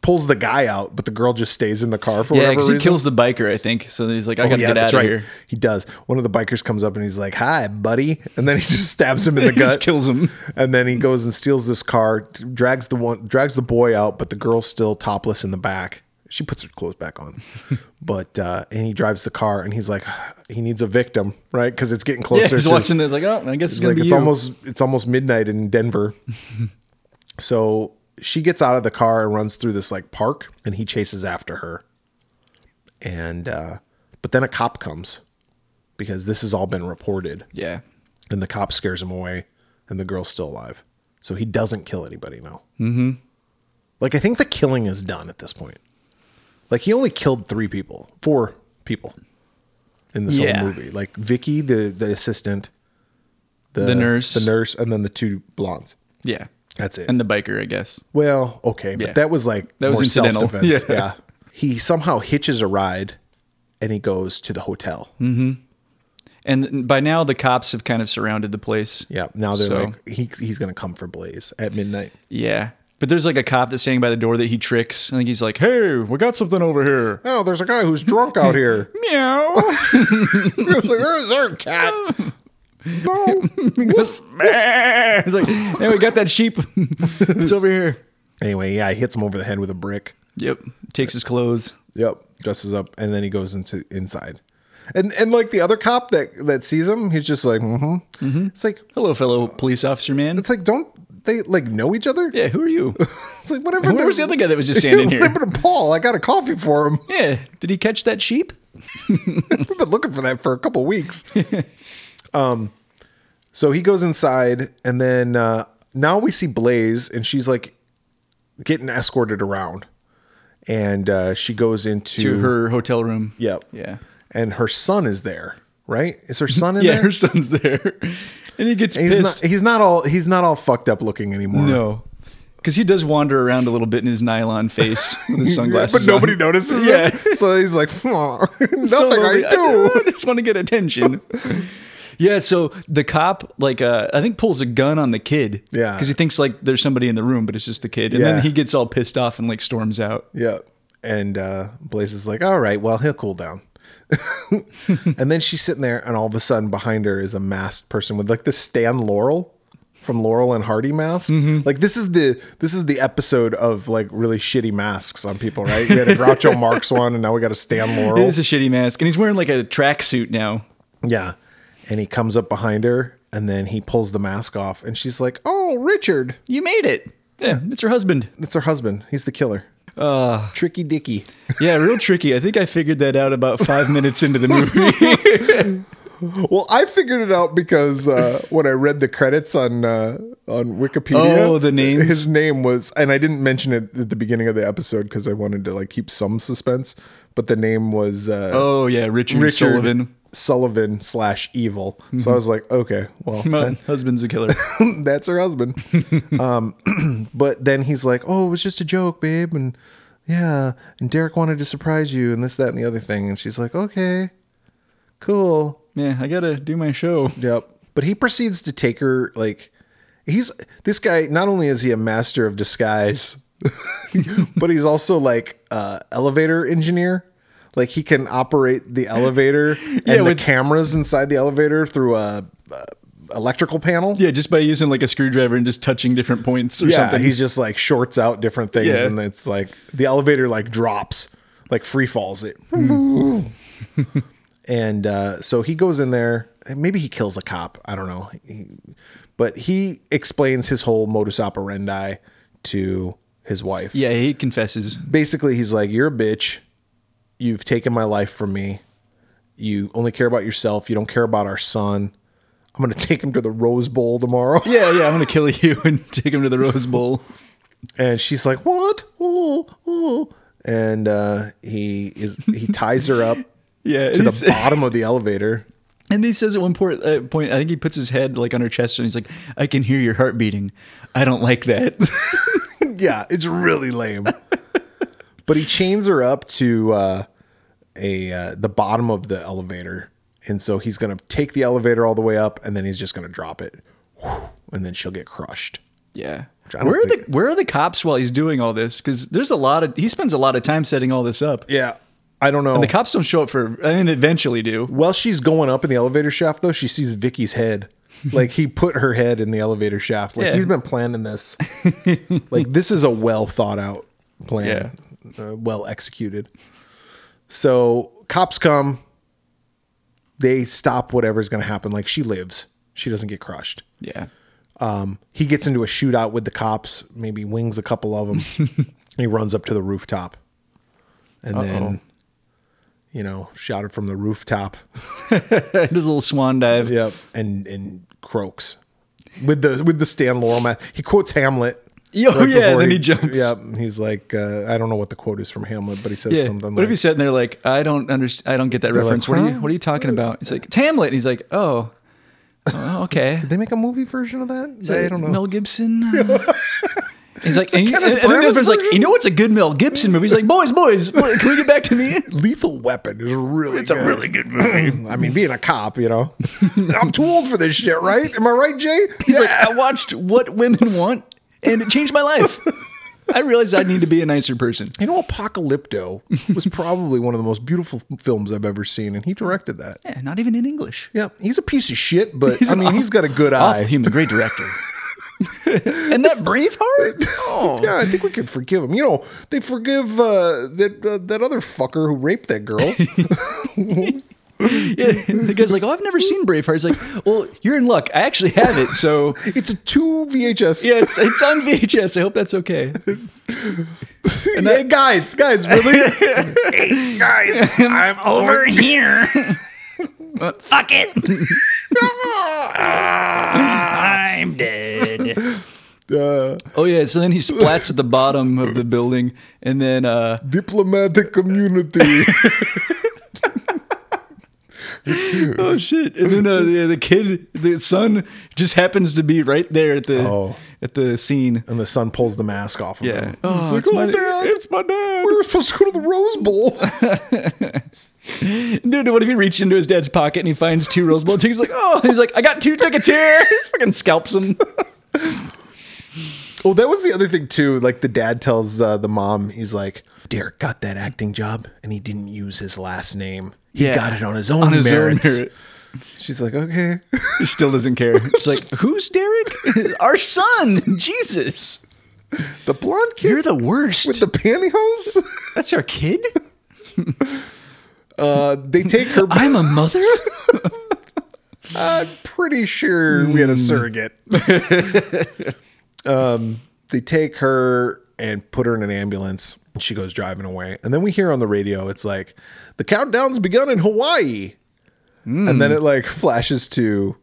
[SPEAKER 3] pulls the guy out, but the girl just stays in the car for
[SPEAKER 2] Yeah,
[SPEAKER 3] whatever
[SPEAKER 2] because
[SPEAKER 3] reason. Oh,
[SPEAKER 2] he kills the biker, I think. So he's like, I gotta get out of here. *laughs*
[SPEAKER 3] He does. One of the bikers comes up and he's like, "Hi, buddy," and then he just stabs him in the
[SPEAKER 2] *laughs* He just
[SPEAKER 3] gut,
[SPEAKER 2] kills him.
[SPEAKER 3] and then he goes and steals this car, t- drags the one, drags the boy out, but the girl's still topless in the back. She puts her clothes back
[SPEAKER 2] *laughs*
[SPEAKER 3] on, but uh, and he drives the car, and he's like, he needs a victim, right? Because it's getting
[SPEAKER 2] Yeah,
[SPEAKER 3] closer.
[SPEAKER 2] he's
[SPEAKER 3] to,
[SPEAKER 2] watching this like, oh, I guess it's
[SPEAKER 3] it's
[SPEAKER 2] gonna be
[SPEAKER 3] like it's
[SPEAKER 2] you. *laughs*
[SPEAKER 3] almost it's almost midnight in Denver. so she gets out of the car and runs through this like park and he chases after her. And uh but then a cop comes because this has all been reported
[SPEAKER 2] Yeah.
[SPEAKER 3] and the cop scares him away and the girl's still alive. So he doesn't kill anybody now. Mhm.
[SPEAKER 2] Mm-hmm.
[SPEAKER 3] Like I think the killing is done at this point. Like he only killed 3 people, 4 people in this
[SPEAKER 2] Yeah.
[SPEAKER 3] whole movie. Like Vicky the the assistant,
[SPEAKER 2] The nurse.
[SPEAKER 3] the nurse and then the two blondes.
[SPEAKER 2] Yeah.
[SPEAKER 3] That's it.
[SPEAKER 2] And the biker, I guess.
[SPEAKER 3] Well, okay, but
[SPEAKER 2] Yeah.
[SPEAKER 3] that was like
[SPEAKER 2] That was
[SPEAKER 3] more
[SPEAKER 2] incidental.
[SPEAKER 3] self-defense.
[SPEAKER 2] *laughs* Yeah.
[SPEAKER 3] Yeah. He somehow hitches a ride and he goes to the hotel.
[SPEAKER 2] Hmm. And by now the cops have kind of surrounded the place.
[SPEAKER 3] Yeah. Now they're
[SPEAKER 2] So-
[SPEAKER 3] like he, he's going to come for Blaze at midnight.
[SPEAKER 2] Yeah. But there's like a cop that's standing by the door that he tricks. I think he's like, "Hey, we got something over here." *laughs*
[SPEAKER 3] Oh, there's a guy who's drunk out here.
[SPEAKER 2] Meow.
[SPEAKER 3] There's our cat. No.
[SPEAKER 2] *laughs* He's like, "Hey, we got that sheep. *laughs* it's over here."
[SPEAKER 3] Anyway, yeah, he hits him over the head with a brick.
[SPEAKER 2] Yep. Takes his clothes.
[SPEAKER 3] Yep. Dresses up and then he goes into inside. And and like the other cop that that sees him, he's just like, mm-hmm. It's like
[SPEAKER 2] Hello, fellow police officer man.
[SPEAKER 3] it's like don't they like know each other?
[SPEAKER 2] Yeah, who are *laughs* you?
[SPEAKER 3] It's like whatever.
[SPEAKER 2] Where was the other guy that was just standing *laughs*
[SPEAKER 3] *laughs* What
[SPEAKER 2] here?
[SPEAKER 3] happened to Paul? I got a coffee for him.
[SPEAKER 2] Yeah. Did he catch that sheep?
[SPEAKER 3] I've been looking for that for a
[SPEAKER 2] *laughs*
[SPEAKER 3] couple weeks. um, so he goes inside, and then uh, now we see Blaze, and she's like getting escorted around, and uh, she goes into
[SPEAKER 2] To her hotel room.
[SPEAKER 3] Yep.
[SPEAKER 2] Yeah.
[SPEAKER 3] and her son is there. Right? Is her son in
[SPEAKER 2] Yeah,
[SPEAKER 3] there?
[SPEAKER 2] her son's there. *laughs* And he gets
[SPEAKER 3] And he's
[SPEAKER 2] pissed.
[SPEAKER 3] not. He's not all. He's not all fucked up looking anymore.
[SPEAKER 2] no. Because he does wander around a little bit in his nylon face with *laughs* his sunglasses.
[SPEAKER 3] But nobody
[SPEAKER 2] on.
[SPEAKER 3] notices
[SPEAKER 2] Yeah.
[SPEAKER 3] him. So he's like, "Aw,
[SPEAKER 2] *laughs*
[SPEAKER 3] nothing
[SPEAKER 2] So
[SPEAKER 3] I
[SPEAKER 2] lonely.
[SPEAKER 3] do.
[SPEAKER 2] *laughs* I just want to get attention. *laughs* yeah, so the cop, like, uh, I think pulls a gun on the kid.
[SPEAKER 3] Yeah.
[SPEAKER 2] Because he thinks, like, there's somebody in the room, but it's just the kid. And
[SPEAKER 3] Yeah.
[SPEAKER 2] then he gets all pissed off and, like, storms out.
[SPEAKER 3] Yeah. And uh, Blaze is like, all right, well, he'll cool down. *laughs* and then she's sitting there, and all of a sudden, behind her is a masked person with like the Stan Laurel from Laurel and Hardy mask. Like this is the this is the episode of like really shitty masks on people, right? We had a Groucho Marx one, and now we got a Stan
[SPEAKER 2] It
[SPEAKER 3] Laurel.
[SPEAKER 2] is a shitty mask. And he's wearing, like, a tracksuit now.
[SPEAKER 3] yeah. And he comes up behind her, and then he pulls the mask off, and she's like, "Oh, Richard,
[SPEAKER 2] You made it. Yeah, it's her husband.
[SPEAKER 3] it's her husband. He's the killer." Tricky Dicky.
[SPEAKER 2] Yeah, real tricky. I think I figured that out about five minutes into the *laughs* movie.
[SPEAKER 3] Well, I figured it out because uh, when I read the credits on uh, on Wikipedia,
[SPEAKER 2] Oh, the names?
[SPEAKER 3] His name was, and I didn't mention it at the beginning of the episode because I wanted to like keep some suspense. But the name was uh,
[SPEAKER 2] oh yeah, Richard,
[SPEAKER 3] Richard
[SPEAKER 2] Sullivan. Mm-hmm.
[SPEAKER 3] Sullivan slash Evil. So I was like, okay, well,
[SPEAKER 2] *laughs* My husband's a killer.
[SPEAKER 3] *laughs* that's
[SPEAKER 2] *laughs*
[SPEAKER 3] her husband. um, *clears throat* but then he's like, "Oh, it was just a joke, babe," and yeah, and Derek wanted to surprise you, and this, that, and the other thing. And she's like, "Okay, cool."
[SPEAKER 2] yeah, I gotta do my show.
[SPEAKER 3] Yep. But he proceeds to take her like he's this guy not only is he a master of disguise, *laughs* but he's also like uh elevator engineer. Like he can operate the elevator and the
[SPEAKER 2] with-
[SPEAKER 3] cameras inside the elevator through a, uh electrical panel.
[SPEAKER 2] Yeah, just by using like a screwdriver and just touching different points or
[SPEAKER 3] Yeah,
[SPEAKER 2] something.
[SPEAKER 3] he's just like shorts out different things
[SPEAKER 2] Yeah.
[SPEAKER 3] and it's like the elevator like drops, like free
[SPEAKER 2] *laughs*
[SPEAKER 3] falls it. and uh, so he goes in there. and Maybe he kills a cop. I don't know. He- but he explains his whole modus operandi to his wife.
[SPEAKER 2] yeah, he confesses.
[SPEAKER 3] Basically, he's like, You're a bitch. You've taken my life from me. You only care about yourself. You don't care about our son. I'm going to *laughs* take him to the Rose Bowl tomorrow.
[SPEAKER 2] Yeah, yeah, I'm gonna kill you *laughs* and take him to the Rose Bowl.
[SPEAKER 3] and she's like, "What?" Ooh, ooh. And uh, he is he ties her up
[SPEAKER 2] Yeah, *laughs*
[SPEAKER 3] to
[SPEAKER 2] and,
[SPEAKER 3] the
[SPEAKER 2] he *laughs* s-
[SPEAKER 3] bottom of the elevator.
[SPEAKER 2] and he says at one point, uh, point, I think he puts his head like on her chest and he's like, "I can hear your heart beating. I don't like that." *laughs*
[SPEAKER 3] Yeah, it's really lame. but he chains her up to uh, a uh, the bottom of the elevator, and so he's gonna take the elevator all the way up, and then he's just gonna drop it, Whew. and then she'll get crushed.
[SPEAKER 2] yeah.
[SPEAKER 3] I don't
[SPEAKER 2] Where are
[SPEAKER 3] think-
[SPEAKER 2] the Where are the cops while he's doing all this? Because there's a lot of he spends a lot of time setting all this up.
[SPEAKER 3] Yeah, I don't know.
[SPEAKER 2] The cops don't show up for. I mean, they eventually do.
[SPEAKER 3] While she's going up in the elevator shaft, though, she sees Vicky's head. Like he put her head in the elevator shaft. Like
[SPEAKER 2] Yeah.
[SPEAKER 3] he's been planning this. like this is a well thought out plan, uh, well executed. So cops come.
[SPEAKER 2] *laughs*
[SPEAKER 3] They stop whatever's going to happen. Like she lives. She doesn't get crushed.
[SPEAKER 2] Yeah.
[SPEAKER 3] Um, he gets into a shootout with the cops, maybe wings a couple of them, and he runs up to the rooftop. And then, you know, shouted from the rooftop.
[SPEAKER 2] Does a little swan dive.
[SPEAKER 3] Yep. And and croaks with the with the Stan Laurel math. He quotes Hamlet.
[SPEAKER 2] Yo, yeah,
[SPEAKER 3] before
[SPEAKER 2] and then he jumps.
[SPEAKER 3] Yep. He's like, uh, I don't know what the quote is from Hamlet, but he says
[SPEAKER 2] Yeah.
[SPEAKER 3] something.
[SPEAKER 2] what if
[SPEAKER 3] like,
[SPEAKER 2] he's sitting there like, I don't understand, I don't get that
[SPEAKER 3] like,
[SPEAKER 2] reference. what are you,
[SPEAKER 3] "Huh?"
[SPEAKER 2] what are you talking about? It's like Tamlet. And he's like, oh, oh, okay.
[SPEAKER 3] *laughs* Did they make a movie version of that? I don't know.
[SPEAKER 2] Mel Gibson. He's like, and, you-
[SPEAKER 3] Kenneth
[SPEAKER 2] and then
[SPEAKER 3] Branagh's
[SPEAKER 2] everyone's like, you
[SPEAKER 3] version?
[SPEAKER 2] know what's a good Mel Gibson movie? He's like, boys, boys, boy, can we get back to me?
[SPEAKER 3] Lethal Weapon is really
[SPEAKER 5] It's a really good movie.
[SPEAKER 3] I mean, being a cop,
[SPEAKER 2] *laughs*
[SPEAKER 3] you know, I'm too old for this shit, right? Am I right, Jay?
[SPEAKER 2] He's like, I watched What Women Want, and it changed my life. I realized I need to be a nicer person.
[SPEAKER 3] You know, Apocalypto was probably one of the most beautiful films I've ever seen, and he directed that.
[SPEAKER 2] Yeah, not even in English.
[SPEAKER 3] Yeah, he's a piece of shit, but
[SPEAKER 2] He's
[SPEAKER 3] I
[SPEAKER 2] an
[SPEAKER 3] mean,
[SPEAKER 2] aw-
[SPEAKER 3] he's got a good
[SPEAKER 2] Awful
[SPEAKER 3] eye.
[SPEAKER 2] human, great director. and that Braveheart?
[SPEAKER 3] Yeah, I think we could forgive him. You know, they forgive uh, that uh, that other fucker who raped that
[SPEAKER 2] *laughs*
[SPEAKER 3] girl.
[SPEAKER 2] *laughs* Yeah. The guy's like, oh, I've never seen Braveheart. He's like, well, you're in luck. I actually have it, so...
[SPEAKER 3] it's a two VHS.
[SPEAKER 2] Yeah, it's, it's on VHS. I hope that's okay.
[SPEAKER 3] Hey, guys, guys, really?
[SPEAKER 2] *laughs*
[SPEAKER 4] *laughs*
[SPEAKER 5] Guys, I'm
[SPEAKER 4] Over
[SPEAKER 5] over. *laughs*
[SPEAKER 4] here. Fuck it. *laughs* I'm
[SPEAKER 5] *laughs*
[SPEAKER 4] dead.
[SPEAKER 3] uh,
[SPEAKER 2] Oh yeah, so then he splats at the bottom of the building, and then uh, *laughs*
[SPEAKER 3] diplomatic community.
[SPEAKER 2] oh shit, and then uh, the, the kid, the son, just happens to be right there at the
[SPEAKER 3] Oh.
[SPEAKER 2] at the scene.
[SPEAKER 3] and the son pulls the mask off of
[SPEAKER 2] Yeah,
[SPEAKER 3] him. He's like, oh, dad,
[SPEAKER 2] it's my dad,
[SPEAKER 3] we were supposed to go to the Rose Bowl.
[SPEAKER 2] dude. What if he reached into his dad's pocket and he finds two Rose Bowl tickets? Like, oh, he's like, I got two tickets here. *laughs* Fucking scalps him.
[SPEAKER 3] *laughs* Oh, that was the other thing too. Like the dad tells uh, the mom, he's like, "Derek got that acting job, and he didn't use his last name. He
[SPEAKER 2] Yeah.
[SPEAKER 3] got it on his own
[SPEAKER 2] On his own
[SPEAKER 3] merits."
[SPEAKER 2] merit.
[SPEAKER 3] She's like, "Okay." *laughs*
[SPEAKER 2] He still doesn't care. She's like, who's Derek? *laughs* Our son, Jesus.
[SPEAKER 3] The blonde kid
[SPEAKER 2] You're the worst.
[SPEAKER 3] with the pantyhose.
[SPEAKER 2] *laughs* That's our kid.
[SPEAKER 3] Uh, they take *laughs* her.
[SPEAKER 2] I'm a mother.
[SPEAKER 3] I'm pretty sure we had a surrogate. um, they take her and put her in an ambulance, and she goes driving away. And then we hear on the radio, it's like, "The countdown's begun in Hawaii," and then it like flashes to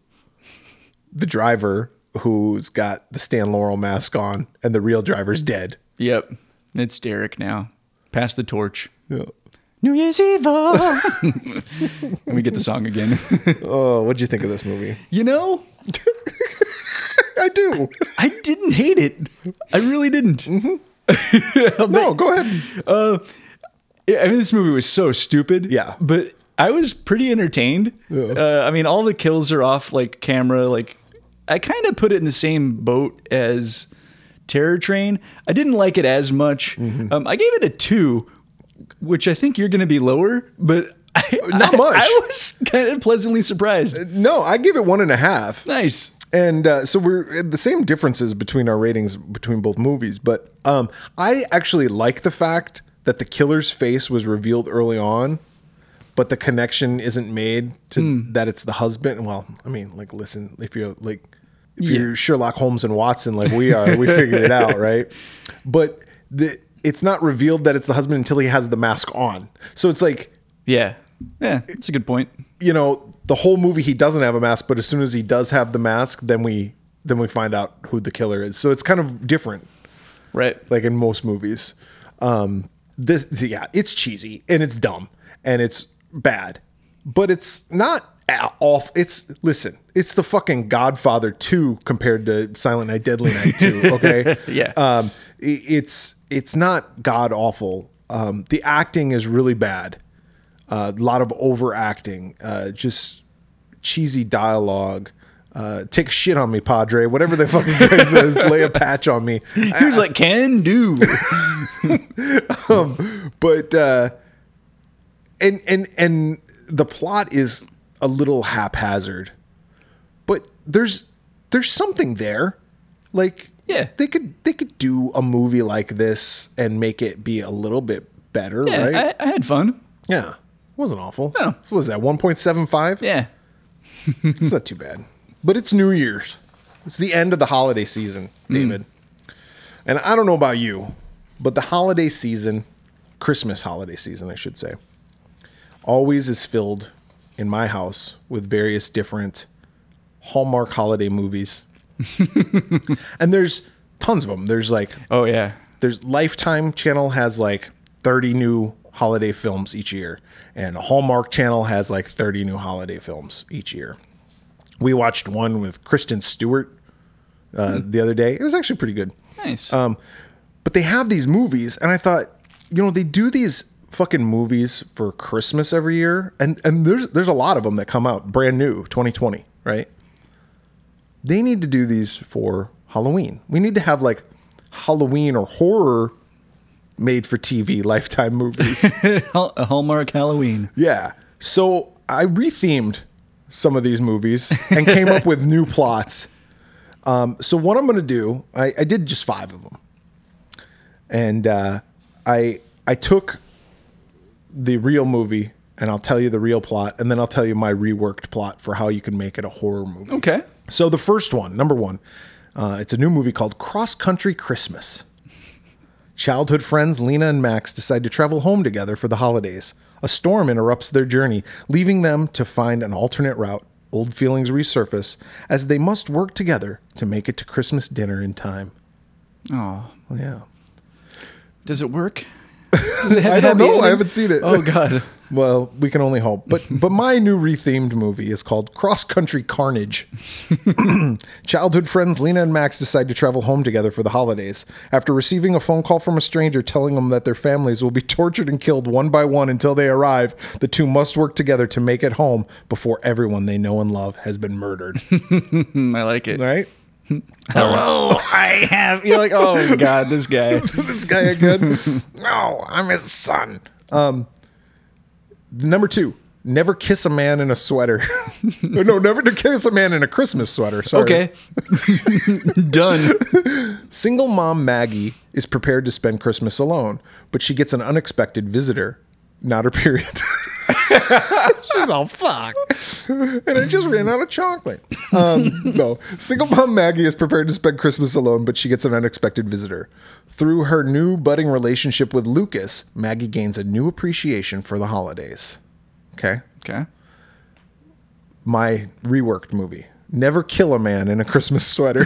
[SPEAKER 3] the driver who's got the Stan Laurel mask on, and the real driver's dead.
[SPEAKER 2] Yep. It's Derek now. Pass the torch.
[SPEAKER 3] Yeah.
[SPEAKER 2] New Year's Eve. and we get the song again. *laughs*
[SPEAKER 3] Oh, what'd you think of this movie?
[SPEAKER 2] you know,
[SPEAKER 3] I *laughs* do.
[SPEAKER 2] I didn't hate it. I really didn't.
[SPEAKER 3] no, go ahead.
[SPEAKER 2] I mean, this movie was so stupid.
[SPEAKER 3] Yeah.
[SPEAKER 2] But I was pretty entertained. Uh, I mean, all the kills are off like camera. Like, I kind of put it in the same boat as Terror Train. I didn't like it as much.
[SPEAKER 3] Mm-hmm.
[SPEAKER 2] Um, I gave it a two, which I think you're going to be lower, but. I,
[SPEAKER 3] Uh,
[SPEAKER 2] *laughs*
[SPEAKER 3] Not
[SPEAKER 2] I-
[SPEAKER 3] much. Uh,
[SPEAKER 2] I was kind of pleasantly surprised.
[SPEAKER 3] No, I give it one and a half.
[SPEAKER 2] Nice.
[SPEAKER 3] And uh, so we're the same differences between our ratings between both movies, but um, I actually like the fact that the killer's face was revealed early on, but the connection isn't made to that it's the husband. Well, I mean, like, listen, if you're like, if you're Sherlock Holmes and Watson, like we are, we figured it out, right? But the, it's not revealed that it's the husband until he has the mask on. So it's like
[SPEAKER 2] Yeah. Yeah, that's a good point.
[SPEAKER 3] you know the whole movie he doesn't have a mask but as soon as he does have the mask then we then we find out who the killer is so it's kind of different
[SPEAKER 2] Right.
[SPEAKER 3] like in most movies um this yeah it's cheesy and it's dumb and it's bad but it's not a- off it's listen it's the fucking godfather 2 compared to silent night deadly night 2 okay
[SPEAKER 2] Yeah.
[SPEAKER 3] um i- it's it's not god awful um the acting is really bad Uh, a lot of overacting, uh, just cheesy dialogue. Uh, take shit on me, Padre. Whatever the fucking guy says, lay a patch on me.
[SPEAKER 2] he was like, can do.
[SPEAKER 3] But uh, and and and the plot is a little haphazard, but there's there's something there. Like
[SPEAKER 2] Yeah.
[SPEAKER 3] they could they could do a movie like this and make it be a little bit better,
[SPEAKER 2] yeah,
[SPEAKER 3] *laughs* right?
[SPEAKER 2] I, I had fun.
[SPEAKER 3] yeah, it wasn't awful.
[SPEAKER 2] No.
[SPEAKER 3] So what was that one point seven five?
[SPEAKER 2] Yeah.
[SPEAKER 3] It's not too bad, but it's New Year's. It's the end of the holiday season, David. And I don't know about you, but the holiday season, Christmas holiday season, I should say, always is filled in my house with various different Hallmark holiday movies. and there's tons of them. There's like
[SPEAKER 2] Oh yeah.
[SPEAKER 3] there's Lifetime Channel has like 30 new holiday films each year, and Hallmark Channel has like 30 new holiday films each year. We watched one with Kristen Stewart uh, the other day. It was actually pretty good.
[SPEAKER 2] Nice.
[SPEAKER 3] Um, But they have these movies, and I thought, you know, they do these fucking movies for Christmas every year, and and there's there's a lot of them that come out brand new, 2020, right? They need to do these for Halloween. We need to have like Halloween or horror made for TV *laughs* lifetime movies.
[SPEAKER 2] Hall- Hallmark Halloween.
[SPEAKER 3] yeah. So I rethemed some of these movies and came up with new plots. Um, so what I'm going to do, I, I did just five of them, and uh, I I took the real movie and I'll tell you the real plot, and then I'll tell you my reworked plot for how you can make it a horror movie.
[SPEAKER 2] Okay.
[SPEAKER 3] So the first one, number one, uh, it's a new movie called Cross Country Christmas. Childhood friends Lena and Max decide to travel home together for the holidays. A storm interrupts their journey, leaving them to find an alternate route. Old feelings resurface as they must work together to make it to Christmas dinner in time.
[SPEAKER 2] Oh,
[SPEAKER 3] Well, yeah.
[SPEAKER 2] does it work?
[SPEAKER 3] *laughs* I don't know. I haven't seen it.
[SPEAKER 2] Oh god.
[SPEAKER 3] Well, we can only hope. But but my new rethemed movie is called Cross Country Carnage. Childhood friends Lena and Max decide to travel home together for the holidays. After receiving a phone call from a stranger telling them that their families will be tortured and killed one by one until they arrive, the two must work together to make it home before everyone they know and love has been murdered.
[SPEAKER 2] Mm, I like it.
[SPEAKER 3] Right?
[SPEAKER 5] Hello, Oh, I have
[SPEAKER 2] You're like, oh god, this
[SPEAKER 3] *laughs*
[SPEAKER 2] guy.
[SPEAKER 3] this guy again.
[SPEAKER 5] no. I'm his son.
[SPEAKER 3] Um, Number two, never kiss a man in a sweater. *laughs* no, never to kiss a man in a Christmas sweater. Sorry. *laughs*
[SPEAKER 2] Okay. Done.
[SPEAKER 3] Single mom Maggie is prepared to spend Christmas alone, but she gets an unexpected visitor, not her period. She's all fuck. And I just ran out of chocolate. Um, no. Single mom Maggie is prepared to spend Christmas alone, but she gets an unexpected visitor. Through her new budding relationship with Lucas, Maggie gains a new appreciation for the holidays. Okay
[SPEAKER 2] Okay.
[SPEAKER 3] my reworked movie. Never kill a man in a Christmas
[SPEAKER 2] *laughs*
[SPEAKER 3] sweater.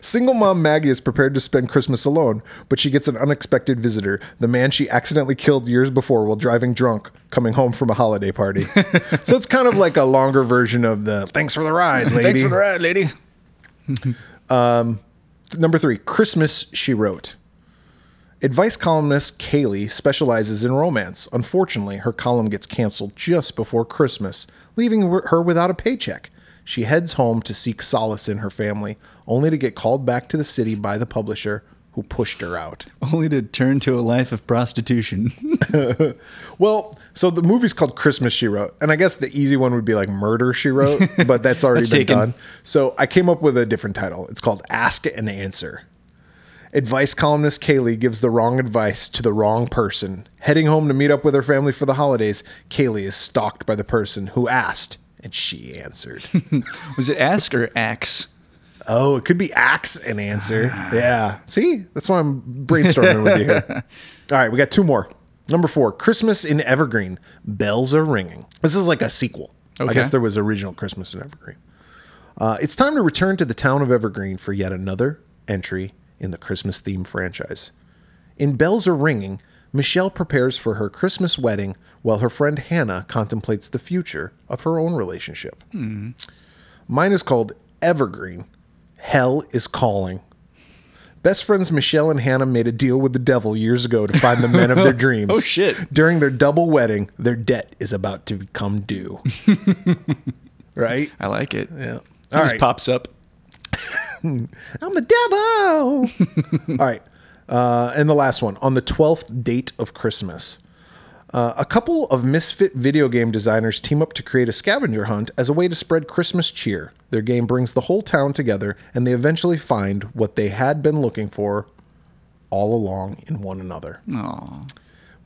[SPEAKER 3] Single mom Maggie is prepared to spend Christmas alone, but she gets an unexpected visitor, the man she accidentally killed years before while driving drunk, coming home from a holiday
[SPEAKER 2] *laughs*
[SPEAKER 3] party. so it's kind of like a longer version of the thanks for the ride, lady. Um,
[SPEAKER 2] Thanks for the ride,
[SPEAKER 3] *laughs*
[SPEAKER 2] lady.
[SPEAKER 3] Number three, Christmas She Wrote. Advice columnist Kaylee specializes in romance. Unfortunately, her column gets canceled just before Christmas, leaving her without a paycheck. She heads home to seek solace in her family, only to get called back to the city by the publisher who pushed her out.
[SPEAKER 2] Only to turn to a life of prostitution.
[SPEAKER 3] Well, so the movie's called Christmas She Wrote, and I guess the easy one would be like Murder
[SPEAKER 2] *laughs*
[SPEAKER 3] She Wrote, but that's already
[SPEAKER 2] That's
[SPEAKER 3] been
[SPEAKER 2] taken.
[SPEAKER 3] done. So I came up with a different title. It's called Ask and Answer. Advice columnist Kaylee gives the wrong advice to the wrong person. Heading home to meet up with her family for the holidays, Kaylee is stalked by the person who asked and she answered.
[SPEAKER 2] Was it ask or axe?
[SPEAKER 3] oh, it could be axe and answer. yeah. See, that's why I'm brainstorming with you here. All right, we got two more. Number four, Christmas in Evergreen. Bells are ringing. This is like a sequel. I
[SPEAKER 2] Okay.
[SPEAKER 3] guess there was original Christmas in Evergreen. Uh, it's time to return to the town of Evergreen for yet another entry in the Christmas theme franchise. In Bells Are Ringing, Michelle prepares for her Christmas wedding while her friend Hannah contemplates the future of her own relationship. Mine is called Evergreen. Hell is calling. Best friends Michelle and Hannah made a deal with the devil years ago to find the men of
[SPEAKER 2] *laughs*
[SPEAKER 3] their dreams.
[SPEAKER 2] Oh, shit.
[SPEAKER 3] During their double wedding, their debt is about to
[SPEAKER 2] *laughs*
[SPEAKER 3] become due. right?
[SPEAKER 2] I like it.
[SPEAKER 3] Yeah.
[SPEAKER 2] It
[SPEAKER 3] All
[SPEAKER 2] just
[SPEAKER 3] right.
[SPEAKER 2] pops up.
[SPEAKER 3] I'm a devil. All right. Uh, and the last one on the 12th date of Christmas. Uh, a couple of misfit video game designers team up to create a scavenger hunt as a way to spread Christmas cheer. Their game brings the whole town together, and they eventually find what they had been looking for all along in one another.
[SPEAKER 2] Oh.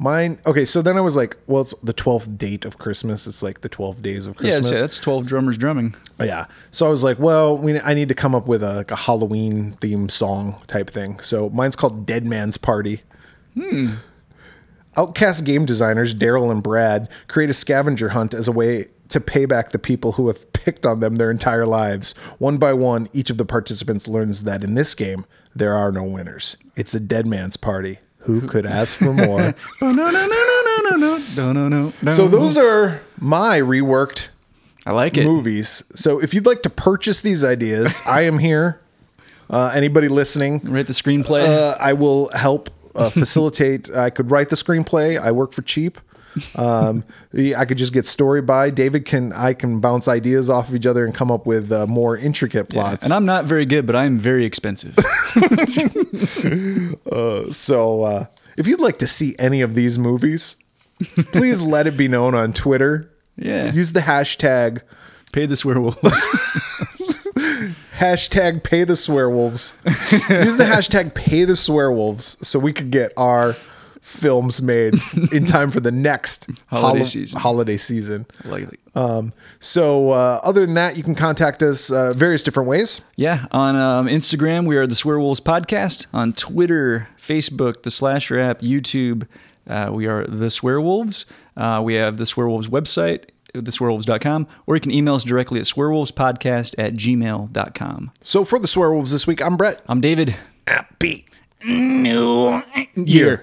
[SPEAKER 3] Mine. Okay, so then I was like, well, it's the 12th date of Christmas. It's like the 12 days of
[SPEAKER 2] Yeah,
[SPEAKER 3] Christmas.
[SPEAKER 2] so that's 12 drummers
[SPEAKER 3] *laughs*
[SPEAKER 2] drumming.
[SPEAKER 3] Yeah. So I was like, well, we, I need to come up with a, like a Halloween theme song type thing. So mine's called Dead Man's Party. Outcast game designers Daryl and Brad create a scavenger hunt as a way to pay back the people who have picked on them their entire lives. One by one, each of the participants learns that in this game, there are no winners. It's a dead man's party. Who could ask for more?
[SPEAKER 2] No, no, no, no, no, no, no, no, no, no, no.
[SPEAKER 3] so those are my reworked
[SPEAKER 2] I like it.
[SPEAKER 3] movies. So if you'd like to purchase these ideas, I
[SPEAKER 2] *laughs*
[SPEAKER 3] am here. Uh, anybody listening,
[SPEAKER 2] Write the screenplay.
[SPEAKER 3] uh, I will help
[SPEAKER 2] *laughs*
[SPEAKER 3] uh, facilitate. I could write the screenplay. I work for cheap. Um, yeah, I could just get story by David. Can I can bounce ideas off of each other and come up with uh, more intricate plots.
[SPEAKER 2] and I'm not very good, but I'm very
[SPEAKER 3] *laughs*
[SPEAKER 2] expensive.
[SPEAKER 3] so uh, if you'd like to see any of
[SPEAKER 2] *laughs*
[SPEAKER 3] these movies, please let it be known on Twitter.
[SPEAKER 2] Yeah.
[SPEAKER 3] Use the hashtag
[SPEAKER 2] Pay the werewolves.
[SPEAKER 3] Hashtag pay the swearwolves. Use the hashtag pay the swearwolves so we could get our films made in time for the next
[SPEAKER 2] *laughs* Holiday
[SPEAKER 3] holo-
[SPEAKER 2] season.
[SPEAKER 3] Holiday season.
[SPEAKER 2] *laughs* like,
[SPEAKER 3] So, uh, other than that, you can contact us uh, various different ways.
[SPEAKER 2] yeah, on um, Instagram, we are the Swearwolves Podcast. On Twitter, Facebook, the Slasher app, YouTube, uh, we are the Swearwolves. Uh, we have the Swearwolves website, theswearwolves.com, or you can email us directly at swearwolvespodcast at gmail.com.
[SPEAKER 3] So, for the swearwolves this week, I'm Brett.
[SPEAKER 2] I'm David.
[SPEAKER 5] Happy New
[SPEAKER 3] Year.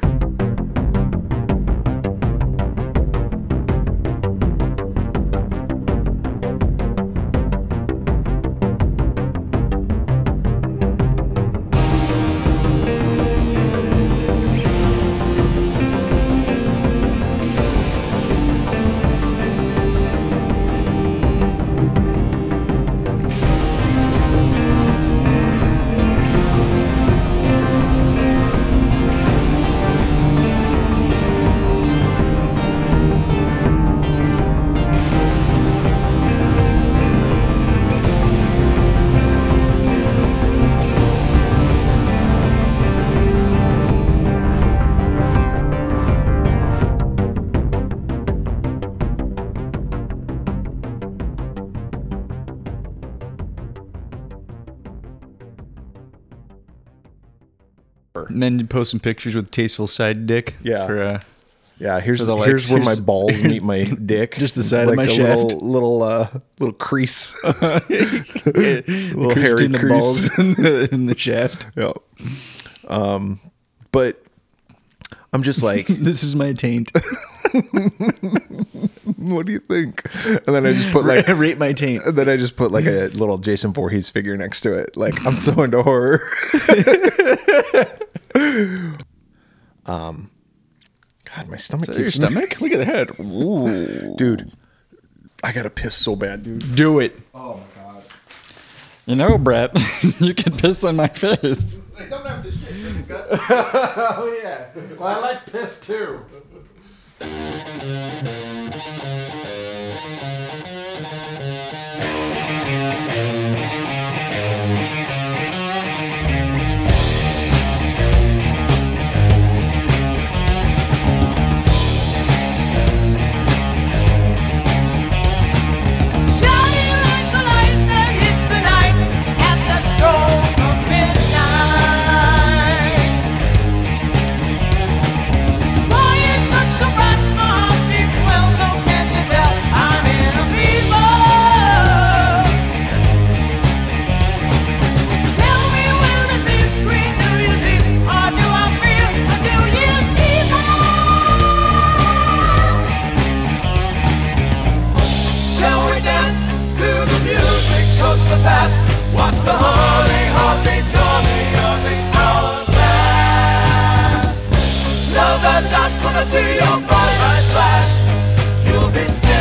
[SPEAKER 2] And then post some pictures with tasteful side dick.
[SPEAKER 3] Yeah.
[SPEAKER 2] For, uh,
[SPEAKER 3] Yeah, here's
[SPEAKER 2] For the
[SPEAKER 3] here's
[SPEAKER 2] likes.
[SPEAKER 3] where my
[SPEAKER 2] Here's- *laughs*
[SPEAKER 3] balls meet my dick.
[SPEAKER 2] Just the
[SPEAKER 3] It's
[SPEAKER 2] side of my
[SPEAKER 3] a
[SPEAKER 2] shaft.
[SPEAKER 3] Little little, uh,
[SPEAKER 2] *laughs*
[SPEAKER 3] little crease.
[SPEAKER 2] little
[SPEAKER 3] hairy
[SPEAKER 2] between the
[SPEAKER 3] crease.
[SPEAKER 2] balls *laughs* in the, in the shaft.
[SPEAKER 3] yeah. Um, but I'm
[SPEAKER 2] *laughs*
[SPEAKER 3] just like,
[SPEAKER 2] This is my *laughs* taint.
[SPEAKER 3] what do you think? And then I just put like
[SPEAKER 2] Rate my taint.
[SPEAKER 3] And then I just put like a little Jason Voorhees figure next to it. Like I'm so into horror. um, Um, God, my stomach
[SPEAKER 2] Your
[SPEAKER 3] keeps
[SPEAKER 2] stomach? Look at that.
[SPEAKER 3] dude. I gotta piss so bad, dude.
[SPEAKER 2] Do it. Oh my god. You know, Brett, *laughs* you can piss on my face.
[SPEAKER 6] Shining like the light that hits the night at the stroke of midnight. Boy, it's such a bright my heart beats swells. Oh, can't you tell I'm in a fever? Tell me, will it be sweet New Year's Eve, or do I feel a New Year's Eve? Shall we dance to the music, toast the past? Watch the holly, holly, jolly of the hourglass. Love and lust when I see your body light flash. You'll be spinning.